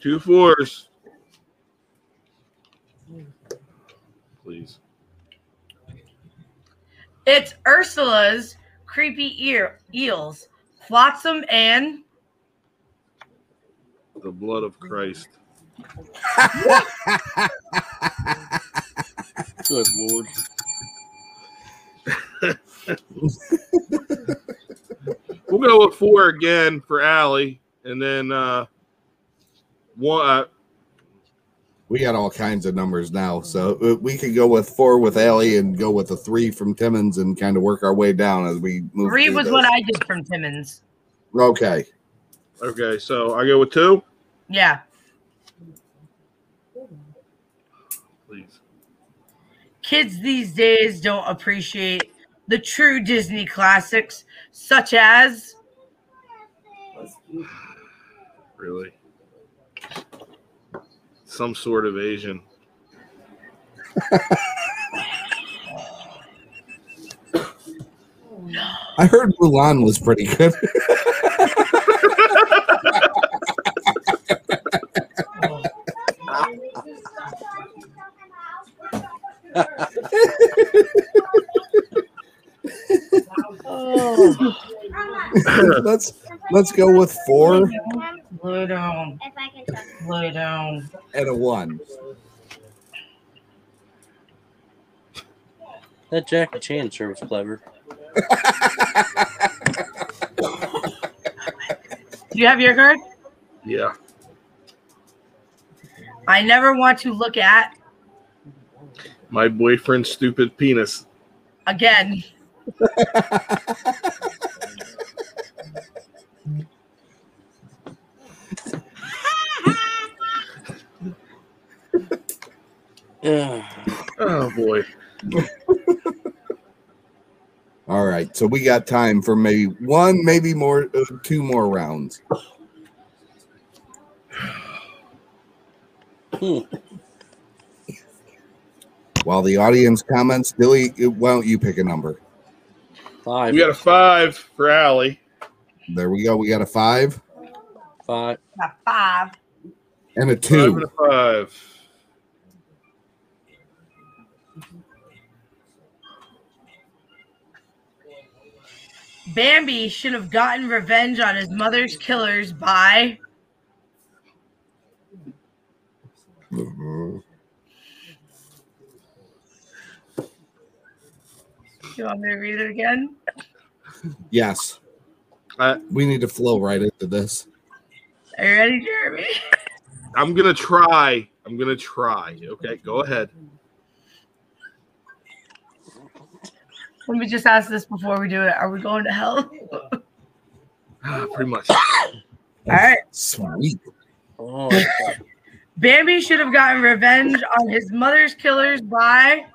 Speaker 6: Two fours. Please.
Speaker 3: It's Ursula's creepy ear eels, flotsam and
Speaker 6: The blood of Christ.
Speaker 12: Good lord.
Speaker 6: We'll go with four again for Allie, and then uh one. Uh,
Speaker 1: We got all kinds of numbers now, so uh, we could go with four with Allie and go with a three from Timmons and kind of work our way down as we move.
Speaker 3: three
Speaker 1: through
Speaker 3: was
Speaker 1: this.
Speaker 3: what I did from Timmons.
Speaker 1: Okay,
Speaker 6: okay, so I go with two.
Speaker 3: Yeah.
Speaker 6: Please.
Speaker 3: Kids these days don't appreciate the true Disney classics such as
Speaker 6: Really. Some sort of Asian.
Speaker 1: I heard Mulan was pretty good. let's let's go with four
Speaker 3: Lay down. Lay down.
Speaker 1: and a one.
Speaker 12: That Jackie Chan sure was clever.
Speaker 3: Do you have your card?
Speaker 6: Yeah.
Speaker 3: I never want to look at
Speaker 6: My boyfriend's stupid penis.
Speaker 3: again.
Speaker 6: Oh boy.
Speaker 1: All right, so we got time for maybe one, maybe more, uh, two more rounds.
Speaker 12: Hmm.
Speaker 1: While the audience comments, Billy, why don't you pick a number?
Speaker 12: Five.
Speaker 6: We got a five for Allie.
Speaker 1: There we go. We got a five
Speaker 12: Five.
Speaker 3: A five.
Speaker 1: and a
Speaker 6: Five and
Speaker 1: two.
Speaker 6: a five.
Speaker 3: Bambi should have gotten revenge on his mother's killers by you want me to read it again?
Speaker 1: Yes. we need to flow right into this.
Speaker 3: Are you ready, Jeremy?
Speaker 6: I'm gonna try. I'm gonna try. Okay, go ahead.
Speaker 3: Let me just ask this before we do it. Are we going to hell? All
Speaker 6: Ah, Pretty much.
Speaker 3: right.
Speaker 1: Sweet.
Speaker 12: Oh,
Speaker 3: Bambi should have gotten revenge on his mother's killers by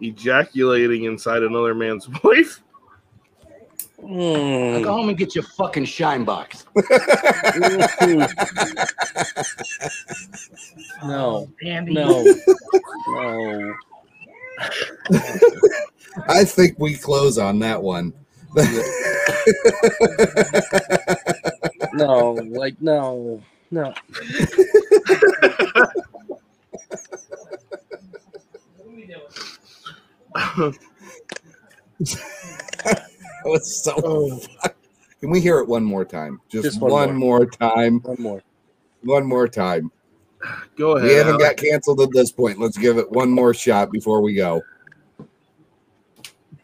Speaker 6: Ejaculating inside another man's wife.
Speaker 12: Mm.
Speaker 18: Go home and get your fucking shine box.
Speaker 12: no.
Speaker 3: Bambi.
Speaker 12: No. No.
Speaker 1: I think we close on that one.
Speaker 12: No. Like, no. No.
Speaker 1: That was so. Can we hear it one more time? Just,
Speaker 12: Just
Speaker 1: one,
Speaker 12: one
Speaker 1: more. time.
Speaker 12: One more.
Speaker 1: One more time.
Speaker 6: Go ahead.
Speaker 1: We haven't
Speaker 6: Allie.
Speaker 1: got canceled at this point. Let's give it one more shot before we go.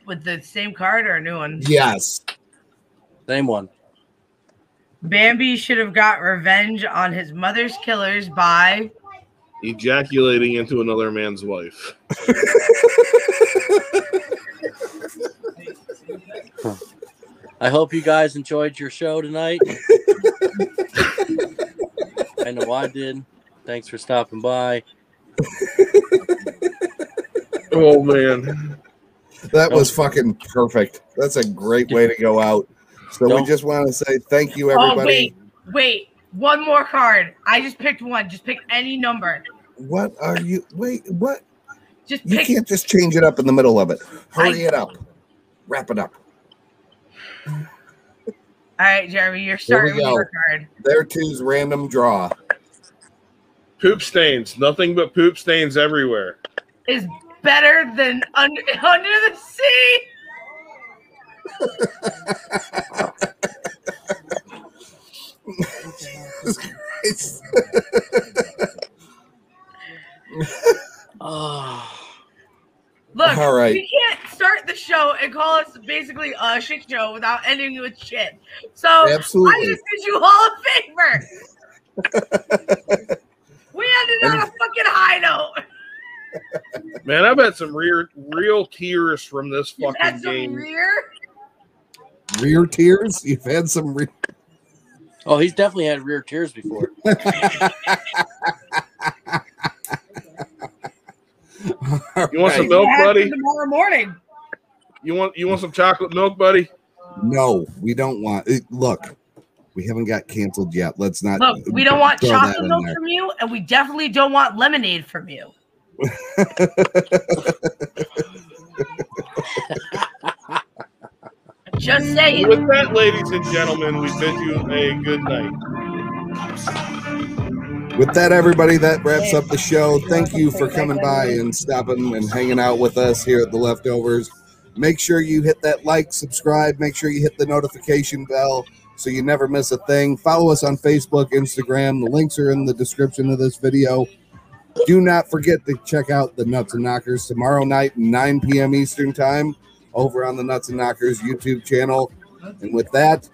Speaker 3: with the same card or a new one?
Speaker 1: Yes.
Speaker 12: Same one.
Speaker 3: Bambi should have got revenge on his mother's killers by
Speaker 6: Ejaculating into another man's wife.
Speaker 12: I hope you guys enjoyed your show tonight. I know I did. Thanks for stopping by.
Speaker 6: Oh man,
Speaker 1: that was fucking perfect. That's a great way to go out. So we just want to say thank you,
Speaker 3: Oh
Speaker 1: everybody.
Speaker 3: wait, wait, one more card. I just picked one. Just pick any number.
Speaker 1: What are you? Wait, what?
Speaker 3: Just
Speaker 1: You
Speaker 3: pick.
Speaker 1: can't just change it up in the middle of it. Hurry
Speaker 3: I-
Speaker 1: it up. Wrap it up.
Speaker 3: All right, Jeremy, you're
Speaker 1: Here we
Speaker 3: starting with
Speaker 1: go.
Speaker 3: your card.
Speaker 1: There two's random draw.
Speaker 6: Poop stains, nothing but poop stains everywhere.
Speaker 3: Is better than under under the sea.
Speaker 12: Ah.
Speaker 3: Look,
Speaker 1: All right.
Speaker 3: we can't start the show and call us basically a shit show without ending with shit. So
Speaker 1: Absolutely.
Speaker 3: Oh, I just did you all a favor. we ended on a fucking high note.
Speaker 6: Man, I've had some real, real tears from this fucking
Speaker 3: That's a
Speaker 6: game.
Speaker 3: rear.
Speaker 1: Rear tears. You've had some. Re-
Speaker 12: Oh, he's definitely had rear tears before.
Speaker 6: You want some
Speaker 1: Right.
Speaker 6: milk,
Speaker 3: It happens
Speaker 6: buddy?
Speaker 3: Tomorrow morning.
Speaker 6: You want you want some chocolate milk, buddy?
Speaker 1: no, we don't want. It, look, we haven't got canceled yet. Let's not.
Speaker 3: Look, we don't want
Speaker 1: throw that
Speaker 3: chocolate
Speaker 1: in
Speaker 3: milk
Speaker 1: there.
Speaker 3: from you, and we definitely don't want lemonade from you. Just saying.
Speaker 6: With that, ladies and gentlemen, we bid you a good night.
Speaker 1: With that, everybody, that wraps up the show. Thank you for coming by and stopping and hanging out with us here at The Leftovers. Make sure you hit that like, subscribe, make sure you hit the notification bell so you never miss a thing. Follow us on Facebook, Instagram. The links are in the description of this video. Do not forget to check out the Nuts and Knockers tomorrow night, 9 p.m. Eastern Time, over on the Nuts and Knockers YouTube channel. And with that,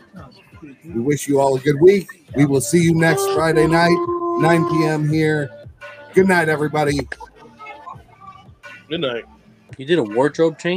Speaker 1: we wish you all a good week. We will see you next Friday night, 9 p.m. here. Good night, everybody.
Speaker 6: Good night.
Speaker 12: You did a wardrobe change?